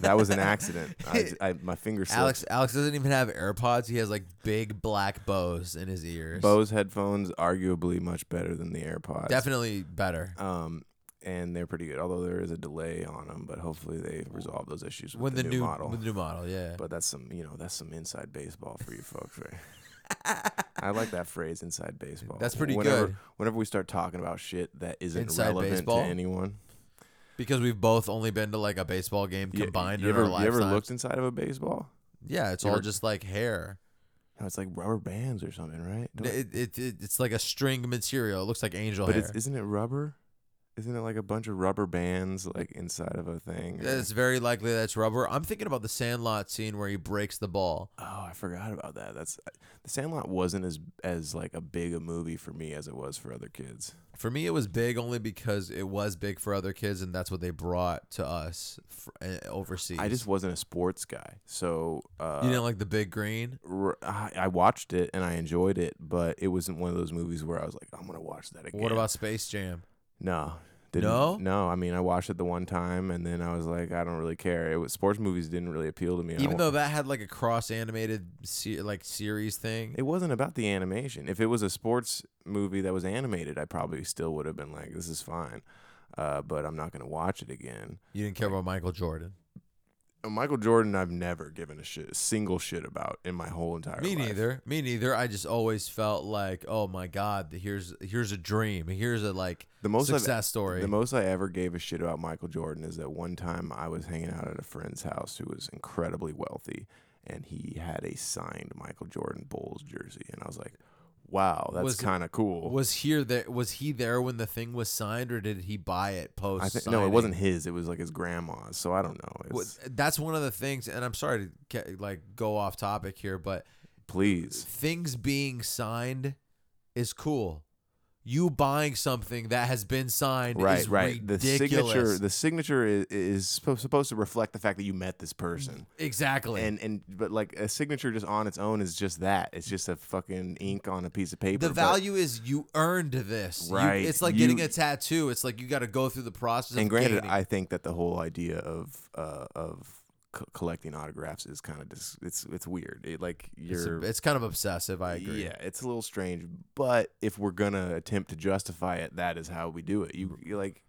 [SPEAKER 3] That was an accident. I, I, my finger slipped.
[SPEAKER 4] Alex Alex doesn't even have AirPods. He has like big black bows in his ears.
[SPEAKER 3] Bose headphones arguably much better than the AirPods.
[SPEAKER 4] Definitely better.
[SPEAKER 3] Um, and they're pretty good. Although there is a delay on them, but hopefully they resolve those issues with
[SPEAKER 4] when the, new,
[SPEAKER 3] model.
[SPEAKER 4] with the new model, yeah.
[SPEAKER 3] But that's some, you know, that's some inside baseball for you folks, right? I like that phrase, inside baseball.
[SPEAKER 4] That's pretty
[SPEAKER 3] whenever,
[SPEAKER 4] good.
[SPEAKER 3] Whenever we start talking about shit that isn't
[SPEAKER 4] Inside
[SPEAKER 3] relevant
[SPEAKER 4] baseball?
[SPEAKER 3] to anyone,
[SPEAKER 4] because we've both only been to like a baseball game
[SPEAKER 3] You-
[SPEAKER 4] combined
[SPEAKER 3] you,
[SPEAKER 4] in
[SPEAKER 3] ever,
[SPEAKER 4] our
[SPEAKER 3] you ever
[SPEAKER 4] lifetimes.
[SPEAKER 3] looked inside of a baseball?
[SPEAKER 4] yeah, it's
[SPEAKER 3] you
[SPEAKER 4] all
[SPEAKER 3] ever-
[SPEAKER 4] just like hair.
[SPEAKER 3] No, it's like rubber bands or something, right? Don't-
[SPEAKER 4] It, it, it, it's like a string material. It looks like angel
[SPEAKER 3] but
[SPEAKER 4] hair.
[SPEAKER 3] it's, isn't it rubber? Isn't it like a bunch of rubber bands like inside of a thing? or-
[SPEAKER 4] it's very likely that's rubber. I'm thinking about the Sandlot scene where he breaks the ball.
[SPEAKER 3] Oh, I forgot about that. That's The Sandlot wasn't as as like a big a movie for me as it was for other kids.
[SPEAKER 4] For me, it was big only because it was big for other kids, and that's what they brought to us fr- uh, overseas.
[SPEAKER 3] I just wasn't a sports guy. So, uh
[SPEAKER 4] you didn't like the big green.
[SPEAKER 3] r- I I watched it and I enjoyed it, but it wasn't one of those movies where I was like, I'm gonna watch that again.
[SPEAKER 4] What about Space Jam?
[SPEAKER 3] no? Didn't,
[SPEAKER 4] No?
[SPEAKER 3] no. I mean, I watched it the one time, and then I was like, I don't really care. It was sports movies didn't really appeal to me. I
[SPEAKER 4] Even
[SPEAKER 3] wa-
[SPEAKER 4] though that had like a cross animated se- like series thing.
[SPEAKER 3] it wasn't about the animation. If it was a sports movie that was animated, I probably still would have been like, this is fine. Uh, but I'm not gonna watch it again.
[SPEAKER 4] You didn't care about Michael Jordan.
[SPEAKER 3] Uh, Michael Jordan, I've never given a shit, single shit about in my whole entire
[SPEAKER 4] Me
[SPEAKER 3] life.
[SPEAKER 4] neither. Me neither. I just always felt like, oh my god, here's here's a dream. Here's a like
[SPEAKER 3] The most I've-
[SPEAKER 4] success story.
[SPEAKER 3] The most I ever gave a shit about Michael Jordan is that one time I was hanging out at a friend's house who was incredibly wealthy, and he had a signed Michael Jordan Bulls jersey, and I was like, "Wow, that's
[SPEAKER 4] Was-
[SPEAKER 3] kind of cool."
[SPEAKER 4] was here there was he there when the thing was signed or did he buy it post?
[SPEAKER 3] I think no, it wasn't his. It was like his grandma's. So I don't know. It's,
[SPEAKER 4] Well, that's one of the things and i'm sorry to get, like go off topic here but
[SPEAKER 3] please,
[SPEAKER 4] things being signed is cool you buying something that has been signed
[SPEAKER 3] right,
[SPEAKER 4] is
[SPEAKER 3] right.
[SPEAKER 4] ridiculous.
[SPEAKER 3] The signature, the signature is, is supposed supposed to reflect the fact that you met this person.
[SPEAKER 4] exactly
[SPEAKER 3] And and but like a signature just on its own is just that. It's just a fucking ink on a piece of paper.
[SPEAKER 4] the
[SPEAKER 3] but-
[SPEAKER 4] value is you earned this You-
[SPEAKER 3] Right,
[SPEAKER 4] it's like
[SPEAKER 3] you-
[SPEAKER 4] getting a tattoo it's like you got to go through the process
[SPEAKER 3] and
[SPEAKER 4] of
[SPEAKER 3] granted,
[SPEAKER 4] gaining.
[SPEAKER 3] I think that the whole idea of uh, of co- collecting autographs is kind of dis- it's it's weird. It, like
[SPEAKER 4] it's, a-
[SPEAKER 3] you're
[SPEAKER 4] it's kind of obsessive i agree
[SPEAKER 3] yeah, it's a little strange. But if we're gonna attempt to justify it, that is how we do it. You you like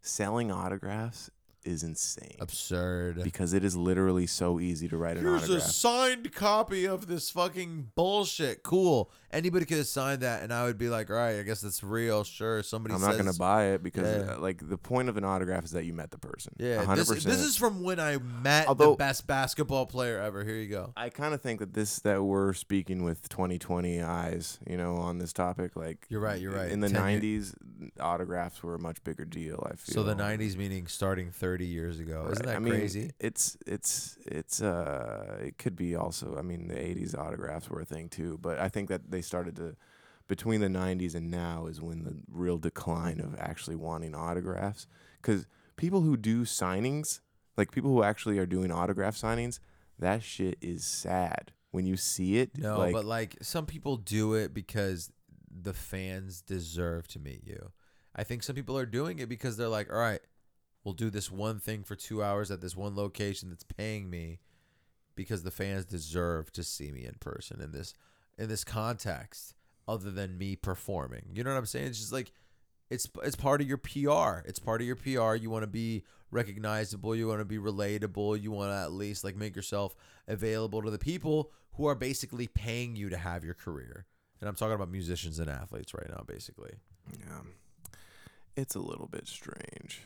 [SPEAKER 3] selling autographs is insane
[SPEAKER 4] Absurd.
[SPEAKER 3] because it is literally so easy to write an
[SPEAKER 4] Here's a
[SPEAKER 3] autograph.
[SPEAKER 4] signed copy of this fucking bullshit. Cool. Anybody could have signed that, and I would be like, all right, I guess that's real. Sure. Somebody.
[SPEAKER 3] I'm not gonna
[SPEAKER 4] says-
[SPEAKER 3] buy it because
[SPEAKER 4] Yeah.
[SPEAKER 3] uh, like the point of an autograph is that you met the person.
[SPEAKER 4] Yeah.
[SPEAKER 3] 100%.
[SPEAKER 4] This, this is from when I met the
[SPEAKER 3] Although-
[SPEAKER 4] best basketball player ever. Here you go.
[SPEAKER 3] I kind of think that this that we're speaking with 2020 eyes, you know, on this topic. Like
[SPEAKER 4] You're right, you're right.
[SPEAKER 3] In the
[SPEAKER 4] 10 year-
[SPEAKER 3] 90s, autographs were a much bigger deal. I feel
[SPEAKER 4] So the '90s meaning starting 30 years ago. Isn't
[SPEAKER 3] Right.
[SPEAKER 4] that
[SPEAKER 3] I mean,
[SPEAKER 4] crazy?
[SPEAKER 3] It's it's it's uh it could be also. I mean, the 80s autographs were a thing too, but I think that they started to between the 90s and now is when the real decline of actually wanting autographs cuz people who do signings, like people who actually are doing autograph signings, that shit is sad. When you see it,
[SPEAKER 4] No,
[SPEAKER 3] like,
[SPEAKER 4] but like some people do it because the fans deserve to meet you. I think some people are doing it because they're like, all right, we'll do this one thing for two hours at this one location that's paying me because the fans deserve to see me in person in this in this context other than me performing. You know what I'm saying? It's just like it's it's part of your PR. It's part of your PR. You want to be recognizable. You want to be relatable. You want to at least like make yourself available to the people who are basically paying you to have your career. And I'm talking about musicians and athletes right now, basically.
[SPEAKER 3] yeah, it's a little bit strange.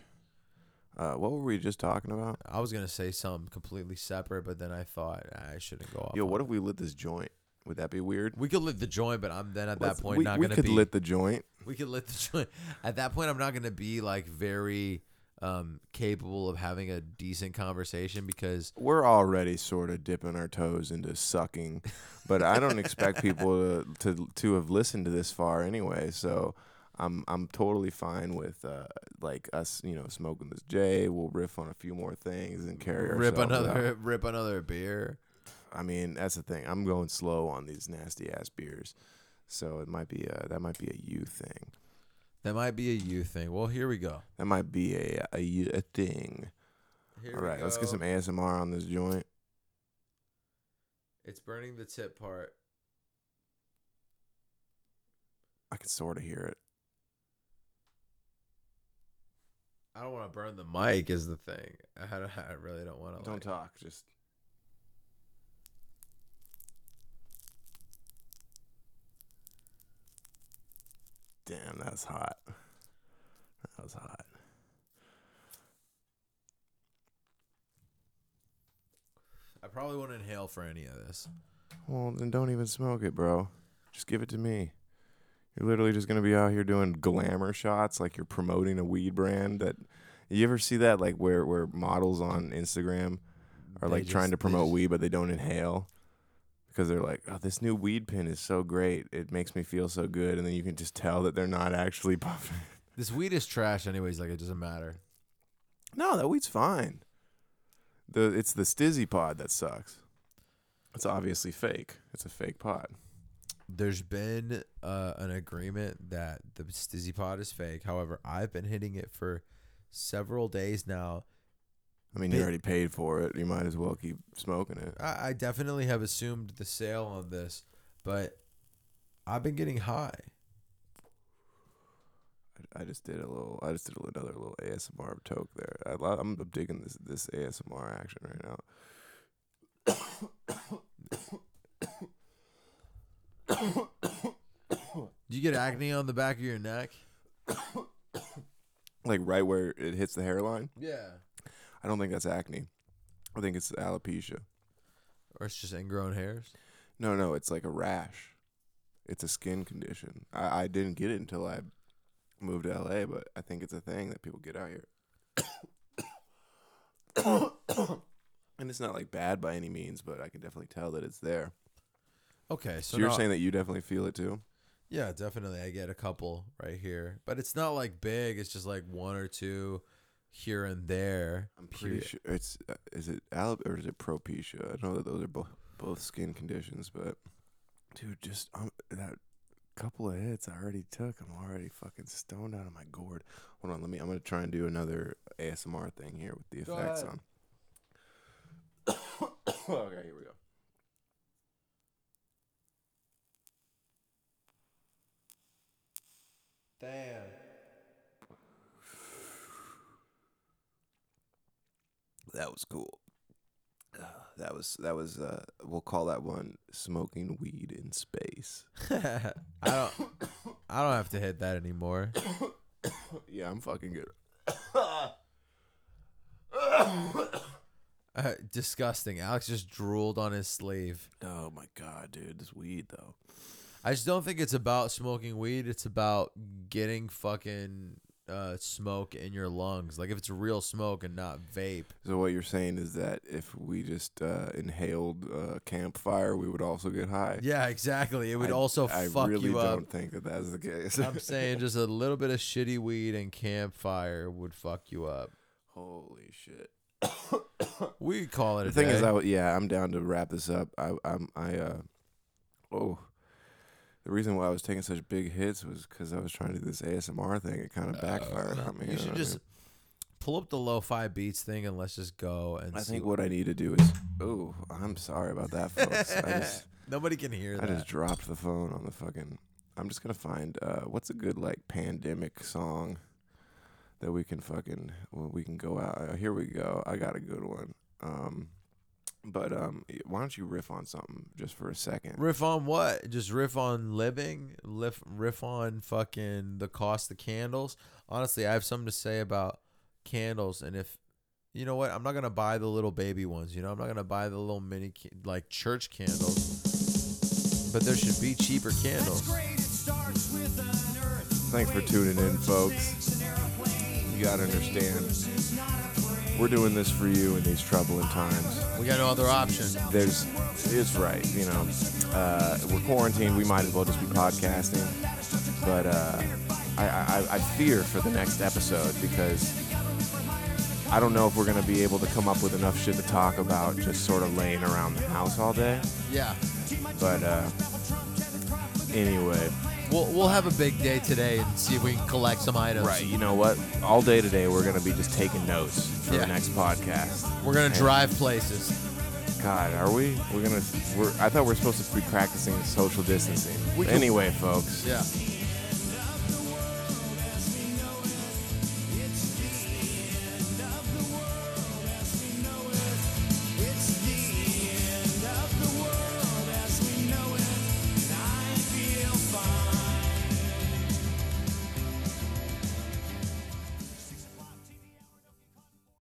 [SPEAKER 3] Uh, what were we just talking about?
[SPEAKER 4] I was gonna say something completely separate, but then I thought "Ah, I shouldn't go off.
[SPEAKER 3] Yo,
[SPEAKER 4] on
[SPEAKER 3] what
[SPEAKER 4] it."
[SPEAKER 3] if we lit this joint? Would that be weird?
[SPEAKER 4] we could lit the joint, but I'm then at
[SPEAKER 3] Let's-
[SPEAKER 4] that point
[SPEAKER 3] we,
[SPEAKER 4] not
[SPEAKER 3] we
[SPEAKER 4] gonna
[SPEAKER 3] could
[SPEAKER 4] be.
[SPEAKER 3] lit the joint.
[SPEAKER 4] we could lit the joint. At that point, I'm not gonna be like very um capable of having a decent conversation because
[SPEAKER 3] We're already sort of dipping our toes into sucking, but I don't expect people to, to to have listened to this far anyway. So I'm I'm totally fine with uh, like us, you know, smoking this J. We'll riff on a few more things and carry
[SPEAKER 4] rip
[SPEAKER 3] ourselves out.
[SPEAKER 4] another rip another beer.
[SPEAKER 3] I mean, that's the thing. I'm going slow on these nasty ass beers, so it might be a that might be a you thing.
[SPEAKER 4] That might be a you thing. Well, here we go.
[SPEAKER 3] That might be a a, you- a thing.
[SPEAKER 4] Here
[SPEAKER 3] All
[SPEAKER 4] we
[SPEAKER 3] right, let's get
[SPEAKER 4] go.
[SPEAKER 3] some ASMR on this joint.
[SPEAKER 4] It's burning the tip part.
[SPEAKER 3] I can sort of hear it.
[SPEAKER 4] I don't want to burn the mic. Is the thing. I, don't, I really don't want to.
[SPEAKER 3] Don't talk. Just damn, that's hot. That was hot.
[SPEAKER 4] I probably won't inhale for any of this.
[SPEAKER 3] Well, then don't even smoke it, bro. Just give it to me. You're literally just gonna be out here doing glamour shots, like you're promoting a weed brand. That you ever see that, like where where models on Instagram are
[SPEAKER 4] They
[SPEAKER 3] like trying
[SPEAKER 4] just-
[SPEAKER 3] to
[SPEAKER 4] they
[SPEAKER 3] promote
[SPEAKER 4] just-
[SPEAKER 3] weed, but they don't inhale because they're like, "Oh, this new weed pin is so great. It makes me feel so good," and then you can just tell that they're not actually puffing.
[SPEAKER 4] This weed is trash, anyways. Like it doesn't matter.
[SPEAKER 3] No, that weed's fine. The it's the stizzy pod that sucks. It's obviously fake. It's a fake pod.
[SPEAKER 4] There's been uh, an agreement that the Stizzy Pod is fake. However, I've been hitting it for several days now.
[SPEAKER 3] I mean,
[SPEAKER 4] Bit-
[SPEAKER 3] you already paid for it. You might as well keep smoking it.
[SPEAKER 4] I, I definitely have assumed the sale on this, but I've been getting high.
[SPEAKER 3] I, I just did a little. I just did a- another little ASMR toke there. I, lo- I'm digging this this ASMR action right now.
[SPEAKER 4] Do you get acne on the back of your neck?
[SPEAKER 3] Like right where it hits the hairline.
[SPEAKER 4] Yeah.
[SPEAKER 3] I don't think that's acne. I think it's alopecia.
[SPEAKER 4] Or it's just ingrown hairs?
[SPEAKER 3] No, no, it's like a rash. It's a skin condition. I, I didn't get it until I moved to LA, but I think it's a thing that people get out here. and it's not like bad by any means, but I can definitely tell that it's there.
[SPEAKER 4] Okay,
[SPEAKER 3] So,
[SPEAKER 4] so,
[SPEAKER 3] you're
[SPEAKER 4] now-
[SPEAKER 3] saying that you definitely feel it too?
[SPEAKER 4] yeah, definitely. I get a couple right here, but it's not like big. It's just like one or two here and there.
[SPEAKER 3] I'm pretty sure it's uh, is it alb or is it propecia? I know that those are both both skin conditions, but dude, just um, that couple of hits I already took, I'm already fucking stoned out of my gourd. Hold on, let me. I'm gonna try and do another ASMR thing here with the effects
[SPEAKER 4] ahead.
[SPEAKER 3] on. okay, here we go.
[SPEAKER 4] Damn.
[SPEAKER 3] that was cool. Uh, That was that was uh we'll call that one smoking weed in space.
[SPEAKER 4] I don't. I don't have to hit that anymore.
[SPEAKER 3] Yeah, I'm fucking good.
[SPEAKER 4] Uh, disgusting. Alex just drooled on his sleeve.
[SPEAKER 3] Oh my god, dude, this weed though.
[SPEAKER 4] I just don't think it's about smoking weed. It's about getting fucking uh, smoke in your lungs. Like if it's real smoke and not vape.
[SPEAKER 3] So what you're saying is that if we just uh, inhaled uh, campfire, we would also get high.
[SPEAKER 4] Yeah, exactly. It would also
[SPEAKER 3] I
[SPEAKER 4] fuck
[SPEAKER 3] really
[SPEAKER 4] you up.
[SPEAKER 3] don't think that that's the case.
[SPEAKER 4] I'm saying just a little bit of shitty weed and campfire would fuck you up.
[SPEAKER 3] Holy shit.
[SPEAKER 4] We call it a
[SPEAKER 3] The thing
[SPEAKER 4] day.
[SPEAKER 3] is, I would- yeah, I'm down to wrap this up. I, I'm, I, uh, oh, the reason why I was taking such big hits was because I was trying to do this ASMR thing. It kind of backfired on me.
[SPEAKER 4] Uh, you
[SPEAKER 3] know
[SPEAKER 4] should
[SPEAKER 3] what I
[SPEAKER 4] just
[SPEAKER 3] mean?
[SPEAKER 4] pull up the lo-fi beats thing and let's just go and
[SPEAKER 3] I
[SPEAKER 4] see
[SPEAKER 3] think what I need to do is. Oh, I'm sorry about that, folks. I just,
[SPEAKER 4] Nobody can hear
[SPEAKER 3] I
[SPEAKER 4] that.
[SPEAKER 3] just dropped the phone on the fucking. I'm just gonna find uh, what's a good like pandemic song that we can fucking well, we can go out. Uh, here we go. I got a good one. Um, but um, why don't you riff on something just for a second?
[SPEAKER 4] riff on what? Just riff on living. Riff, riff on fucking the cost of candles. Honestly, I have something to say about candles. And if you know what, I'm not gonna buy the little baby ones. You know, I'm not gonna buy the little mini ca- like church candles. But there should be cheaper candles.
[SPEAKER 3] Thanks for tuning in, folks. You gotta understand, we're doing this for you in these troubling times.
[SPEAKER 4] We got no other option.
[SPEAKER 3] There's, it's right, you know. Uh, we're quarantined. We might as well just be podcasting. But uh, I, I, I fear for the next episode because I don't know if we're gonna be able to come up with enough shit to talk about, just sort of laying around the house all day.
[SPEAKER 4] Yeah,
[SPEAKER 3] But uh, anyway.
[SPEAKER 4] we'll we'll have a big day today and see if we can collect some items.
[SPEAKER 3] Right. You know what? All day today, we're going to be just taking notes for
[SPEAKER 4] Yeah.
[SPEAKER 3] the next podcast.
[SPEAKER 4] We're gonna
[SPEAKER 3] And-
[SPEAKER 4] drive places.
[SPEAKER 3] God, are we? We're going to. We're, I thought we are supposed to be practicing social distancing.
[SPEAKER 4] We can-
[SPEAKER 3] anyway, folks,
[SPEAKER 4] Yeah.